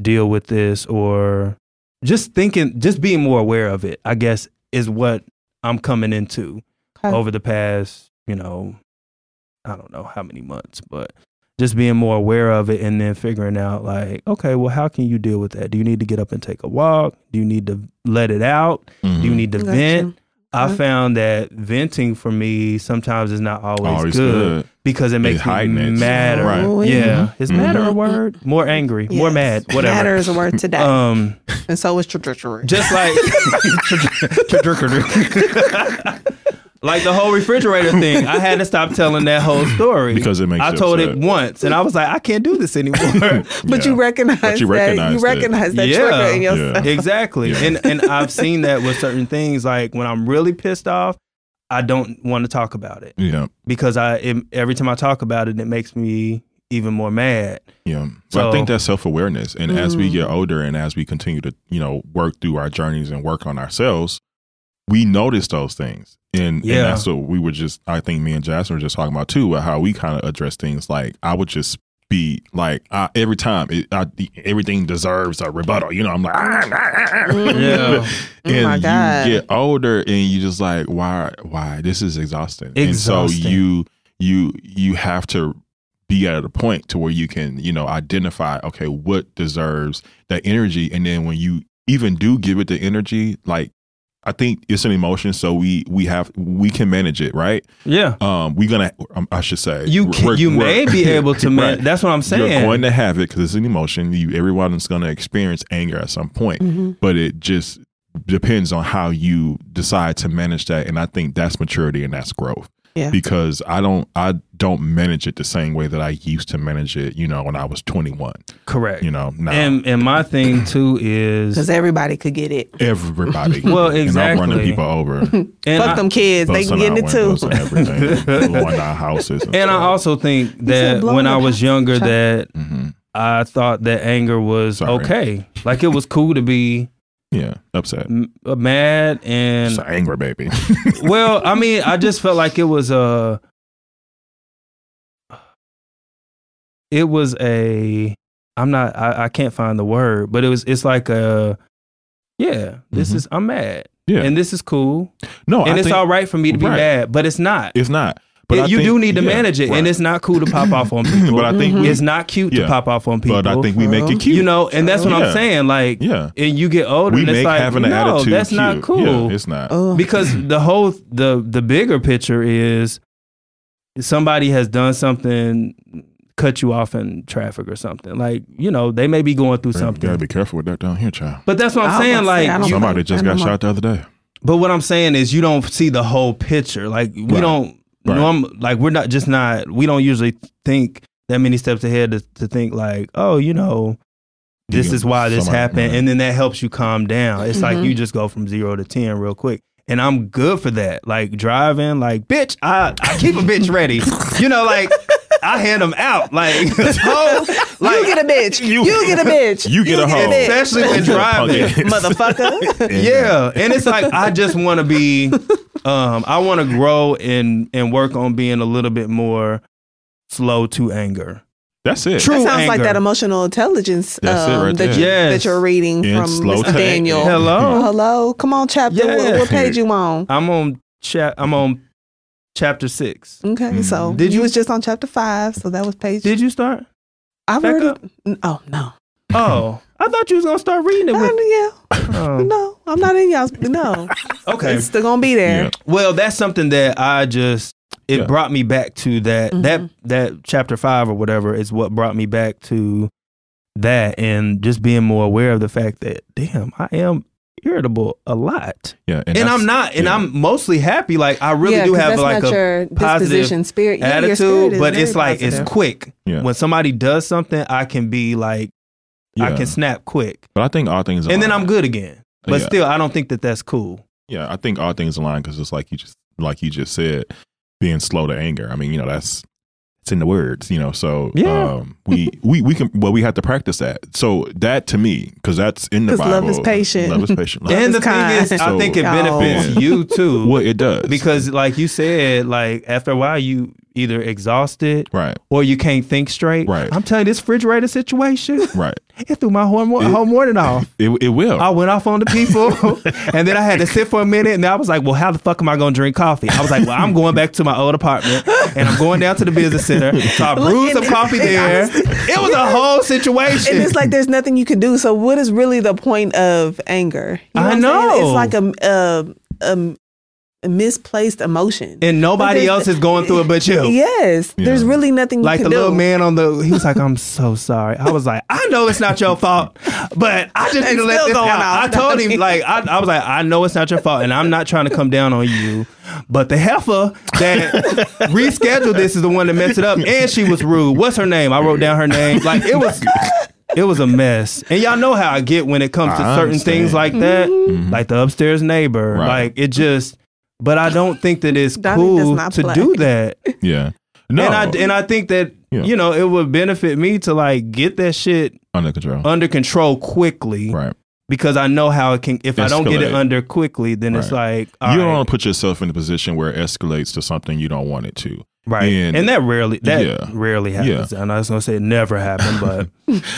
Speaker 5: deal with this or just thinking, just being more aware of it, I guess, is what I'm coming into
Speaker 4: Okay.
Speaker 5: over the past, you know, I don't know how many months, but just being more aware of it and then figuring out like, okay, well, how can you deal with that? Do you need to get up and take a walk? Do you need to let it out?
Speaker 3: Mhm.
Speaker 5: Do you need to
Speaker 4: Gotcha.
Speaker 5: vent? I
Speaker 4: Okay.
Speaker 5: found that venting for me sometimes is not always,
Speaker 3: Mm-hmm. Always
Speaker 5: good,
Speaker 3: good.
Speaker 5: because it makes me
Speaker 3: heightens.
Speaker 5: madder.
Speaker 3: Right.
Speaker 4: Oh, yeah.
Speaker 5: Yeah. Is
Speaker 3: Mhm.
Speaker 5: madder a word? More angry, more
Speaker 4: Yes.
Speaker 5: mad, whatever.
Speaker 4: Matter is a word today.
Speaker 5: Um
Speaker 4: and so is trajectory.
Speaker 5: just like Like the whole refrigerator thing, I had to stop telling that whole story
Speaker 3: Because it makes
Speaker 5: I
Speaker 3: you
Speaker 5: told it
Speaker 3: upset.
Speaker 5: once, and I was like, I can't do this anymore.
Speaker 4: But
Speaker 3: Yeah.
Speaker 4: you recognize
Speaker 3: But you
Speaker 4: that
Speaker 3: recognized
Speaker 4: you
Speaker 3: it.
Speaker 4: recognize that
Speaker 5: Yeah.
Speaker 4: trigger in yourself.
Speaker 3: Yeah.
Speaker 5: exactly, and and I've seen that with certain things. Like when I'm really pissed off, I don't want to talk about it
Speaker 3: Yeah.
Speaker 5: because I it, every time I talk about it, it makes me even more mad.
Speaker 3: Yeah. So, I think
Speaker 5: So- Mm.
Speaker 3: that's self awareness. And as we get older and as we continue to, you know, work through our journeys and work on ourselves, we notice those things. And,
Speaker 5: Yeah.
Speaker 3: and that's what we were just, I think me and Jasmine were just talking about too, about how we kind of address things. Like I would just be like, I, every time it, I, everything deserves a rebuttal, you know, I'm like, "Ah, ah, ah, ah."
Speaker 5: Yeah.
Speaker 3: and
Speaker 4: Oh my God.
Speaker 3: you get older and you just like why why this is exhausting. and so
Speaker 5: Exhausting.
Speaker 3: you you you have to be at a point to where you can you know identify okay what deserves that energy and then when you even do give it the energy like i think it's an emotion so we we have we can manage it right
Speaker 5: Yeah,
Speaker 3: um we're gonna um, i should say
Speaker 5: you
Speaker 3: we're-
Speaker 5: can, you
Speaker 3: we're-
Speaker 5: may be able to. Man-
Speaker 3: Right.
Speaker 5: That's what I'm saying.
Speaker 3: You're going to have it because it's an emotion. You, everyone's going to experience anger at some point,
Speaker 4: Mm-hmm.
Speaker 3: but it just depends on how you decide to manage that. And I think that's maturity and that's growth.
Speaker 4: Yeah.
Speaker 3: Because I don't, I don't manage it the same way that I used to manage it. You know, when I was 21.
Speaker 5: Correct.
Speaker 3: You know, now
Speaker 5: and and my thing too is
Speaker 4: Because everybody could get it.
Speaker 3: everybody.
Speaker 5: Well,
Speaker 3: And I'm running
Speaker 5: exactly.
Speaker 3: people over,
Speaker 5: and
Speaker 4: Fuck
Speaker 5: I,
Speaker 4: them kids. They
Speaker 3: busting
Speaker 4: can get
Speaker 3: out
Speaker 4: it too.
Speaker 3: windows and everything, blowing out houses. And,
Speaker 5: and I
Speaker 3: stuff.
Speaker 5: also think
Speaker 4: said
Speaker 5: that
Speaker 4: blow
Speaker 5: when
Speaker 4: it
Speaker 5: I
Speaker 4: up.
Speaker 5: was younger, that
Speaker 3: Mhm.
Speaker 5: I thought that anger was
Speaker 3: Sorry.
Speaker 5: okay. Like it was cool to be
Speaker 3: yeah, upset.
Speaker 5: m- uh, mad and
Speaker 3: Just an angry baby.
Speaker 5: well, I mean, I just felt like it was a it was a I'm not I, I can't find the word, but it was it's like a yeah, this
Speaker 3: Mhm.
Speaker 5: is I'm mad.
Speaker 3: Yeah.
Speaker 5: And this is cool.
Speaker 3: no,
Speaker 5: and
Speaker 3: I
Speaker 5: it's
Speaker 3: think
Speaker 5: all right for me to be
Speaker 3: Right.
Speaker 5: mad, but it's not.
Speaker 3: It's not.
Speaker 5: But
Speaker 3: I
Speaker 5: you
Speaker 3: think-
Speaker 5: do need to
Speaker 3: yeah,
Speaker 5: manage it,
Speaker 3: right.
Speaker 5: and it's not cool to pop off on people.
Speaker 3: But I think we-
Speaker 5: it's not cute
Speaker 3: Yeah.
Speaker 5: to pop off on people.
Speaker 3: But I think we make it cute.
Speaker 5: you know, and that's what
Speaker 3: Yeah.
Speaker 5: I'm saying. Like,
Speaker 3: Yeah.
Speaker 5: and you get older,
Speaker 3: we
Speaker 5: and
Speaker 3: make
Speaker 5: it's like,
Speaker 3: having an
Speaker 5: no,
Speaker 3: attitude.
Speaker 5: that's not
Speaker 3: cute.
Speaker 5: cool.
Speaker 3: Yeah, it's not.
Speaker 4: Oh,
Speaker 5: because the whole the the bigger picture is somebody has done something, cut you off in traffic or something. Like, you know, they may be going through
Speaker 3: You gotta
Speaker 5: something.
Speaker 3: be careful with that down here, child.
Speaker 5: But that's what
Speaker 4: I
Speaker 5: I'm
Speaker 4: was
Speaker 5: saying.
Speaker 4: gonna say, I
Speaker 5: Like,
Speaker 4: don't
Speaker 5: you,
Speaker 3: Somebody just got
Speaker 4: Animal.
Speaker 3: shot the other day.
Speaker 5: but what I'm saying is you don't see the whole picture. Like we
Speaker 3: Right.
Speaker 5: don't
Speaker 3: Right.
Speaker 5: norm like we're not just not we don't usually think that many steps ahead to, to think like, oh, you know, this
Speaker 3: Yeah,
Speaker 5: is why this
Speaker 3: somebody-
Speaker 5: happened.
Speaker 3: right.
Speaker 5: And then that helps you calm down. It's
Speaker 4: Mm-hmm.
Speaker 5: like you just go from zero to ten real quick. And I'm good for that. Like driving, like, bitch, I, I keep a bitch ready. You know, like I hand them out. Like, so, like
Speaker 4: you get a bitch. You, get a bitch.
Speaker 3: You get a hoe.
Speaker 4: bitch.
Speaker 5: especially when driving.
Speaker 4: Motherfucker.
Speaker 5: yeah and it's like i just want to be um i want to grow and and work on being a little bit more slow to anger
Speaker 3: That's it.
Speaker 5: True.
Speaker 4: that sounds like
Speaker 5: anger.
Speaker 4: that emotional intelligence um,
Speaker 3: That's it right
Speaker 4: that,
Speaker 3: there.
Speaker 4: you,
Speaker 5: Yes.
Speaker 4: that you're reading
Speaker 3: And
Speaker 4: from
Speaker 3: slow to-
Speaker 4: Mr. Daniel.
Speaker 5: Hello?
Speaker 4: Oh, hello. Come on, chapter. What,
Speaker 5: Yeah.
Speaker 4: what page you on?
Speaker 5: i'm on chap i'm on chapter six
Speaker 4: Okay, so
Speaker 5: Did
Speaker 4: did you,
Speaker 5: you-
Speaker 4: was just on chapter five, so that was page.
Speaker 5: did you start
Speaker 4: I've
Speaker 5: back
Speaker 4: read
Speaker 5: up?
Speaker 4: it. n- Oh no,
Speaker 5: oh i thought you was gonna start reading it
Speaker 4: I,
Speaker 5: with
Speaker 4: yeah,
Speaker 5: oh,
Speaker 4: no, I'm not in y'all's. No,
Speaker 5: okay
Speaker 4: it's still gonna be there.
Speaker 3: Yeah.
Speaker 5: well that's something that i just it
Speaker 3: Yeah.
Speaker 5: brought me back to that that
Speaker 4: Mm-hmm.
Speaker 5: that chapter five or whatever is what brought me back to that and just being more aware of the fact that damn i am irritable a lot
Speaker 3: Yeah,
Speaker 5: and
Speaker 3: that's-
Speaker 5: I'm not, and
Speaker 3: yeah.
Speaker 5: I'm mostly happy. Like I really
Speaker 4: Yeah,
Speaker 5: do
Speaker 4: 'cause
Speaker 5: have
Speaker 4: that's
Speaker 5: like
Speaker 4: not
Speaker 5: a
Speaker 4: your
Speaker 5: positive
Speaker 4: disposition, spirit. Yeah, your spirit
Speaker 5: attitude,
Speaker 4: is
Speaker 5: but it's
Speaker 4: very
Speaker 5: like
Speaker 4: positive.
Speaker 5: it's quick.
Speaker 3: Yeah.
Speaker 5: When somebody does something, I can be like, I
Speaker 3: Yeah.
Speaker 5: can snap quick,
Speaker 3: But I think all things.
Speaker 5: and then
Speaker 3: align.
Speaker 5: I'm good again. But
Speaker 3: Yeah.
Speaker 5: still, I don't think that that's cool.
Speaker 3: Yeah, I think all things align because it's like you just like you just said, being slow to anger. I mean, you know, that's it's in the words, you know. So
Speaker 5: Yeah.
Speaker 3: um, we we we can well we have to practice that. So that to me, because that's in the
Speaker 4: 'Cause
Speaker 3: Bible.
Speaker 4: love is patient.
Speaker 3: Love is patient. Love
Speaker 5: and the
Speaker 4: is kind.
Speaker 5: thing is, I
Speaker 3: So-
Speaker 5: think it
Speaker 4: Y'all.
Speaker 5: benefits you too,
Speaker 3: well, it does
Speaker 5: because like you said, like after a while, you either exhausted
Speaker 3: right,
Speaker 5: or you can't think straight.
Speaker 3: Right.
Speaker 5: I'm telling you, this refrigerator situation,
Speaker 3: right.
Speaker 5: it threw my whole, mor- whole morning off.
Speaker 3: It it will.
Speaker 5: I went off on the people, and then I had to sit for a minute, and I was like, "Well, how the fuck am I going to drink coffee?" I was like, "Well, I'm going back to my old apartment, and I'm going down to the business center, so I brewed some
Speaker 4: and-
Speaker 5: coffee
Speaker 4: and
Speaker 5: there."
Speaker 4: honestly-
Speaker 5: It was a whole
Speaker 4: and
Speaker 5: situation.
Speaker 4: it's like there's nothing you can do. So what is really the point of anger? You
Speaker 5: I
Speaker 4: what I'm saying?
Speaker 5: know.
Speaker 4: it's like a um um misplaced emotion.
Speaker 5: and nobody
Speaker 4: But
Speaker 5: else
Speaker 4: there's-
Speaker 5: is going through it but you.
Speaker 4: Yes, there's
Speaker 3: Yeah.
Speaker 4: really nothing you
Speaker 5: Like
Speaker 4: can
Speaker 5: the
Speaker 4: do.
Speaker 5: little man on the, he was like, "I'm so sorry." I was like, "I know it's not your fault, but I just need
Speaker 4: It's
Speaker 5: to let
Speaker 4: still
Speaker 5: this
Speaker 4: going
Speaker 5: out."
Speaker 4: on.
Speaker 5: I told him, like, I, I was like, "I know it's not your fault, and I'm not trying to come down on you, but the heifer that rescheduled this is the one that messed it up, and she was rude. What's her name? I wrote down her name. Like it was, it was a mess. And y'all know how I get when it comes to
Speaker 3: I
Speaker 5: certain
Speaker 3: understand.
Speaker 5: things like that,
Speaker 4: Mm-hmm.
Speaker 5: like the upstairs neighbor.
Speaker 3: Right.
Speaker 5: Like it just, but I don't think that it's
Speaker 4: Donnie does
Speaker 5: cool
Speaker 4: not
Speaker 5: to
Speaker 4: play.
Speaker 5: do that.
Speaker 3: Yeah. No.
Speaker 5: And I and I think that
Speaker 3: Yeah.
Speaker 5: you know it would benefit me to like get that shit
Speaker 3: under control.
Speaker 5: under control quickly
Speaker 3: right.
Speaker 5: because I know how it can. If I don't get it
Speaker 3: Escalate.
Speaker 5: under quickly, then it's like all
Speaker 3: you
Speaker 5: right,
Speaker 3: don't want to put yourself in a position where it escalates to something you don't want it to.
Speaker 5: right,
Speaker 3: and-
Speaker 5: and, that rarely that
Speaker 3: Yeah.
Speaker 5: rarely happens. And I was gonna say it never happened, but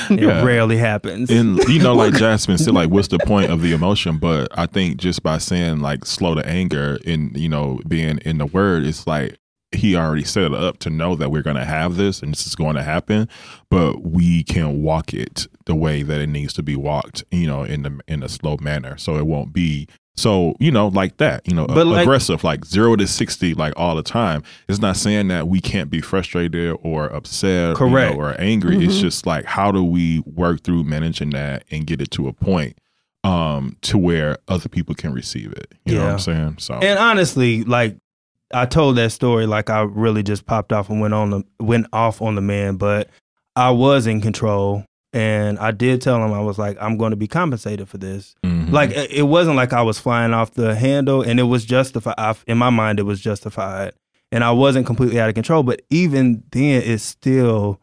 Speaker 5: it
Speaker 3: Yeah.
Speaker 5: rarely happens.
Speaker 3: And you know, like Jasmine said, like what's the point of the emotion? But I think just by saying like slow to anger and you know being in the word, it's like he already set it up to know that we're going to have this and this is going to happen, but we can walk it the way that it needs to be walked. You know, in the in a slow manner, so it won't be. So you know, like that, you know,
Speaker 5: But, like-
Speaker 3: aggressive, like zero to sixty, like all the time. It's not saying that we can't be frustrated or upset, you know,
Speaker 5: Correct. Mm-hmm.
Speaker 3: or angry. It's just like how do we work through managing that and get it to a point um to where other people can receive it. You know what
Speaker 5: Yeah.
Speaker 3: I'm saying? So
Speaker 5: And honestly, like I told that story, like I really just popped off and went on the went off on the man, but I was in control, and I did tell him I was like, I'm going to be compensated for this.
Speaker 3: mhm.
Speaker 5: Mm-hmm. Like it it wasn't like I was flying off the handle, and it was justified. I, in my mind, it was justified, and I wasn't completely out of control. But even then, it still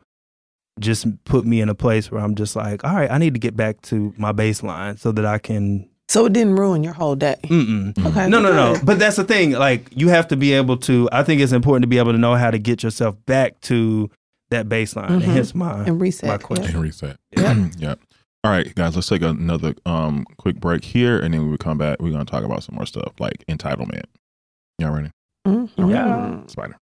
Speaker 5: just put me in a place where I'm just like, all right, I need to get back to my baseline so that I can.
Speaker 4: So it didn't ruin your whole day.
Speaker 5: Mm-mm.
Speaker 3: Mm-hmm.
Speaker 4: Okay.
Speaker 5: No, no, no.
Speaker 4: good.
Speaker 5: But that's the thing. Like, you have to be able to. I think it's important to be able to know how to get yourself back to that baseline. And
Speaker 4: Mhm.
Speaker 5: hence my.
Speaker 4: And reset.
Speaker 5: My
Speaker 4: yeah.
Speaker 5: question.
Speaker 3: and reset.
Speaker 5: Yeah.
Speaker 3: yeah. All right, guys, let's take another um quick break here and then when we come back, we're gonna talk about some more stuff like entitlement. Y'all ready?
Speaker 4: Mhm.
Speaker 5: Yeah.
Speaker 3: Spider.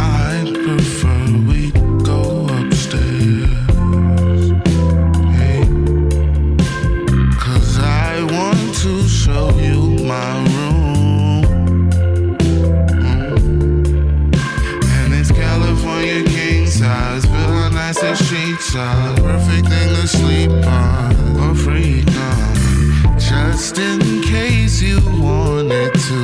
Speaker 6: I'd prefer we go upstairs. Hey. 'Cause I want to show you my room. Mm. And it's California king size. Feel nice and sheets are perfect thing to sleep on or freak on. Just in case you wanted to.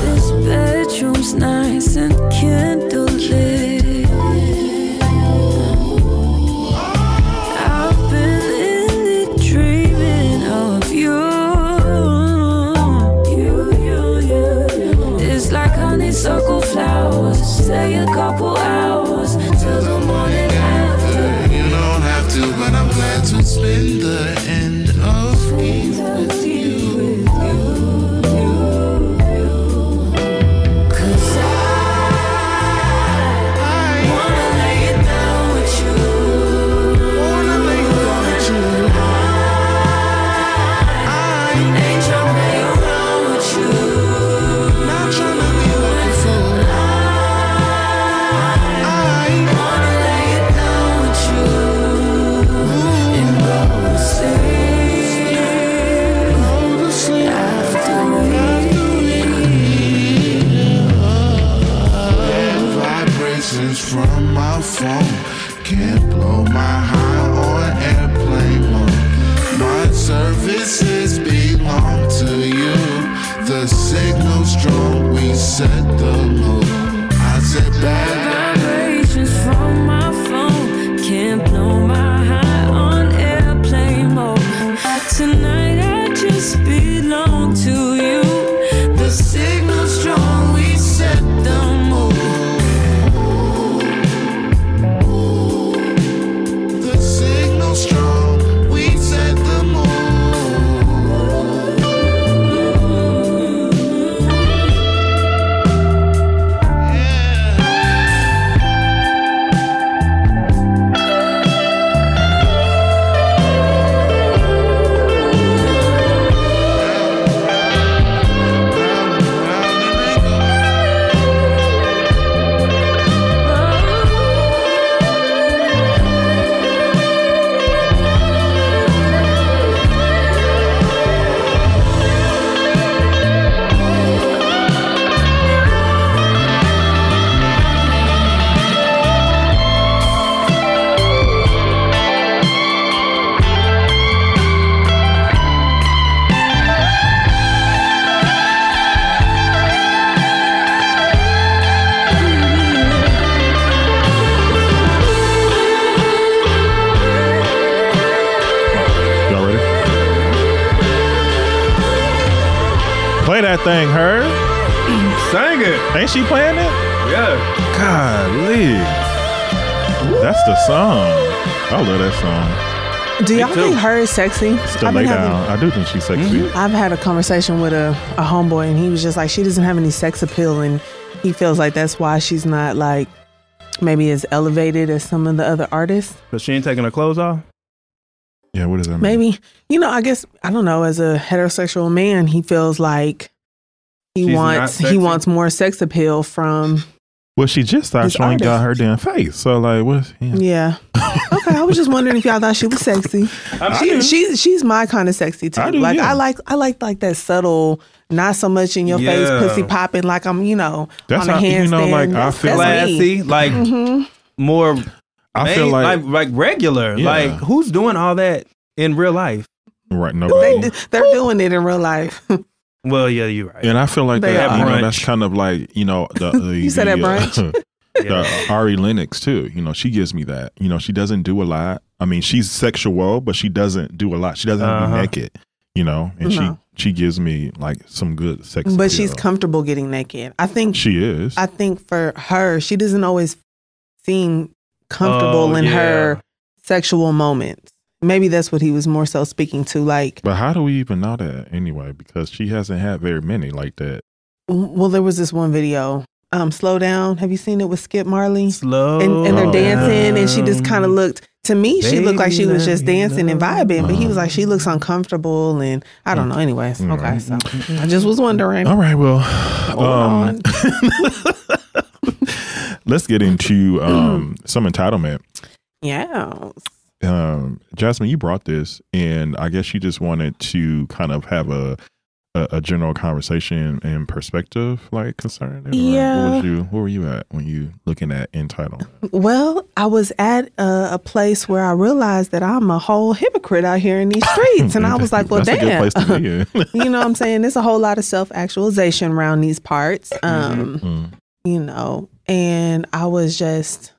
Speaker 2: This bedroom's nice and candlelit. I've been in it dreaming of you. You, you, you. It's like honeysuckle flowers. Stay a couple hours till the morning after.
Speaker 6: You don't have to, but I'm glad to spend the end of me with you.
Speaker 2: Cause I wanna lay it down with you. Wanna lay it down with you. I ain't tryna play around with you. Not tryna be like fool. I wanna lay it down with you and go to sleep. Go to sleep after we.
Speaker 6: Vibrations from my phone can't blow my high on airplane mode. My services belong to you. The signal strong, we set the mood. I said bad.
Speaker 2: vibrations from my phone. Can't blow my high on airplane mode.
Speaker 3: Play that thing, her.
Speaker 5: Sang it.
Speaker 3: Ain't she playing it?
Speaker 5: Yeah.
Speaker 3: Golly. That's the song. I love that song.
Speaker 4: Do y'all
Speaker 5: too.
Speaker 4: think her is sexy?
Speaker 3: Still
Speaker 4: I've
Speaker 3: lay
Speaker 4: been
Speaker 3: down.
Speaker 4: having- Mm-hmm.
Speaker 3: I do think she's sexy.
Speaker 4: I've had a conversation with a, a homeboy, and he was just like, she doesn't have any sex appeal, and he feels like that's why she's not like maybe as elevated as some of the other artists.
Speaker 5: But she ain't taking her clothes off.
Speaker 3: Yeah, what does that mean?
Speaker 4: Maybe you know, I guess I don't know. As a heterosexual man, he feels like he
Speaker 5: She's not
Speaker 4: wants
Speaker 5: sexy?
Speaker 4: he wants more sex appeal from
Speaker 3: Well, she just started
Speaker 4: This
Speaker 3: showing y'all
Speaker 4: artist.
Speaker 3: her damn face. So, like, what? Yeah.
Speaker 4: yeah. okay, I was just wondering if y'all thought she was sexy.
Speaker 5: I
Speaker 4: She,
Speaker 5: do.
Speaker 4: she's she's my kind of sexy too.
Speaker 3: I do,
Speaker 4: like
Speaker 3: yeah.
Speaker 4: I like I like like that subtle, not so much in your face,
Speaker 5: Yeah.
Speaker 4: pussy popping. Like I'm, you know,
Speaker 3: That's
Speaker 4: on a
Speaker 3: how-
Speaker 4: handstand.
Speaker 3: you know, like, I
Speaker 4: That's-
Speaker 3: feel
Speaker 4: that's me. Mm-hmm.
Speaker 5: classy, like more
Speaker 3: I
Speaker 5: main-
Speaker 3: feel like,
Speaker 5: like regular.
Speaker 3: Yeah.
Speaker 5: Like who's doing all that in real life?
Speaker 3: right,
Speaker 4: They,
Speaker 3: nobody.
Speaker 4: do- they're doing it in real life.
Speaker 5: Well, yeah, you're right.
Speaker 3: And I feel like
Speaker 4: They
Speaker 3: that,
Speaker 5: are.
Speaker 3: you know,
Speaker 5: Brunch.
Speaker 3: that's kind of like, you know, the, the
Speaker 4: You said
Speaker 3: the,
Speaker 4: at brunch?
Speaker 3: uh, the Ari Lennox too. You know, she gives me that. You know, she doesn't do a lot. I mean, she's sexual, but she doesn't do a lot. She doesn't have to be
Speaker 5: Uh-huh.
Speaker 3: naked. You know, and
Speaker 4: No.
Speaker 3: she she gives me like some good sex.
Speaker 4: but she's
Speaker 3: coming.
Speaker 4: comfortable getting naked. I think
Speaker 3: She is.
Speaker 4: I think for her, she doesn't always seem comfortable
Speaker 5: Oh,
Speaker 4: in
Speaker 5: yeah.
Speaker 4: her sexual moments. Maybe that's what he was more so speaking to. Like,
Speaker 3: but how do we even know that anyway? Because she hasn't had very many like that.
Speaker 4: well, there was this one video. Um, slow down. Have you seen it with Skip Marley?
Speaker 5: slow.
Speaker 4: and, and they're
Speaker 3: Oh.
Speaker 4: dancing and she just kind of looked to me she looked like she
Speaker 5: Baby,
Speaker 4: was just
Speaker 5: let me
Speaker 4: dancing and
Speaker 5: love
Speaker 4: vibing but he
Speaker 3: you.
Speaker 4: was like she looks uncomfortable and i don't know anyways
Speaker 3: Mm.
Speaker 4: okay so i just was wondering
Speaker 5: Oh,
Speaker 3: All right, well, um,
Speaker 4: on.
Speaker 3: let's get into um, some entitlement.
Speaker 4: yeah
Speaker 3: um, Jasmine, you brought this, and I guess you just wanted to kind of have a a, a general conversation and perspective, like concerning it. or What
Speaker 4: Yeah.
Speaker 3: was you? Where were you at when you looking at entitlement?
Speaker 4: well i was at a, a place where i realized that i'm a whole hypocrite out here in these streets and i was like well
Speaker 3: That's
Speaker 4: damn
Speaker 3: a good place to be in.
Speaker 4: you know what i'm saying there's a whole lot of self-actualization around these parts um
Speaker 3: Mm.
Speaker 4: you know, and I was just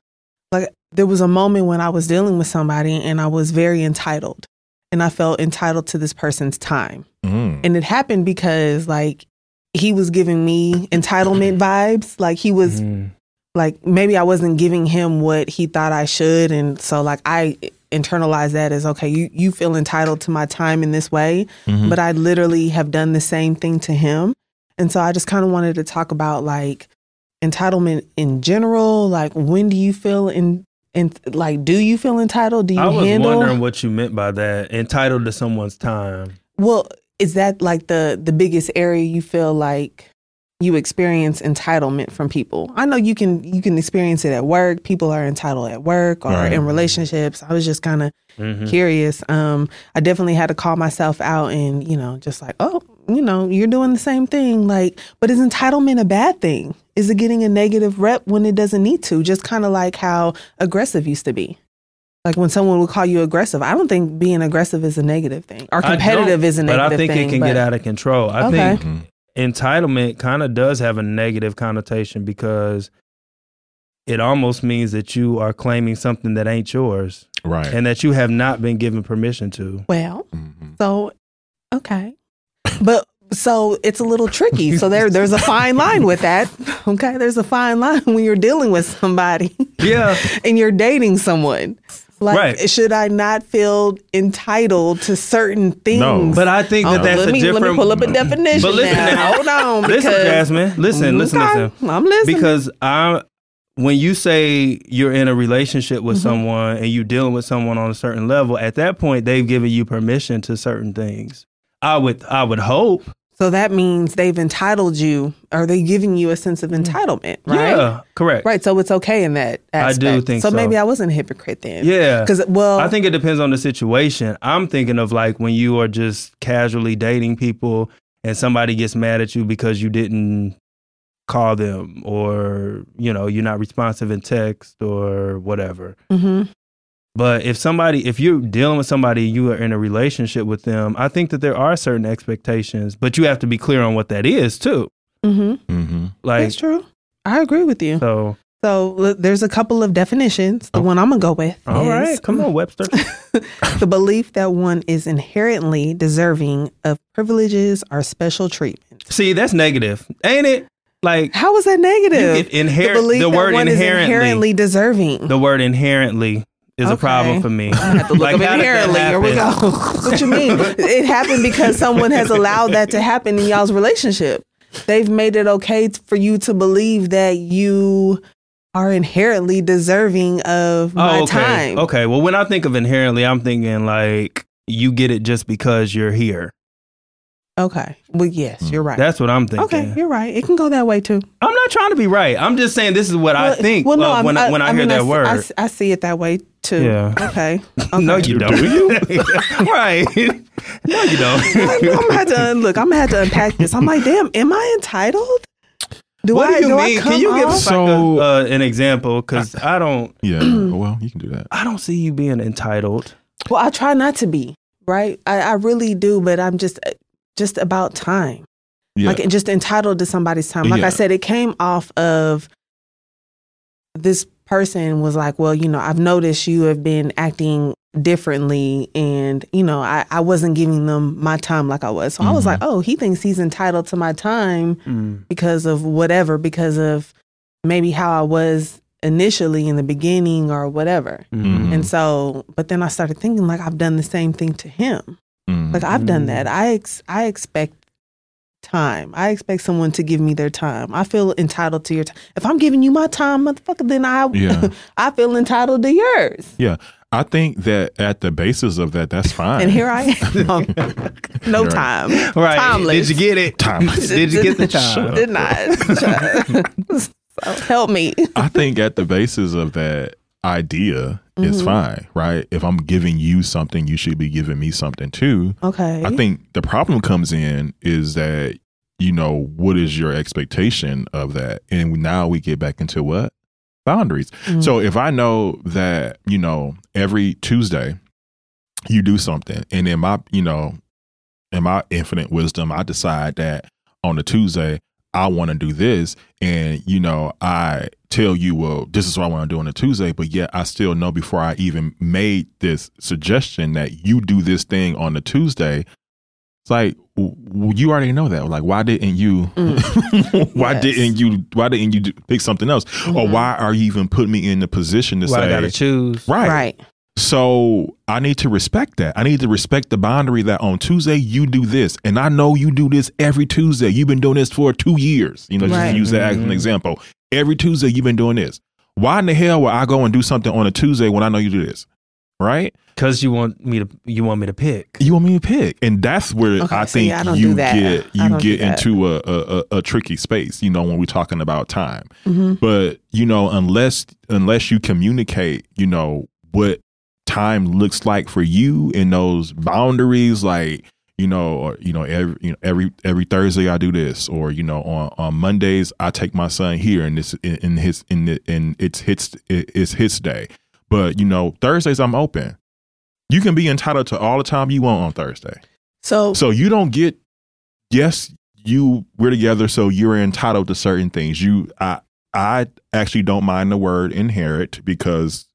Speaker 4: like, there was a moment when I was dealing with somebody and I was very entitled and I felt entitled to this person's time.
Speaker 3: Mm.
Speaker 4: And it happened because, like, he was giving me entitlement vibes. Like, he was,
Speaker 3: Mm-hmm.
Speaker 4: like, maybe I wasn't giving him what he thought I should. And so, like, I internalized that as, okay, you, you feel entitled to my time in this way
Speaker 5: Mm-hmm.
Speaker 3: Mhm.
Speaker 4: but I literally have done the same thing to him. And so I just kind of wanted to talk about like entitlement in general. Like, when do you feel in, in like, do you feel entitled? Do you
Speaker 5: I was
Speaker 4: handle?
Speaker 5: wondering what you meant by that. Entitled to someone's time.
Speaker 4: well, is that like the the biggest area you feel like you experience entitlement from people? I know you can you can experience it at work. People are entitled at work or
Speaker 3: Right.
Speaker 4: in relationships. I was just kind of
Speaker 5: Mhm.
Speaker 4: curious. Um, I definitely had to call myself out and, you know, just like, oh, you know, you're doing the same thing. Like, but is entitlement a bad thing? Is it getting a negative rep when it doesn't need to? Just kind of like how aggressive used to be. Like when someone would call you aggressive, I don't think being aggressive is a negative thing or
Speaker 5: I don't,
Speaker 4: competitive is a
Speaker 5: But
Speaker 4: negative
Speaker 5: I think
Speaker 4: thing.
Speaker 5: it can get out of control. I
Speaker 4: Okay.
Speaker 5: think
Speaker 3: Mhm.
Speaker 5: entitlement kind of does have a negative connotation because it almost means that you are claiming something that ain't yours
Speaker 3: Right.
Speaker 5: and that you have not been given permission to.
Speaker 4: Well,
Speaker 3: Mhm.
Speaker 4: so, okay. But so it's a little tricky. So there, there's a fine line with that. Okay. There's a fine line when you're dealing with somebody.
Speaker 5: Yeah.
Speaker 4: and you're dating someone. Like,
Speaker 5: Right.
Speaker 4: should I not feel entitled to certain things?
Speaker 5: But I think that
Speaker 4: Oh,
Speaker 5: that's
Speaker 4: let
Speaker 5: a
Speaker 4: me,
Speaker 5: different
Speaker 4: Let me pull up a definition.
Speaker 5: But listen
Speaker 4: now.
Speaker 5: now.
Speaker 4: Hold on. Because,
Speaker 5: Listen, Jasmine. Listen, listen,
Speaker 4: Okay,
Speaker 5: listen.
Speaker 4: I'm listening.
Speaker 5: Because I when you say you're in a relationship with
Speaker 4: Mm-hmm.
Speaker 5: someone and you dealing with someone on a certain level, at that point they've given you permission to certain things. I would I would hope.
Speaker 4: so that means they've entitled you, or they giving you a sense of entitlement, right?
Speaker 5: Mm. Yeah, correct.
Speaker 4: Right. So it's okay in that
Speaker 5: I
Speaker 4: aspect.
Speaker 5: do think so.
Speaker 4: maybe I wasn't a hypocrite then.
Speaker 5: Yeah.
Speaker 4: Because well,
Speaker 5: I think it depends on the situation. I'm thinking of like when you are just casually dating people and somebody gets mad at you because you didn't call them or, you know, you're not responsive in text or whatever.
Speaker 4: Mhm.
Speaker 5: But if somebody, if you're dealing with somebody, you are in a relationship with them, I think that there are certain expectations, but you have to be clear on what that is too.
Speaker 4: Mhm.
Speaker 3: Mhm.
Speaker 5: Like,
Speaker 4: that's true. I agree with you.
Speaker 5: so Oh.
Speaker 4: So l- there's a couple of definitions. The one I'm gonna go with.
Speaker 5: All
Speaker 4: is
Speaker 5: right, come on, Webster.
Speaker 4: The belief that one is inherently deserving of privileges or special treatment.
Speaker 5: See, that's negative, ain't it? Like
Speaker 4: How is that negative?
Speaker 5: You get inher-
Speaker 4: the belief
Speaker 5: the
Speaker 4: that
Speaker 5: word
Speaker 4: one
Speaker 5: inherently.
Speaker 4: is inherently deserving.
Speaker 5: the word inherently is a
Speaker 4: Okay.
Speaker 5: problem for me.
Speaker 4: Look up
Speaker 5: how did that
Speaker 4: inherently. Here we go.
Speaker 5: happen?
Speaker 4: what you mean? It happened because someone has allowed that to happen in y'all's relationship. They've made it okay t- for you to believe that you are inherently deserving of my
Speaker 5: Oh, okay.
Speaker 4: time.
Speaker 5: Okay. Well, when I think of inherently, I'm thinking like you get it just because you're here.
Speaker 4: Okay. Well, yes, you're right.
Speaker 5: Mm. That's what I'm thinking.
Speaker 4: okay, you're right. It can go that way too.
Speaker 5: I'm not trying to be right. I'm just saying this is what I
Speaker 4: Well-
Speaker 5: think
Speaker 4: well, no,
Speaker 5: of
Speaker 4: I'm-
Speaker 5: when I, when I, hear
Speaker 4: mean,
Speaker 5: that
Speaker 4: see-
Speaker 5: word.
Speaker 4: I, s- I see it that way too.
Speaker 5: Yeah.
Speaker 4: Okay.
Speaker 5: No,
Speaker 4: Okay.
Speaker 5: you don't. you? right. No, you don't.
Speaker 4: I'm gonna have to look. I'm gonna have to unpack this. I'm like, damn, am I entitled? Do
Speaker 5: what
Speaker 4: I
Speaker 5: do you
Speaker 4: I
Speaker 5: mean?
Speaker 4: come
Speaker 5: Can you give
Speaker 4: off-
Speaker 5: us like
Speaker 3: So-
Speaker 5: a, uh, an example? Because I don't,
Speaker 3: Yeah. well, you can do that.
Speaker 5: I don't see you being entitled.
Speaker 4: Well, I try not to be right. I, I really do, but I'm just just about time.
Speaker 3: Yeah.
Speaker 4: Like just entitled to somebody's time. Like
Speaker 3: Yeah.
Speaker 4: I said, it came off of this person was like, well, you know, I've noticed you have been acting differently, and you know, I I wasn't giving them my time like I was. So I was
Speaker 3: Mhm.
Speaker 4: like, oh, he thinks he's entitled to my time because of whatever, because of maybe how I was initially in the beginning or whatever.
Speaker 3: Mhm.
Speaker 4: And so, but then I started thinking like I've done the same thing to him.
Speaker 3: Mhm.
Speaker 4: Like I've done
Speaker 5: Mm.
Speaker 4: that. I ex- I expect time. I expect someone to give me their time. I feel entitled to your time. If I'm giving you my time, motherfucker, then I
Speaker 3: Yeah.
Speaker 4: I feel entitled to yours.
Speaker 3: yeah. I think that at the basis of that, that's fine.
Speaker 4: And here I am. no
Speaker 3: You're right.
Speaker 4: time.
Speaker 5: Right.
Speaker 4: Timeless.
Speaker 5: Did you get it?
Speaker 3: Timeless.
Speaker 5: Did you get the
Speaker 3: Shut up.
Speaker 5: time?
Speaker 4: Did not. so help me.
Speaker 3: I think at the basis of that idea is fine, right? If I'm giving you something, you should be giving me something too.
Speaker 4: Okay.
Speaker 3: I think the problem comes in is that, you know, what is your expectation of that? And now we get back into what? Boundaries. So if I know that, you know, every Tuesday you do something, and in my, you know, in my infinite wisdom, I decide that on a Tuesday, I want to do this. And, you know, I tell you, well, this is what I want to do on a Tuesday. But yet I still know before I even made this suggestion that you do this thing on a Tuesday. It's like, w- w- you already know that. Like, why didn't you,
Speaker 5: Mm.
Speaker 3: why
Speaker 4: Yes.
Speaker 3: didn't you, why didn't you do- pick something else? Or why are you even putting me in the position to
Speaker 5: Well, Mm-hmm. I gotta
Speaker 3: say,
Speaker 5: choose.
Speaker 3: right.
Speaker 4: right.
Speaker 3: So I need to respect that. I need to respect the boundary that on Tuesday you do this, and I know you do this every Tuesday. You've been doing this for two years. You know, just
Speaker 4: Right.
Speaker 3: to use that as an example. Every Tuesday you've been doing this. Why in the hell would I go and do something on a Tuesday when I know you do this? Right?
Speaker 5: Because you want me to. You want me to pick.
Speaker 3: You want me to pick, and that's where
Speaker 4: Okay,
Speaker 3: I
Speaker 4: see,
Speaker 3: think
Speaker 4: I don't
Speaker 3: you
Speaker 4: do that.
Speaker 3: get
Speaker 4: I
Speaker 3: you
Speaker 4: don't do
Speaker 3: get
Speaker 4: that.
Speaker 3: into a, a a- a tricky space. You know, when we're talking about time
Speaker 4: Mhm.
Speaker 3: but you know unless unless you communicate you know what time looks like for you in those boundaries like you know or you know every you know, every every thursday i do this or you know on on mondays i take my son here and this in, in his in the and it's his it's his day but you know thursdays i'm open you can be entitled to all the time you want on thursday
Speaker 4: So
Speaker 3: so you don't get. Yes, you we're together, so you're entitled to certain things. You, I, I actually don't mind the word inherit because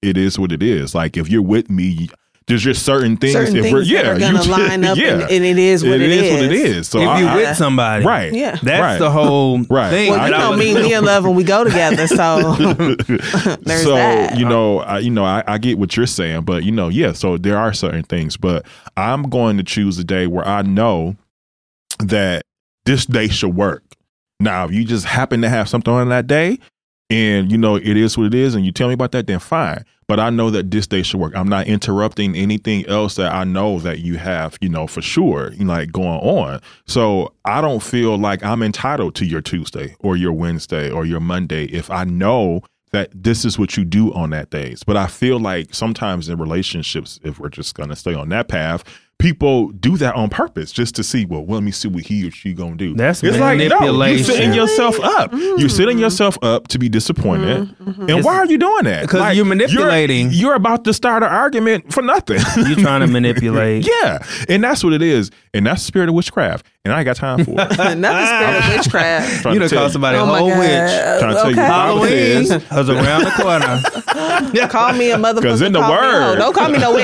Speaker 3: it is what it is. Like if you're with me, there's just certain things.
Speaker 4: certain
Speaker 3: if
Speaker 4: things
Speaker 3: we're,
Speaker 4: that are gonna
Speaker 3: you-
Speaker 4: line up
Speaker 3: yeah,
Speaker 4: and, and it is what
Speaker 3: it is, what it is. So
Speaker 5: if
Speaker 3: I,
Speaker 5: you
Speaker 3: I-
Speaker 5: with somebody,
Speaker 3: right,
Speaker 4: Yeah.
Speaker 5: That's
Speaker 3: Right.
Speaker 5: the whole
Speaker 3: Right.
Speaker 5: thing.
Speaker 4: Well,
Speaker 3: I
Speaker 4: you
Speaker 5: that I
Speaker 4: know
Speaker 5: was-
Speaker 4: me, we in love when we go together. So There's
Speaker 3: so
Speaker 4: that.
Speaker 3: you know, I, you know, I, I get what you're saying, but you know, yeah. So there are certain things, but I'm going to choose a day where I know that this day should work. Now, if you just happen to have something on that day, and you know it is what it is, and you tell me about that, then fine. But I know that this day should work. I'm not interrupting anything else that I know that you have, you know, for sure, you know, like going on. So I don't feel like I'm entitled to your Tuesday or your Wednesday or your Monday if I know that this is what you do on that days. But I feel like sometimes in relationships, if we're just gonna stay on that path, people do that on purpose just to see. Well, let me see what he or she gonna do.
Speaker 5: That's
Speaker 3: it's like no, you're
Speaker 5: manipulation.
Speaker 3: setting yourself
Speaker 5: Mm.
Speaker 3: up. You're setting yourself up to be disappointed. And why are you doing that?
Speaker 5: 'Cause Mm. Mm-hmm. you're manipulating.
Speaker 3: You're, about to start an argument for nothing.
Speaker 5: You're trying to manipulate.
Speaker 3: yeah, and that's what it is, and that's the spirit of witchcraft. And I ain't got time for it.
Speaker 4: Another spirit of witchcraft.
Speaker 3: Trying
Speaker 5: You
Speaker 3: to
Speaker 5: done
Speaker 3: tell
Speaker 5: called somebody a
Speaker 4: Oh my
Speaker 5: whole
Speaker 4: God.
Speaker 5: witch.
Speaker 3: Trying to tell you
Speaker 4: Okay.
Speaker 3: Bible
Speaker 5: Halloween
Speaker 3: says-
Speaker 5: was around the corner.
Speaker 4: Call me a motherfucker.
Speaker 3: 'Cause in the
Speaker 4: call me
Speaker 3: word.
Speaker 4: hoe. Don't call me no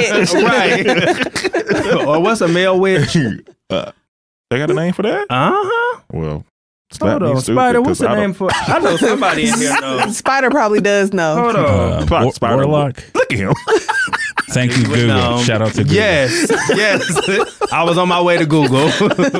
Speaker 4: witch.
Speaker 5: or what's a male witch? Uh
Speaker 3: uh, they got a name for that?
Speaker 5: huh.
Speaker 3: Well,
Speaker 5: Uh,
Speaker 3: slap
Speaker 5: Hold
Speaker 3: me
Speaker 5: on,
Speaker 3: stupid,
Speaker 5: Spider.
Speaker 3: 'cause
Speaker 5: What's
Speaker 3: I
Speaker 5: the
Speaker 3: don't-
Speaker 5: name for? I know somebody in here knows.
Speaker 4: Spider probably does know.
Speaker 5: Hold on.
Speaker 3: Fuck,
Speaker 8: War-
Speaker 3: Spider.
Speaker 8: Warlock.
Speaker 3: Look at him.
Speaker 8: Thank you, Google.
Speaker 5: No.
Speaker 8: Shout out to Google.
Speaker 5: Yes, yes. I was on my way to Google.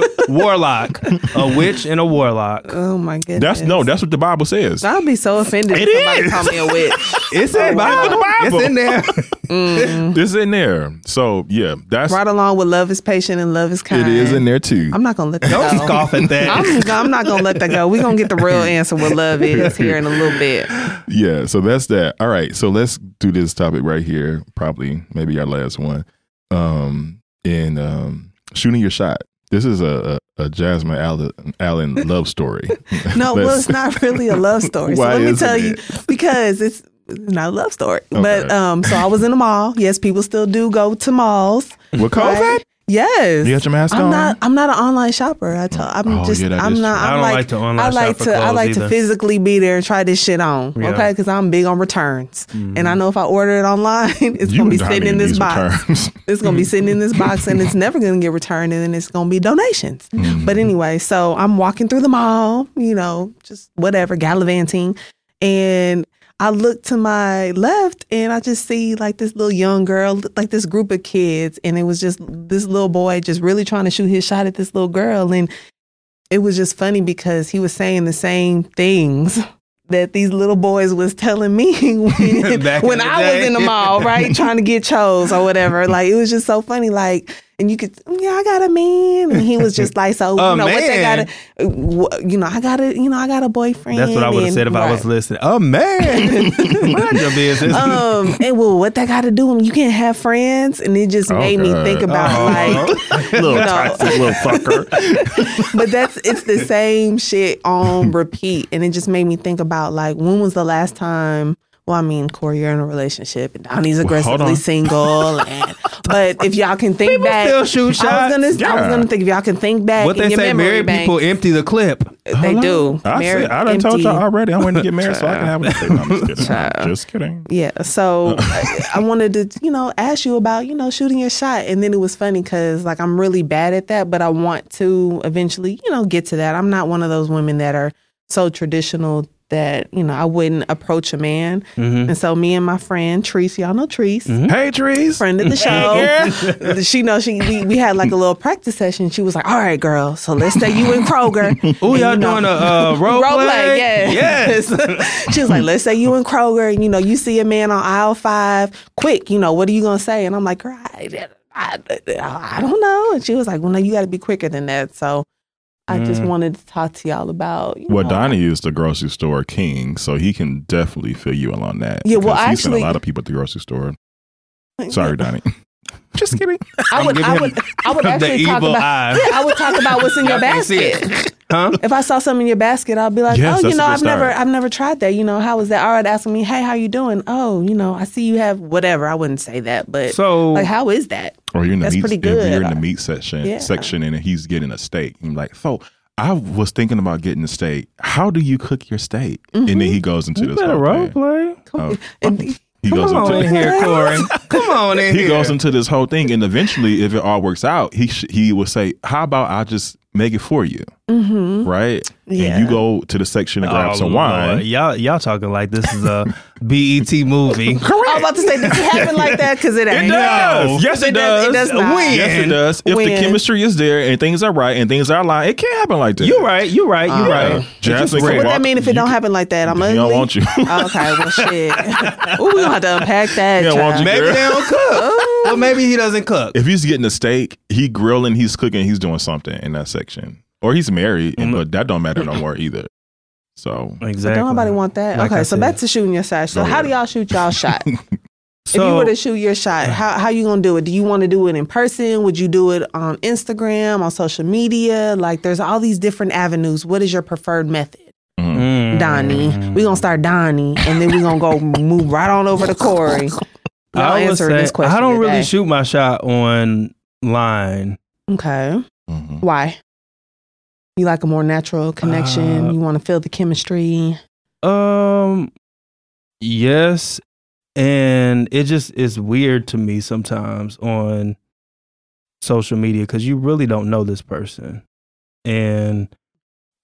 Speaker 5: warlock, a witch, and a warlock.
Speaker 4: Oh my goodness.
Speaker 3: That's no. That's what the Bible says.
Speaker 4: I'll be so offended
Speaker 3: It
Speaker 4: if somebody
Speaker 3: is.
Speaker 4: call me a witch.
Speaker 5: It's in
Speaker 3: Bible. It's in
Speaker 5: there. Mm.
Speaker 3: It's in there. So yeah, that's
Speaker 4: right along with love is patient and love is kind.
Speaker 3: it is in there too.
Speaker 4: I'm not gonna let that
Speaker 5: Don't
Speaker 4: go.
Speaker 5: scoff at that.
Speaker 4: I'm, I'm not gonna let that go. We're gonna get the real answer what love is here in a little bit.
Speaker 3: yeah. So that's that. All right. So let's do this topic right here. Probably maybe our last one. Um, in um, shooting your shot. This is a a, a Jasmine Allen, Allen love story.
Speaker 4: No, well,
Speaker 3: Let's-
Speaker 4: it's not really a love story. so
Speaker 3: Why
Speaker 4: let me
Speaker 3: isn't
Speaker 4: tell you
Speaker 3: it?
Speaker 4: because it's not a love story. But
Speaker 3: Okay.
Speaker 4: um, so I was in a mall. Yes, people still do go to malls.
Speaker 3: What COVID?
Speaker 4: right? Yes.
Speaker 3: You got your mask
Speaker 4: I'm
Speaker 3: on?
Speaker 4: not. I'm not an online shopper. I tell. I'm
Speaker 3: Oh,
Speaker 4: just.
Speaker 3: yeah, that
Speaker 4: I'm
Speaker 3: is
Speaker 4: not.
Speaker 3: true.
Speaker 4: I'm
Speaker 5: I don't like
Speaker 4: like
Speaker 5: to online
Speaker 4: I like
Speaker 5: shop for
Speaker 4: to. I
Speaker 5: clothes
Speaker 4: like
Speaker 5: either.
Speaker 4: to physically be there and try this shit on.
Speaker 5: Yeah.
Speaker 4: Okay, because I'm big on returns,
Speaker 3: Mm.
Speaker 4: and I know if I order it online, it's
Speaker 3: You
Speaker 4: gonna be
Speaker 3: know how
Speaker 4: sitting
Speaker 3: many
Speaker 4: in
Speaker 3: of
Speaker 4: this
Speaker 3: these
Speaker 4: box.
Speaker 3: returns.
Speaker 4: It's gonna be sitting in this box and it's never gonna get returned and then it's gonna be donations.
Speaker 5: Mm-hmm.
Speaker 4: But anyway, so I'm walking through the mall, you know, just whatever, gallivanting. And I look to my left and I just see like this little young girl, like this group of kids. And it was just this little boy just really trying to shoot his shot at this little girl. And it was just funny because he was saying the same things that these little boys was telling me when,
Speaker 5: Back
Speaker 4: when
Speaker 5: in the
Speaker 4: I
Speaker 5: day.
Speaker 4: was in the mall, right? Trying to get chose or whatever. Like it was just so funny. Like, and you could, yeah, I got a man. And he was just like, so,
Speaker 5: A
Speaker 4: you know, what they
Speaker 5: man.
Speaker 4: got to, you know, I got a, you know, I got a boyfriend.
Speaker 5: That's what I would have
Speaker 4: and-
Speaker 5: said if I was
Speaker 4: right.
Speaker 5: listening. Oh man, mind your business.
Speaker 4: Um, and well, what that got to do? You can't have friends. And it just
Speaker 3: Oh,
Speaker 4: made me
Speaker 3: God.
Speaker 4: think about like,
Speaker 3: little
Speaker 4: No.
Speaker 3: toxic little fucker.
Speaker 4: but that's it's the same shit on repeat, and it just made me think about like when was the last time? Well, I mean, Corey, you're in a relationship, and Donnie's
Speaker 3: hold
Speaker 4: aggressively
Speaker 3: on.
Speaker 4: single. And, but if y'all can think back,
Speaker 5: still shoot
Speaker 4: I was gonna, I was
Speaker 3: Yeah.
Speaker 4: gonna think if y'all can think back.
Speaker 5: what
Speaker 4: in
Speaker 5: they
Speaker 4: your
Speaker 5: say,
Speaker 4: memory
Speaker 5: married
Speaker 4: bank,
Speaker 5: people empty the clip.
Speaker 4: they do.
Speaker 3: Uh-huh. I,
Speaker 4: Married-
Speaker 3: said, I done told
Speaker 4: empty.
Speaker 3: y'all already. I wanted to get married so I can have a. No, I'm just kidding.
Speaker 4: Child.
Speaker 3: Just kidding.
Speaker 4: Yeah, so
Speaker 5: Uh.
Speaker 4: uh, I, I wanted to, you know, ask you about, you know, shooting your shot, and then it was funny because like I'm really bad at that, but I want to eventually, you know, get to that. I'm not one of those women that are so traditional that you know I wouldn't approach a man,
Speaker 5: Mm-hmm.
Speaker 4: and so me and my friend Treese, y'all know Treese,
Speaker 3: Hey, trees.
Speaker 4: friend of the show. she know she we, we had like a little practice session. She was like, "All right, girl, so let's say you in Kroger."
Speaker 5: Ooh,
Speaker 4: and,
Speaker 5: y'all
Speaker 4: you know-
Speaker 5: doing a uh, role,
Speaker 4: role play.
Speaker 5: Yeah.
Speaker 4: yes. she was like, let's say you and Kroger, and you know, you see a man on aisle five, quick, you know, what are you gonna say? And I'm like, girl, I, I, I don't know. And she was like, well, no, you got to be quicker than that. So I just wanted to talk to y'all about. You
Speaker 3: Mm. Well,
Speaker 4: know,
Speaker 3: Donnie is the grocery store king, so he can definitely fill you in on that.
Speaker 4: Yeah, well,
Speaker 3: because he's seen
Speaker 4: actually-
Speaker 3: a lot of people at the grocery store. Sorry, Donnie. Just kidding.
Speaker 4: I would, I would, I would actually talk
Speaker 5: evil
Speaker 4: about.
Speaker 5: eye.
Speaker 4: Yeah, I would talk about what's in your
Speaker 5: Y'all can't see it.
Speaker 4: basket.
Speaker 5: Huh?
Speaker 4: If I saw something in your basket, I'll be like,
Speaker 3: Yes,
Speaker 4: "Oh,
Speaker 3: that's
Speaker 4: you
Speaker 3: a
Speaker 4: know,
Speaker 3: good
Speaker 4: I've never,
Speaker 3: start.
Speaker 4: I've never tried that. You know, how is that?" All right, asking me, "Hey, how you doing?" Oh, you know, I see you have whatever. I wouldn't say that, but
Speaker 5: So-
Speaker 4: like, how is that?
Speaker 3: Or you're in the
Speaker 4: That's
Speaker 3: meat.
Speaker 4: pretty
Speaker 3: If you're in the
Speaker 4: good.
Speaker 3: meat section,
Speaker 4: Yeah.
Speaker 3: section, and he's getting a steak, and you're like, so I was thinking about getting a steak. How do you cook your steak? And
Speaker 4: Mm-hmm.
Speaker 3: then he goes into this whole thing.
Speaker 5: play.
Speaker 3: Oh,
Speaker 4: And-
Speaker 3: he
Speaker 5: Come
Speaker 3: goes
Speaker 5: on
Speaker 3: into
Speaker 5: in here, Corey. Come on in
Speaker 3: he
Speaker 5: here.
Speaker 3: goes into this whole thing, and eventually, if it all works out, he sh- he will say, "How about I just make it for you?" Mm-hmm. Right?
Speaker 4: Yeah.
Speaker 3: And you go to the section and grab
Speaker 5: Oh,
Speaker 3: some
Speaker 5: Lord.
Speaker 3: wine.
Speaker 5: Y'all, y'all talking like this is a BET movie.
Speaker 4: I was about to say, does it happen like that? Because it ain't.
Speaker 3: does. Yes, it,
Speaker 4: It does- it does not. When?
Speaker 3: Yes, it does. If the
Speaker 4: When?
Speaker 3: chemistry is there and things are right and things are aligned, it can happen like that.
Speaker 5: You right. You right. You
Speaker 4: Uh,
Speaker 3: Yeah.
Speaker 5: right.
Speaker 3: Jasmine
Speaker 4: So
Speaker 3: can
Speaker 4: what
Speaker 3: walk-
Speaker 4: that mean if it
Speaker 3: you
Speaker 4: don't
Speaker 3: can-
Speaker 4: happen like that? I'm
Speaker 3: He
Speaker 4: ugly.
Speaker 3: don't want you.
Speaker 4: okay, well, shit. Ooh, we gonna have to unpack that.
Speaker 3: He don't want
Speaker 4: child.
Speaker 3: you.
Speaker 5: Maybe
Speaker 3: Girl.
Speaker 5: they don't cook. well, maybe he doesn't cook.
Speaker 3: If he's getting a steak, he grilling, he's cooking, he's doing something in that section, or he's married, and, but that don't matter no more either. So
Speaker 5: Exactly.
Speaker 4: Don't nobody want that.
Speaker 5: Like
Speaker 4: okay,
Speaker 5: I
Speaker 4: so
Speaker 5: said.
Speaker 4: back to shooting your shot. So
Speaker 3: Go
Speaker 4: how
Speaker 3: ahead.
Speaker 4: do y'all shoot y'all shot? if you
Speaker 5: So-
Speaker 4: were to shoot your shot, how how you gonna do it? Do you want to do it in person? Would you do it on Instagram, on social media? Like, there's all these different avenues. What is your preferred method,
Speaker 5: mm.
Speaker 4: Donnie?
Speaker 3: Mm.
Speaker 4: We gonna start Donnie, and then we gonna go move right on over to Corey. Y'all
Speaker 5: I would
Speaker 4: answering
Speaker 5: say
Speaker 4: this question
Speaker 5: I don't
Speaker 4: today.
Speaker 5: really shoot my shot online.
Speaker 4: Okay,
Speaker 3: Mhm.
Speaker 4: why? You like a more natural connection.
Speaker 5: Uh,
Speaker 4: you want to feel the chemistry.
Speaker 5: Um, yes, and it just is weird to me sometimes on social media because you really don't know this person, and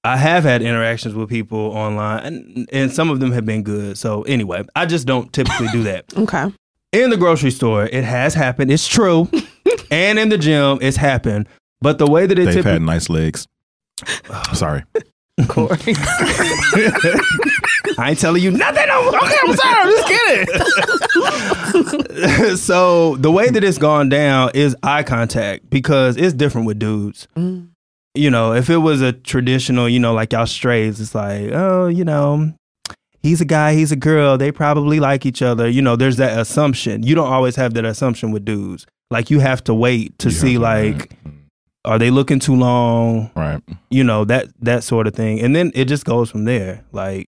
Speaker 5: I have had interactions with people online, and, and some of them have been good. So anyway, I just don't typically do that.
Speaker 4: Okay.
Speaker 5: in the grocery store, it has happened. It's true. and in the gym, it's happened. But the way that it
Speaker 3: They've
Speaker 5: typically
Speaker 3: had nice legs. Sorry.
Speaker 4: Corey.
Speaker 5: I ain't telling you nothing. I'm, okay, I'm sorry. I'm just kidding. so the way that it's gone down is eye contact because it's different with dudes.
Speaker 4: Mm.
Speaker 5: You know, if it was a traditional, you know, like y'all strays, it's like, oh, you know, he's a guy, he's a girl. They probably like each other. You know, there's that assumption. You don't always have that assumption with dudes. Like you have to wait to
Speaker 3: You
Speaker 5: see,
Speaker 3: have to-
Speaker 5: like, are they looking too long?
Speaker 3: Right.
Speaker 5: You know, that that sort of thing. And then it just goes from there. Like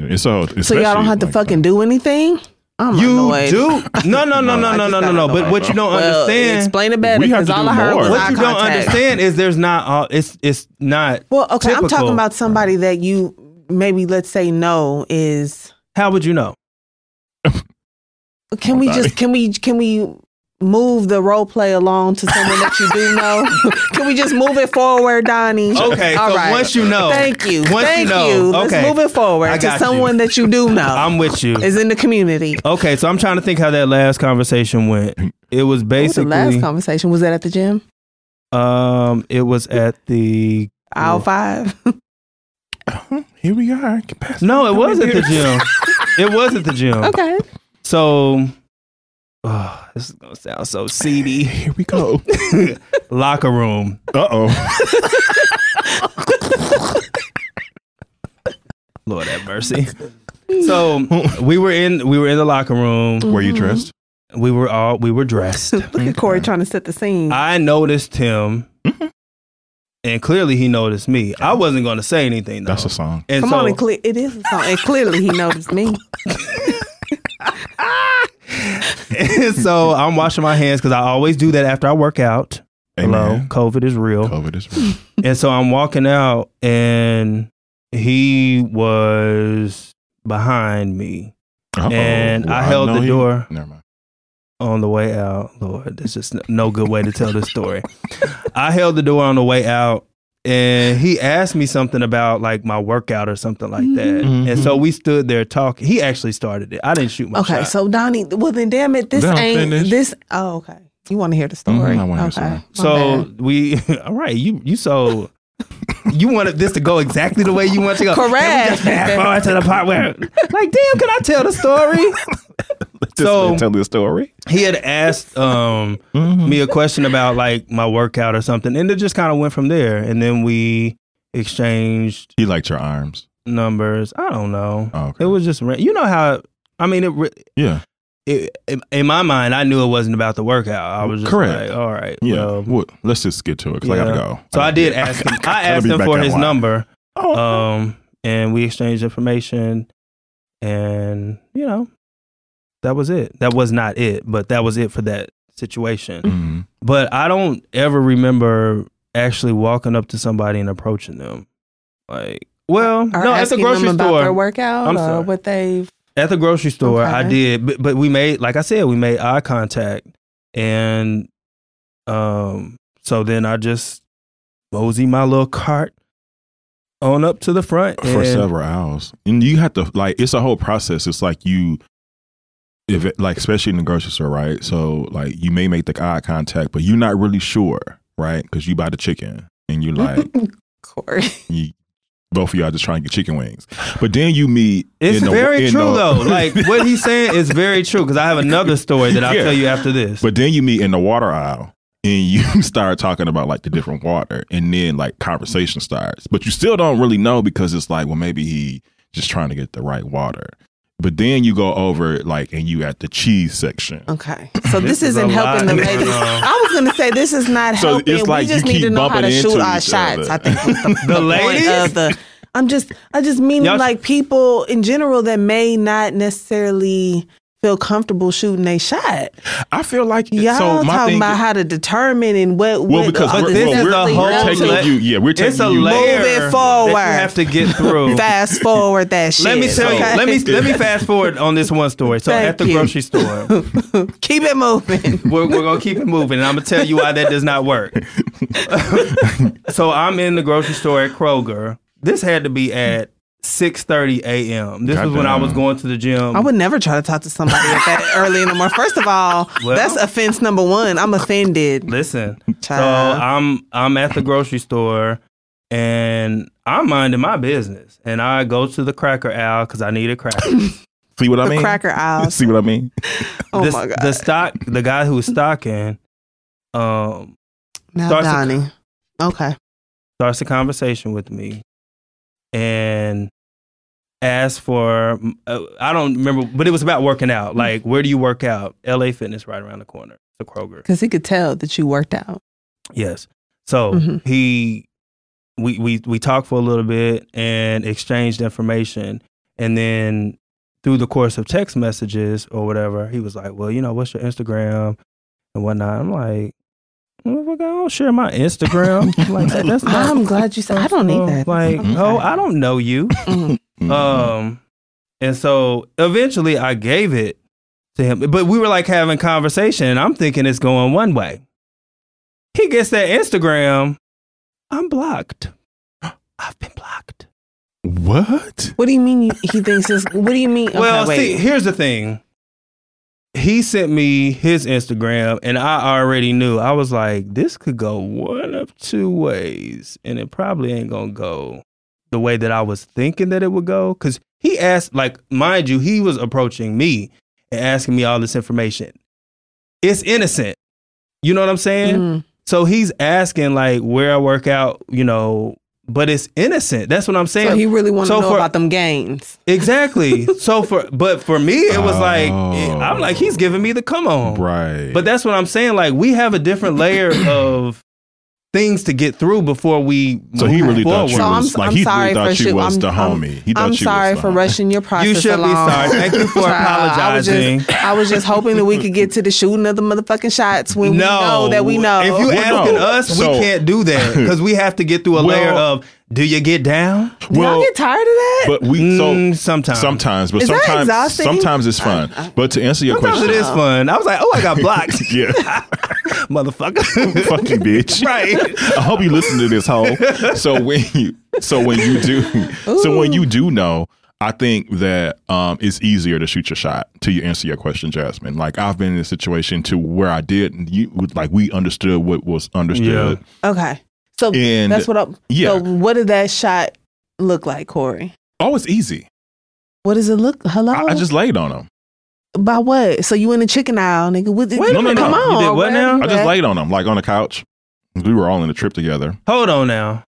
Speaker 3: And So,
Speaker 4: so y'all don't have to fucking do anything. I'm
Speaker 5: you
Speaker 4: annoyed.
Speaker 5: do no no no no no
Speaker 4: I just
Speaker 5: no no
Speaker 4: got
Speaker 5: no but
Speaker 4: annoyed.
Speaker 5: what you don't
Speaker 4: Well,
Speaker 5: understand
Speaker 4: Explain it better.
Speaker 3: We have
Speaker 4: 'cause
Speaker 3: to
Speaker 4: all
Speaker 3: do
Speaker 4: I heard
Speaker 3: more.
Speaker 4: was
Speaker 3: What
Speaker 4: eye
Speaker 5: what you don't
Speaker 4: contact.
Speaker 5: understand is there's not all it's it's not
Speaker 4: Well, okay, I'm
Speaker 5: Typical.
Speaker 4: talking about somebody that you maybe let's say no is.
Speaker 5: how would you know Oh,
Speaker 4: Can we just can we can we move the role play along to someone that you do know? can we just move it forward, Donnie?
Speaker 5: okay
Speaker 4: all
Speaker 5: so
Speaker 4: right.
Speaker 5: once you know
Speaker 4: Thank you.
Speaker 5: once
Speaker 4: Thank
Speaker 5: you know okay
Speaker 4: Let's move it
Speaker 5: I
Speaker 4: forward to
Speaker 5: got
Speaker 4: someone
Speaker 5: you.
Speaker 4: that you do know
Speaker 5: i'm with you
Speaker 4: is in the community.
Speaker 5: okay so i'm trying to think how that last conversation went it was
Speaker 4: What was the
Speaker 5: basically
Speaker 4: last conversation was that at the gym?
Speaker 5: um it was at the
Speaker 4: Aisle five.
Speaker 3: uh, Here we are. Get past-
Speaker 5: no it
Speaker 3: Come
Speaker 5: was
Speaker 3: in
Speaker 5: at the
Speaker 3: here.
Speaker 5: gym it was at the gym
Speaker 4: okay.
Speaker 5: so oh, this is gonna sound so seedy
Speaker 3: Here we go.
Speaker 5: locker room
Speaker 3: Uh oh.
Speaker 5: Lord have mercy. So we were in we were in the locker room.
Speaker 3: Were you dressed?
Speaker 5: We were all we were dressed.
Speaker 4: Look at Corey trying to set the scene.
Speaker 5: I noticed him, and clearly he noticed me. I wasn't going to say anything though.
Speaker 3: That's a song.
Speaker 5: and
Speaker 4: Come
Speaker 5: so,
Speaker 4: on, and cle- it is a song, and clearly he noticed me.
Speaker 5: and so I'm washing my hands because I always do that after I work out. Hello,
Speaker 3: Amen.
Speaker 5: COVID is real.
Speaker 3: COVID is real.
Speaker 5: And so I'm walking out, and he was behind me
Speaker 3: Uh-oh.
Speaker 5: And I
Speaker 3: Well,
Speaker 5: held
Speaker 3: know
Speaker 5: the
Speaker 3: he-
Speaker 5: door.
Speaker 3: Never mind.
Speaker 5: on the way out. Lord, there's just no good way to tell this story. I held the door on the way out and he asked me something about like my workout or something like
Speaker 4: Mm-hmm.
Speaker 5: that. And so we stood there talking. He actually started it. I didn't shoot my
Speaker 4: Okay,
Speaker 5: shot.
Speaker 4: so Donnie, well then, damn it, this
Speaker 3: Let 'em
Speaker 4: ain't
Speaker 3: finish.
Speaker 4: this. Oh, okay. You want to hear the story?
Speaker 3: Mhm, I wanna hear the
Speaker 4: okay.
Speaker 3: story.
Speaker 4: my
Speaker 5: So
Speaker 4: bad.
Speaker 5: we all right, you you so you wanted this to go exactly the way you want to go. Can we
Speaker 4: Correct.
Speaker 5: just fast forward to the part where like damn, can I tell the story? so
Speaker 3: tell the story.
Speaker 5: he had asked um,
Speaker 3: mm-hmm.
Speaker 5: me a question about like my workout or something, and it just kind of went from there. And then we exchanged
Speaker 3: He liked your arms.
Speaker 5: numbers. I don't know.
Speaker 3: Oh, okay.
Speaker 5: It was just ra- you know how I mean it, re-
Speaker 3: Yeah.
Speaker 5: it, it. In my mind, I knew it wasn't about the workout. I was just
Speaker 3: Correct.
Speaker 5: like, all right,
Speaker 3: Yeah.
Speaker 5: well,
Speaker 3: Well, let's just get to it because I
Speaker 5: yeah.
Speaker 3: gotta go.
Speaker 5: So I
Speaker 3: gotta
Speaker 5: did
Speaker 3: be-
Speaker 5: ask him. I
Speaker 3: gotta
Speaker 5: asked
Speaker 3: be
Speaker 5: him
Speaker 3: back
Speaker 5: for
Speaker 3: at
Speaker 5: his
Speaker 3: one.
Speaker 5: number,
Speaker 3: Oh,
Speaker 5: um, and we exchanged information, and you know, that was it. That was not it, but that was it for that situation.
Speaker 3: mhm.
Speaker 5: But I don't ever remember actually walking up to somebody and approaching them. Like, well,
Speaker 4: Or
Speaker 5: no, at the
Speaker 4: asking
Speaker 5: grocery
Speaker 4: them about their
Speaker 5: store.
Speaker 4: workout
Speaker 5: I'm
Speaker 4: or
Speaker 5: sorry.
Speaker 4: what they've.
Speaker 5: At the grocery store, I
Speaker 4: Okay.
Speaker 5: did, but, but we made, like I said, we made eye contact, and um, so then I just mosey my little cart on up to the front
Speaker 3: for
Speaker 5: and-
Speaker 3: several hours, and you have to like it's a whole process. It's like you, if it, like especially in the grocery store, right? So like you may make the eye contact, but you're not really sure, right? Because you buy the chicken and you like
Speaker 4: Corey,
Speaker 3: you, both of y'all just trying to get chicken wings, but then you meet.
Speaker 5: It's
Speaker 3: in the-
Speaker 5: very
Speaker 3: in
Speaker 5: true
Speaker 3: the-
Speaker 5: though. Like what he's saying is very true because I have another story that I'll
Speaker 3: Yeah.
Speaker 5: tell you after this.
Speaker 3: But then you meet in the water aisle and you start talking about like the different water and then like conversation starts. But you still don't really know because it's like, well, maybe he just trying to get the right water. But then you go over like and you at the cheese section.
Speaker 4: Okay. So this,
Speaker 5: is
Speaker 4: isn't
Speaker 5: a
Speaker 4: helping the
Speaker 5: lot.
Speaker 4: ladies.
Speaker 5: No.
Speaker 4: I was gonna say this is not
Speaker 3: So it's
Speaker 4: helping.
Speaker 3: like
Speaker 4: we just
Speaker 3: you
Speaker 4: need
Speaker 3: keep
Speaker 4: to know how
Speaker 3: bumping
Speaker 4: to shoot
Speaker 3: into
Speaker 4: our
Speaker 3: each
Speaker 4: shots.
Speaker 3: other.
Speaker 4: I think was the,
Speaker 5: The
Speaker 4: the point
Speaker 5: ladies?
Speaker 4: of the I'm just I just mean
Speaker 5: Y'all-
Speaker 4: like people in general that may not necessarily feel comfortable shooting a shot.
Speaker 3: I feel like
Speaker 4: Y'all
Speaker 3: so my
Speaker 4: talking
Speaker 3: thing
Speaker 4: about how to determine and what
Speaker 3: well
Speaker 4: what
Speaker 3: because
Speaker 4: the
Speaker 3: we're,
Speaker 5: this
Speaker 3: well,
Speaker 5: is
Speaker 3: we're,
Speaker 5: a
Speaker 3: we're
Speaker 5: whole
Speaker 3: taking
Speaker 5: la-
Speaker 3: you yeah we're taking
Speaker 5: It's a
Speaker 3: you
Speaker 5: layer
Speaker 4: Move it
Speaker 5: that
Speaker 4: forward.
Speaker 5: you have to get through.
Speaker 4: fast forward that shit.
Speaker 5: Let me tell
Speaker 4: okay?
Speaker 5: you. Let me let me fast forward on this one story. So
Speaker 4: Thank
Speaker 5: at the
Speaker 4: you.
Speaker 5: grocery store, we're,
Speaker 4: keep it moving.
Speaker 5: we're gonna keep it moving, and I'm gonna tell you why that does not work. so I'm in the grocery store at Kroger. This had to be at 6:30 a.m. This was when I was
Speaker 3: Goddamn.
Speaker 5: going to the gym.
Speaker 4: I would never try to talk to somebody at that early in the morning. First of all,
Speaker 5: Well-
Speaker 4: that's offense number one. I'm offended.
Speaker 5: Listen, so
Speaker 4: Child.
Speaker 5: I'm I'm at the grocery store and I'm minding my business, and I go to the cracker aisle because I need a cracker.
Speaker 3: see what I
Speaker 4: The
Speaker 3: mean
Speaker 4: cracker aisles.
Speaker 3: see what I mean
Speaker 4: Oh
Speaker 5: the,
Speaker 4: my god.
Speaker 5: The stock, the guy who was stocking, um,
Speaker 4: now
Speaker 5: starts to-
Speaker 4: Donnie. Okay.
Speaker 5: starts a conversation with me, and asks for uh, I don't remember, but it was about working
Speaker 4: Mm-hmm.
Speaker 5: out. Like, where do you work out? L.A. Fitness, right around the corner, the Kroger.
Speaker 4: Because he could tell that you worked out.
Speaker 5: Yes. So
Speaker 4: Mhm.
Speaker 5: he, we we we talked for a little bit and exchanged information, and then through the course of text messages or whatever, he was like, "Well, you know, what's your Instagram and whatnot." I'm like. Well, I don't share my Instagram. like that, that's not
Speaker 4: I'm glad you said. I don't need that.
Speaker 5: Like,
Speaker 3: Okay.
Speaker 5: oh, I don't know you.
Speaker 4: Mm.
Speaker 3: Mm-hmm.
Speaker 5: Um, and so eventually I gave it to him, but we were like having conversation, and I'm thinking it's going one way. He gets that Instagram. I'm blocked. I've been blocked.
Speaker 3: what
Speaker 4: What do you mean? You, he thinks this. What do you mean? Okay,
Speaker 5: well,
Speaker 4: wait.
Speaker 5: see, here's the thing. He sent me his Instagram, and I already knew. I was like, this could go one of two ways, and it probably ain't gonna go the way that I was thinking that it would go. Cause he asked, like, mind you, he was approaching me and asking me all this information. It's innocent. You know what I'm saying?
Speaker 4: Mm.
Speaker 5: So he's asking, like, where I work out, you know, but it's innocent. That's what I'm saying.
Speaker 4: So he really wanted
Speaker 5: So
Speaker 4: to know
Speaker 5: for-
Speaker 4: about them gains.
Speaker 5: Exactly. so for but for me, it was like
Speaker 3: Oh.
Speaker 5: I'm like he's giving me the come on.
Speaker 3: right
Speaker 5: But that's what I'm saying. Like we have a different layer of things to get through before we.
Speaker 3: so he
Speaker 5: move
Speaker 3: really thought you
Speaker 5: forward.
Speaker 4: I'm-
Speaker 3: was like
Speaker 4: I'm
Speaker 3: he
Speaker 4: sorry
Speaker 3: really thought
Speaker 4: for
Speaker 3: you
Speaker 4: shoo-
Speaker 3: was
Speaker 4: I'm-
Speaker 3: the
Speaker 4: I'm-
Speaker 3: homie he thought
Speaker 4: I'm
Speaker 3: you
Speaker 4: sorry
Speaker 3: was
Speaker 4: for
Speaker 3: the homie.
Speaker 4: rushing your process.
Speaker 5: You should be
Speaker 4: along.
Speaker 5: sorry. Thank you for
Speaker 4: Child, I was
Speaker 5: apologizing.
Speaker 4: just, I was just hoping that we could get to the shooting of the motherfucking shots when we know that we know.
Speaker 5: If you
Speaker 3: Well,
Speaker 5: asking
Speaker 3: no.
Speaker 5: us, we
Speaker 3: So-
Speaker 5: can't do that because we have to get through a
Speaker 3: Well-
Speaker 5: layer of. Do you get down?
Speaker 4: Y'all
Speaker 3: well
Speaker 4: get tired of that?
Speaker 3: but we
Speaker 5: Mm,
Speaker 3: so
Speaker 5: sometimes.
Speaker 3: sometimes but
Speaker 4: Is that
Speaker 3: sometimes
Speaker 4: exhausting?
Speaker 3: sometimes it's fun but to answer your
Speaker 5: Sometimes it
Speaker 3: question
Speaker 5: is fun. I was like, oh, I got blocked,
Speaker 3: yeah
Speaker 5: motherfucker.
Speaker 3: fuck you bitch
Speaker 5: right.
Speaker 3: I hope you listen to this whole. So when you so when you do so when you do know, I think that um it's easier to shoot your shot to you answer your question, Jasmine. Like I've been in a situation to where I did and you like we understood what was understood.
Speaker 4: okay. So
Speaker 3: And-
Speaker 4: that's what I.
Speaker 3: yeah.
Speaker 4: So what did that shot look like, Corey?
Speaker 3: Oh, it's easy.
Speaker 4: What does it look? Hello.
Speaker 3: I, I just laid on him.
Speaker 4: by what? So you in the chicken aisle, nigga? What,
Speaker 5: Wait a
Speaker 3: No, no,
Speaker 5: minute.
Speaker 3: no.
Speaker 4: Come on.
Speaker 5: You did what
Speaker 4: where
Speaker 5: now?
Speaker 4: you
Speaker 3: I just
Speaker 4: at?
Speaker 3: laid on him, like on the couch. We were all in a trip together.
Speaker 5: Hold on now.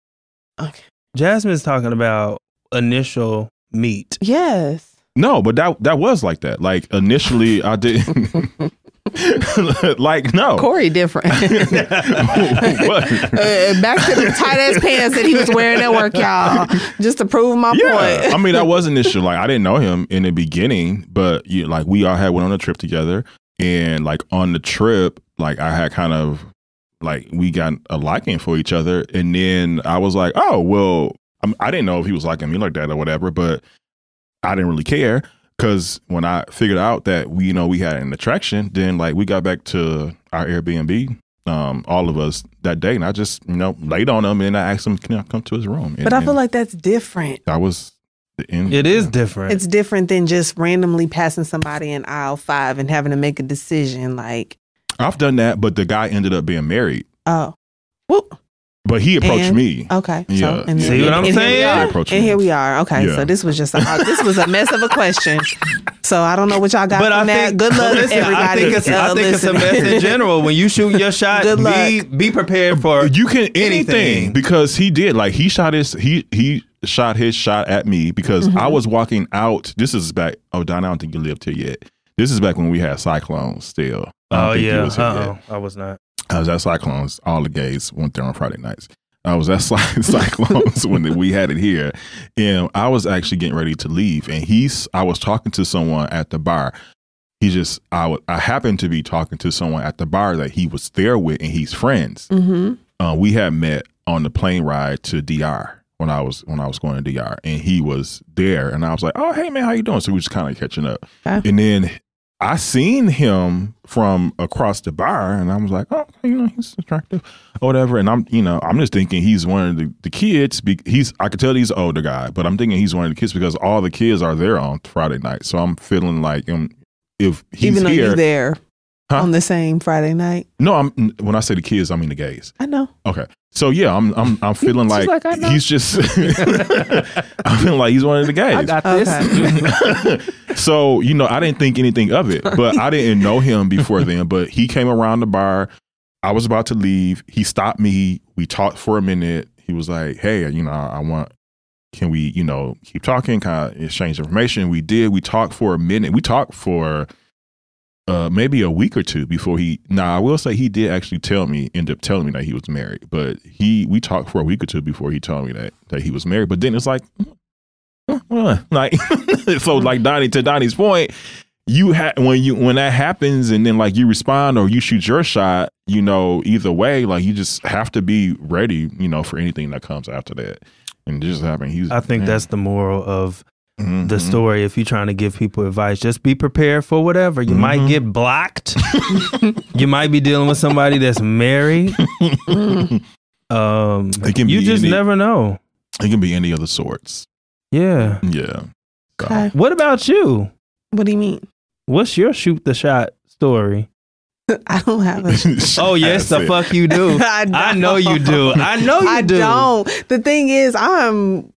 Speaker 4: Okay.
Speaker 5: Jasmine's talking about initial meet.
Speaker 4: Yes.
Speaker 3: No, but that that was like that. Like initially, I didn't. like
Speaker 5: Oh.
Speaker 3: no.
Speaker 4: Corey different.
Speaker 3: What?
Speaker 4: Uh, back to the tight ass pants that he was wearing at work, y'all. Just to prove my
Speaker 3: Yeah,
Speaker 4: point.
Speaker 3: I mean that was an issue. Like I didn't know him in the beginning, but you like we all had went on a trip together, and like on the trip, like I had kind of like we got a liking for each other, and then I was like, oh well, I'm, I didn't know if he was liking me like that or whatever, but I didn't really care because when I figured out that we you know we had an attraction, then like we got back to our Airbnb. Um, all of us that day, and I just you know laid on him, and I asked him, "Can I come to his room?" And,
Speaker 4: But I feel
Speaker 3: and
Speaker 4: like that's different.
Speaker 3: that was the end.
Speaker 5: It is different.
Speaker 4: It's different than just randomly passing somebody in aisle five and having to make a decision. Like,
Speaker 3: I've done that, but the guy ended up being married.
Speaker 4: oh, well,
Speaker 3: But he approached
Speaker 4: And-
Speaker 3: me.
Speaker 4: Okay.
Speaker 3: Yeah.
Speaker 4: So, and
Speaker 3: See
Speaker 5: what I'm
Speaker 4: and
Speaker 5: saying?
Speaker 4: Here we are.
Speaker 3: Approach
Speaker 4: and
Speaker 3: me.
Speaker 4: here we are. Okay.
Speaker 3: Yeah.
Speaker 4: So this was just a, this was a mess of a question. So I don't know what y'all got
Speaker 5: But I
Speaker 4: from that.
Speaker 5: think
Speaker 4: Good luck,
Speaker 5: listen,
Speaker 4: everybody.
Speaker 5: I think it's, I
Speaker 4: uh,
Speaker 5: think it's a
Speaker 4: listening.
Speaker 5: mess in general. When you shooting your shot,
Speaker 4: Good
Speaker 5: be be prepared for
Speaker 3: you can anything,
Speaker 5: Oh. Anything.
Speaker 3: because he did like he shot his he he shot his shot at me because I was walking out. This is back. Oh, Don, I don't think you lived here yet. This is back when we had cyclones still. I don't
Speaker 5: Oh
Speaker 3: think you
Speaker 5: yeah,
Speaker 3: was here yet.
Speaker 5: uh-oh. I was not.
Speaker 3: I was at Cyclones. All the gays went there on Friday nights. I was at Cy- Cyclones when we had it here, and I was actually getting ready to leave. And he's, I was talking to someone at the bar. He just, I wa- I happened to be talking to someone at the bar that he was there with, and he's friends.
Speaker 4: Mm-hmm.
Speaker 3: Uh, we had met on the plane ride to DR when I was when I was going to DR, and he was there, and I was like, "Oh, hey man, how you doing?" So we were just kind of catching up,
Speaker 4: Okay.
Speaker 3: and then I seen him from across the bar, and I was like, "Oh, you know, he's attractive, or whatever." And I'm, you know, I'm just thinking he's one of the, the kids. Be, he's, I could tell he's an older guy, but I'm thinking he's one of the kids because all the kids are there on Friday night. So I'm feeling like, um, if he's
Speaker 4: Even though
Speaker 3: here,
Speaker 4: you're there
Speaker 3: Huh?
Speaker 4: on the same Friday night.
Speaker 3: no, I'm when I say the kids, I mean the gays.
Speaker 4: I know.
Speaker 3: Okay. So yeah, I'm I'm I'm feeling like,
Speaker 4: like, I know.
Speaker 3: he's just I'm feeling like he's one of the guys.
Speaker 4: Okay.
Speaker 3: so you know, I didn't think anything of it, but I didn't know him before then. But he came around the bar. I was about to leave. He stopped me. We talked for a minute. He was like, "Hey, you know, I want. Can we, you know, keep talking? Kind of exchange information." We did. We talked for a minute. We talked for uh maybe a week or two before he. Now I will say he did actually tell me, end up telling me that he was married. But he, we talked for a week or two before he told me that that he was married. But then it's like, well, like so like Donnie to Donnie's point, you ha- when you when that happens and then like you respond or you shoot your shot, you know, either way, like you just have to be ready, you know, for anything that comes after that. And it just happened. He's
Speaker 5: I think
Speaker 3: yeah.
Speaker 5: that's the moral of
Speaker 3: Mhm.
Speaker 5: the story. If you're trying to give people advice, just be prepared for whatever. You
Speaker 3: Mm-hmm.
Speaker 5: might get blocked. you might be dealing with somebody that's married.
Speaker 3: Mm-hmm.
Speaker 5: um,
Speaker 3: It can
Speaker 5: you
Speaker 3: be
Speaker 5: just
Speaker 3: any-
Speaker 5: never know.
Speaker 3: It can be any other sorts.
Speaker 5: Yeah.
Speaker 3: Yeah. So,
Speaker 4: Okay.
Speaker 5: What about you?
Speaker 4: What do you mean?
Speaker 5: What's your shoot the shot story?
Speaker 4: I don't have a
Speaker 5: Oh yes, the
Speaker 3: That's it.
Speaker 5: fuck you do.
Speaker 4: I
Speaker 5: I know you do. I know Oh, you
Speaker 4: I
Speaker 5: do.
Speaker 4: don't. The thing is, I'm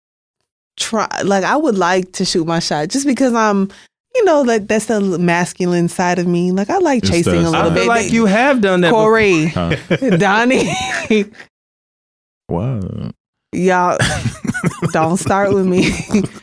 Speaker 4: try like I would like to shoot my shot just because I'm, you know, like that's the masculine side of me. Like I like
Speaker 3: It's
Speaker 4: chasing
Speaker 3: the
Speaker 4: a
Speaker 5: I
Speaker 4: little
Speaker 5: feel
Speaker 4: bit.
Speaker 5: like you have done that. before.
Speaker 4: Corey,
Speaker 3: Huh.
Speaker 4: Donnie,
Speaker 3: Wow.
Speaker 4: y'all don't start with me.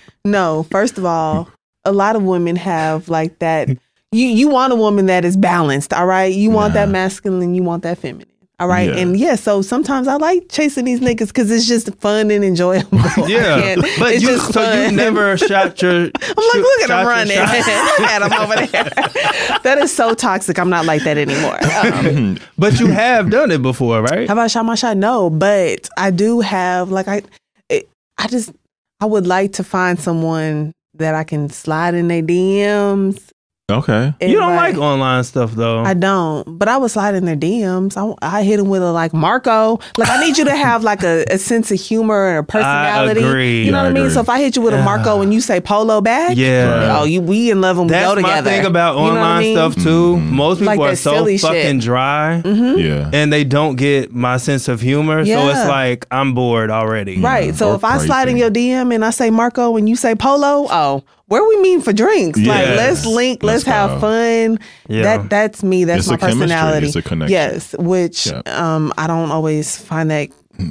Speaker 4: no, first of all, a lot of women have like that. You you want a woman that is balanced, all right? You want that
Speaker 3: Yeah.
Speaker 4: masculine, you want that feminine. All right.
Speaker 3: Yeah.
Speaker 4: And yeah, so sometimes I like chasing these niggas because it's just fun and enjoyable. I
Speaker 5: Yeah,
Speaker 4: can't-
Speaker 5: but
Speaker 4: it's
Speaker 5: you
Speaker 4: just
Speaker 5: so you
Speaker 4: fun.
Speaker 5: never shot your.
Speaker 4: I'm like, look at him running. look at him over there. that is so toxic. I'm not like that anymore. Um,
Speaker 3: Mm,
Speaker 5: But you have done it before, right?
Speaker 4: have I shot my shot? No, but I do have like I, it, I just I would like to find someone that I can slide in their DMs.
Speaker 3: Okay.
Speaker 4: and,
Speaker 5: you don't like online stuff though.
Speaker 4: I don't, but I would slide in their DMs. I, I hit them with a like Marco. Like I need you to have like a, a sense of humor and a personality.
Speaker 5: agree.
Speaker 4: You know what
Speaker 3: I
Speaker 4: I mean?
Speaker 3: agree.
Speaker 4: So if I hit you with a Marco and you say polo back,
Speaker 5: yeah.
Speaker 4: Oh, you we in love and we
Speaker 5: That's
Speaker 4: go
Speaker 5: my
Speaker 4: together.
Speaker 5: thing about
Speaker 4: You know what
Speaker 5: online
Speaker 4: I mean?
Speaker 5: stuff too.
Speaker 3: Mhm.
Speaker 5: Most people
Speaker 4: Like
Speaker 5: are
Speaker 4: that
Speaker 5: so
Speaker 4: silly
Speaker 5: fucking
Speaker 4: shit. Mm.
Speaker 5: dry,
Speaker 4: Mm-hmm. Hmm.
Speaker 3: Yeah.
Speaker 5: and they don't get my sense of humor. So
Speaker 4: Yeah.
Speaker 5: it's like I'm bored already.
Speaker 4: Right.
Speaker 3: Mm-hmm. or
Speaker 4: So if I slide
Speaker 3: pricing.
Speaker 4: in your DM and I say Marco and you say Polo, oh, where we mean for drinks? Like
Speaker 5: Yes.
Speaker 4: let's link, let's,
Speaker 3: Let's go.
Speaker 4: have fun.
Speaker 5: Yeah.
Speaker 4: That that's me. That's
Speaker 3: It's
Speaker 4: my
Speaker 3: a chemistry.
Speaker 4: personality.
Speaker 3: It's a connection.
Speaker 4: Yes, which
Speaker 3: Yeah.
Speaker 4: um I don't always find that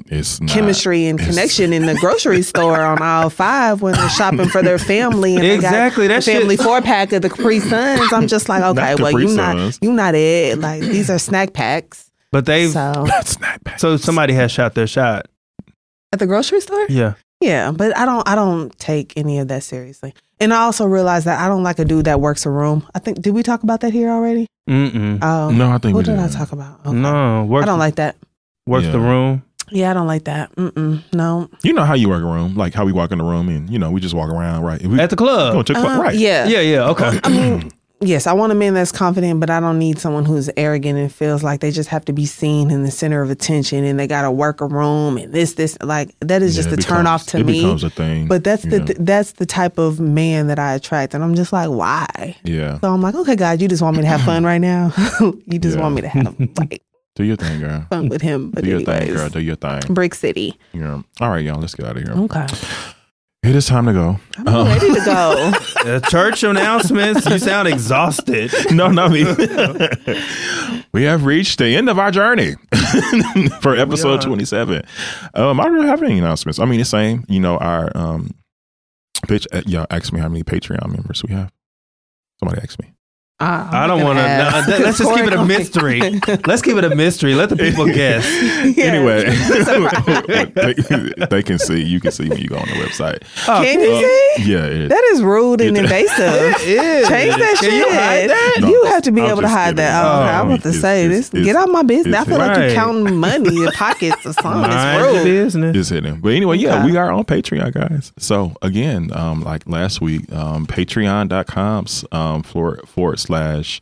Speaker 3: It's not.
Speaker 4: chemistry and
Speaker 3: It's-
Speaker 4: connection in the grocery store on aisle five when they're shopping for their family and
Speaker 5: Exactly,
Speaker 4: they got
Speaker 5: that
Speaker 4: the family
Speaker 5: shit-
Speaker 4: four pack of the Capri Suns. I'm just like, okay, well
Speaker 3: Capri
Speaker 4: you
Speaker 3: Suns.
Speaker 4: not you not it. Like these are snack packs.
Speaker 5: But they so.
Speaker 4: So
Speaker 3: That's not bad.
Speaker 5: somebody has shot their shot.
Speaker 4: at the grocery store?
Speaker 5: Yeah.
Speaker 4: Yeah, but I don't I don't take any of that seriously. And I also realize that I don't like a dude that works a room. I think did we talk about that here already?
Speaker 5: Mm-mm.
Speaker 4: Um,
Speaker 3: No, I think we
Speaker 4: what did I
Speaker 3: didn't.
Speaker 4: talk about? Okay.
Speaker 5: No. Work,
Speaker 4: I don't like that.
Speaker 5: work
Speaker 3: Yeah.
Speaker 5: the room.
Speaker 4: Yeah, I don't like that. Mm-mm, no.
Speaker 3: You know how you work a room, like how we walk in the room, and you know we just walk around, right? If we
Speaker 5: At the
Speaker 3: go
Speaker 5: club.
Speaker 3: to club,
Speaker 4: Um,
Speaker 3: right?
Speaker 4: Yeah.
Speaker 5: Yeah, yeah, okay.
Speaker 4: I mean, yes, I want a man that's confident, but I don't need someone who's arrogant and feels like they just have to be seen in the center of attention and they got to work a room and this this like that is just
Speaker 3: Yeah,
Speaker 4: a
Speaker 3: it
Speaker 4: turn off
Speaker 3: becomes-
Speaker 4: to
Speaker 3: it
Speaker 4: me.
Speaker 3: becomes a thing,
Speaker 4: But that's the
Speaker 3: yeah.
Speaker 4: that's the type of man that I attract, and I'm just like, why?
Speaker 3: Yeah.
Speaker 4: So I'm like, okay, God, you just want me to have fun right now. you just
Speaker 3: Yeah.
Speaker 4: want me to have like
Speaker 3: Do your thing, girl.
Speaker 4: fun with him. But
Speaker 3: Do your
Speaker 4: anyways,
Speaker 3: thing, girl. Do your thing.
Speaker 4: Brick City.
Speaker 3: Yeah. All right, y'all. Let's get out of here.
Speaker 4: Okay,
Speaker 3: It is time to go.
Speaker 4: Oh.
Speaker 3: Um,
Speaker 4: I'm ready to go.
Speaker 5: Uh, church announcements. You sound exhausted.
Speaker 3: no, not me. we have reached the end of our journey for episode 27. Um, I don't really have any announcements. I mean, the same, you know, our, um, pitch, uh, y'all asked me how many Patreon members we have. Somebody asked me.
Speaker 4: Ah,
Speaker 5: I don't want to. No, let's just keep it a mystery. Let's keep it a mystery. Let the people guess.
Speaker 3: Anyway, they, they can see, you can see when you go on the website.
Speaker 4: Can
Speaker 5: Uh,
Speaker 4: you see?
Speaker 3: Yeah. It,
Speaker 4: That is rude and
Speaker 3: It-
Speaker 4: invasive.
Speaker 5: Yeah.
Speaker 4: Change that
Speaker 5: Oh,
Speaker 4: shit.
Speaker 5: Can you hide that?
Speaker 3: No,
Speaker 4: You have to be
Speaker 3: I'm
Speaker 4: able to
Speaker 3: just
Speaker 4: hide that.
Speaker 3: kidding.
Speaker 4: Oh, okay.
Speaker 3: No,
Speaker 4: I'm about to
Speaker 3: it's-
Speaker 4: say
Speaker 3: it's-
Speaker 4: this.
Speaker 3: it's-
Speaker 4: Get out my business. I
Speaker 3: it's
Speaker 4: feel like
Speaker 5: right.
Speaker 4: you counting money in your pockets or something.
Speaker 5: Mind your
Speaker 4: It's rude.
Speaker 5: business.
Speaker 3: It's hidden. But anyway, yeah,
Speaker 4: Okay.
Speaker 3: we are on Patreon, guys. So again, um, like last week, um, patreon.com um, forward, forward slash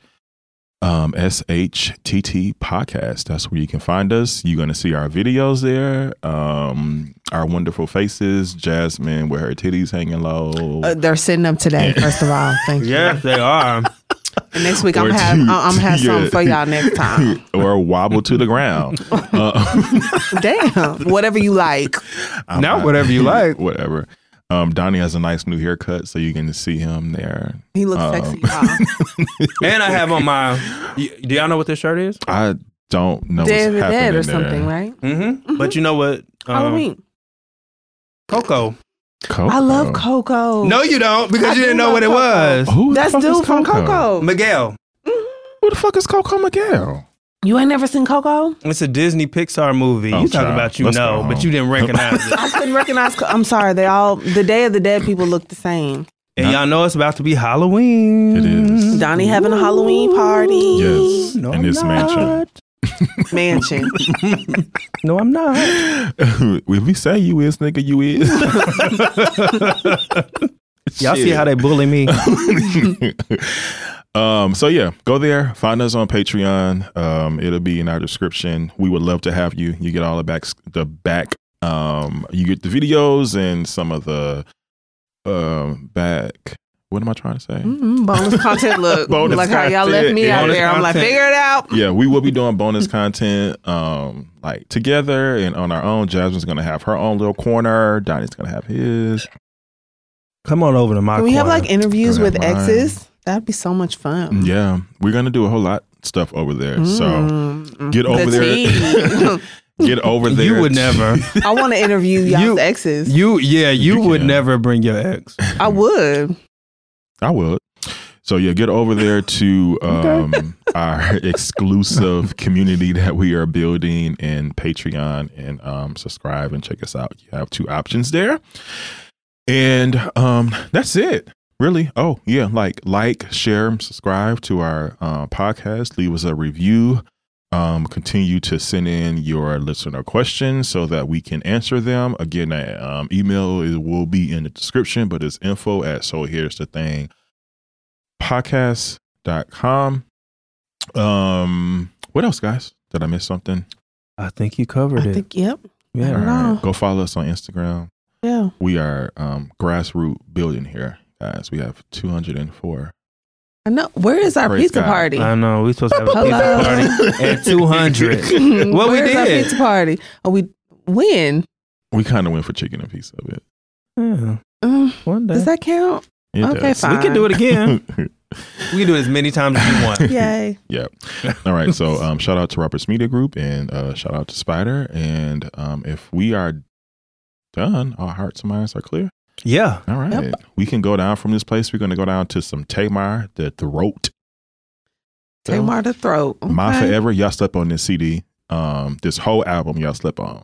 Speaker 3: um, SHTT podcast. That's where you can find us. You're going to see our videos there, um, our wonderful faces, Jasmine with her titties hanging low.
Speaker 4: Uh, they're sitting up today. First of all, thank you.
Speaker 5: Yes, they are.
Speaker 4: And next week
Speaker 3: Or
Speaker 4: I'm gonna have
Speaker 3: two-
Speaker 4: I'm gonna have
Speaker 3: yeah.
Speaker 4: something for y'all next time.
Speaker 3: or wobble to the ground. Uh,
Speaker 4: Damn, whatever you like.
Speaker 3: I'm
Speaker 5: Now whatever you like.
Speaker 3: Whatever. Um, Donnie has a nice new haircut, so you can see him there.
Speaker 4: He looks
Speaker 3: Um,
Speaker 4: sexy. Y'all.
Speaker 5: And I have on my. y- Do y'all know what this shirt is?
Speaker 3: I don't know
Speaker 4: Day of the
Speaker 3: what's happening
Speaker 4: Dead or
Speaker 3: there. Uh,
Speaker 4: something, right?
Speaker 5: Mm-hmm. But you know what? Um,
Speaker 4: Halloween.
Speaker 5: Coco.
Speaker 3: Coco.
Speaker 4: I love Coco.
Speaker 5: No, you don't, because
Speaker 4: Oh. I
Speaker 5: you
Speaker 4: do
Speaker 5: didn't know
Speaker 4: love
Speaker 5: what it
Speaker 4: Coco.
Speaker 5: was.
Speaker 3: Who the
Speaker 4: that's
Speaker 3: fuck is
Speaker 4: dude from Coco.
Speaker 5: Miguel.
Speaker 3: Who the fuck is Coco Miguel?
Speaker 4: You ain't never seen Coco?
Speaker 5: It's a Disney Pixar movie.
Speaker 3: Oh,
Speaker 5: you talk
Speaker 3: child.
Speaker 5: about you
Speaker 3: Let's
Speaker 5: know,
Speaker 3: go
Speaker 5: but
Speaker 3: home.
Speaker 5: you didn't recognize it.
Speaker 4: I couldn't recognize. Co- I'm sorry. They all the Day of the Dead people look the same.
Speaker 5: And y'all know it's about to be Halloween.
Speaker 3: It is.
Speaker 4: Donnie having a Halloween party.
Speaker 3: Yes,
Speaker 5: No,
Speaker 3: in
Speaker 5: I'm
Speaker 3: his
Speaker 5: not.
Speaker 4: Mansion.
Speaker 5: No, I'm not.
Speaker 3: mansion. if we say you is, nigga, you is.
Speaker 5: Y'all see
Speaker 3: Shit.
Speaker 5: how they bully me.
Speaker 3: um, so yeah, go there, find us on Patreon. Um, it'll be in our description. We would love to have you. You get all the back the back um you get the videos and some of the um back what am I trying to say?
Speaker 4: Mm, bonus content. Look,
Speaker 3: Bonus
Speaker 4: like how y'all left
Speaker 3: content,
Speaker 4: me
Speaker 3: yeah.
Speaker 4: out
Speaker 5: Bonus
Speaker 4: there. I'm like,
Speaker 5: content.
Speaker 4: figure it out.
Speaker 3: yeah, we will be doing bonus content um like together and on our own. Jasmine's gonna have her own little corner. Donnie's gonna have his.
Speaker 5: Come on over to my
Speaker 4: Can we have
Speaker 5: corner.
Speaker 4: like interviews
Speaker 3: Go ahead,
Speaker 4: with
Speaker 3: mine.
Speaker 4: exes? That'd be so much
Speaker 5: Mm.
Speaker 4: fun.
Speaker 3: Yeah, we're gonna do a whole lot of stuff over there.
Speaker 4: Mm.
Speaker 3: get over
Speaker 4: The
Speaker 3: there.
Speaker 4: tea.
Speaker 3: So get over there.
Speaker 5: Mm. You would never.
Speaker 4: I want to interview y'all's
Speaker 5: You-
Speaker 4: exes.
Speaker 5: You yeah, you,
Speaker 3: You
Speaker 5: would
Speaker 3: can.
Speaker 5: never bring your ex.
Speaker 4: I would.
Speaker 3: I would. So yeah, get over there to um, our exclusive community that we are building in Patreon and um, subscribe and check us out. You have two options there, and um, that's it. Really? Oh yeah, like like, share, subscribe to our uh, podcast. Leave us a review. Um, continue to send in your listener questions so that we can answer them. Again, that um, email is, will be in the description, but it's info at so here's the thing podcast.com. Um, what else, guys? Did I miss something?
Speaker 5: I think you covered
Speaker 4: I
Speaker 5: it.
Speaker 4: think. Yep.
Speaker 5: yeah.
Speaker 4: I don't know.
Speaker 3: Go follow us on Instagram.
Speaker 4: Yeah.
Speaker 3: We are um, grassroots building here, guys. We have 204.
Speaker 4: I know. Where is our
Speaker 3: Praise
Speaker 4: pizza
Speaker 3: God.
Speaker 4: party?
Speaker 5: I know. We supposed to have a
Speaker 4: Hello.
Speaker 5: pizza party at two hundred. Well, we
Speaker 4: Where is our
Speaker 5: did.
Speaker 4: pizza party? Are we when?
Speaker 3: We kind of went for chicken and piece of it.
Speaker 5: Yeah,
Speaker 4: Mm,
Speaker 5: one day.
Speaker 4: does that count?
Speaker 3: It
Speaker 4: Okay,
Speaker 3: does.
Speaker 5: we can do it again.
Speaker 3: fine.
Speaker 5: we can do it as many times as you want.
Speaker 4: Yay!
Speaker 3: Yep. All right. So um, shout out to Roberts Media Group and uh, shout out to Spider. And um, if we are done, our hearts and minds are clear.
Speaker 5: Yeah.
Speaker 3: All right. We can go down from this place. We're going to go down to some Tamar, the throat.
Speaker 4: Take Mar the throat.
Speaker 3: My
Speaker 4: Okay.
Speaker 3: Forever. Y'all slept on this CD. Um, this whole album y'all slept on.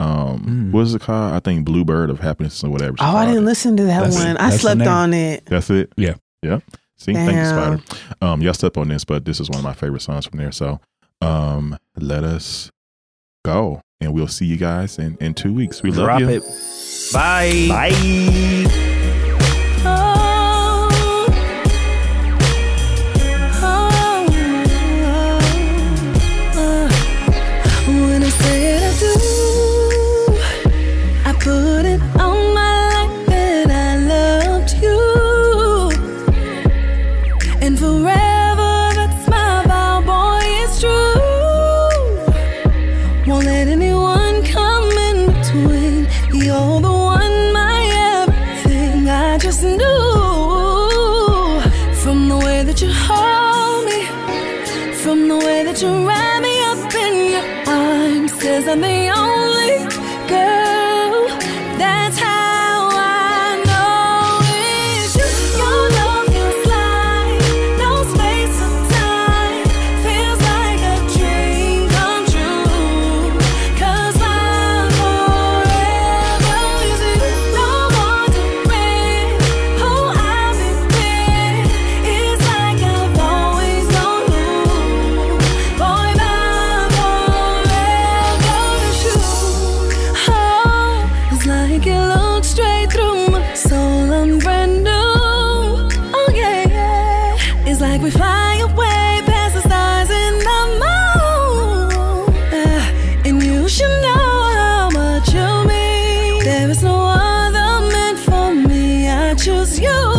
Speaker 3: Um,
Speaker 5: Mm.
Speaker 3: What is it called? I think Bluebird of Happiness or whatever. she
Speaker 4: Hmm. Oh, I
Speaker 3: called
Speaker 4: didn't
Speaker 3: it.
Speaker 4: listen to that
Speaker 8: That's-
Speaker 4: one. I
Speaker 8: that's the
Speaker 4: slept
Speaker 8: name.
Speaker 4: on it.
Speaker 3: That's it.
Speaker 8: Yeah.
Speaker 3: Yep. See, thank you,
Speaker 4: Damn.
Speaker 3: Spider. Um, y'all slept on this, but this is one of my favorite songs from there. So, um, let us go, and we'll see you guys in in two weeks. We love
Speaker 5: Drop
Speaker 3: you.
Speaker 5: it. Bye. Bye.
Speaker 2: Oh, oh, oh. When I say it, I do. I put it on my life that I loved you. And forever, that's my vow, boy, it's true.
Speaker 7: I'm the only girl. That's how I know it's you. Your love feels like no space and time. Feels like a dream come true. 'Cause I'm forever with you. No one to break who I've been. It's like I've always known you. Boy, my forever with you. Oh, it's like you look straight through my soul. I'm brand new. Oh yeah, yeah. It's like we fly away past the stars in the moon. Ah, and you should know how much you mean. There is no other man for me. I choose you.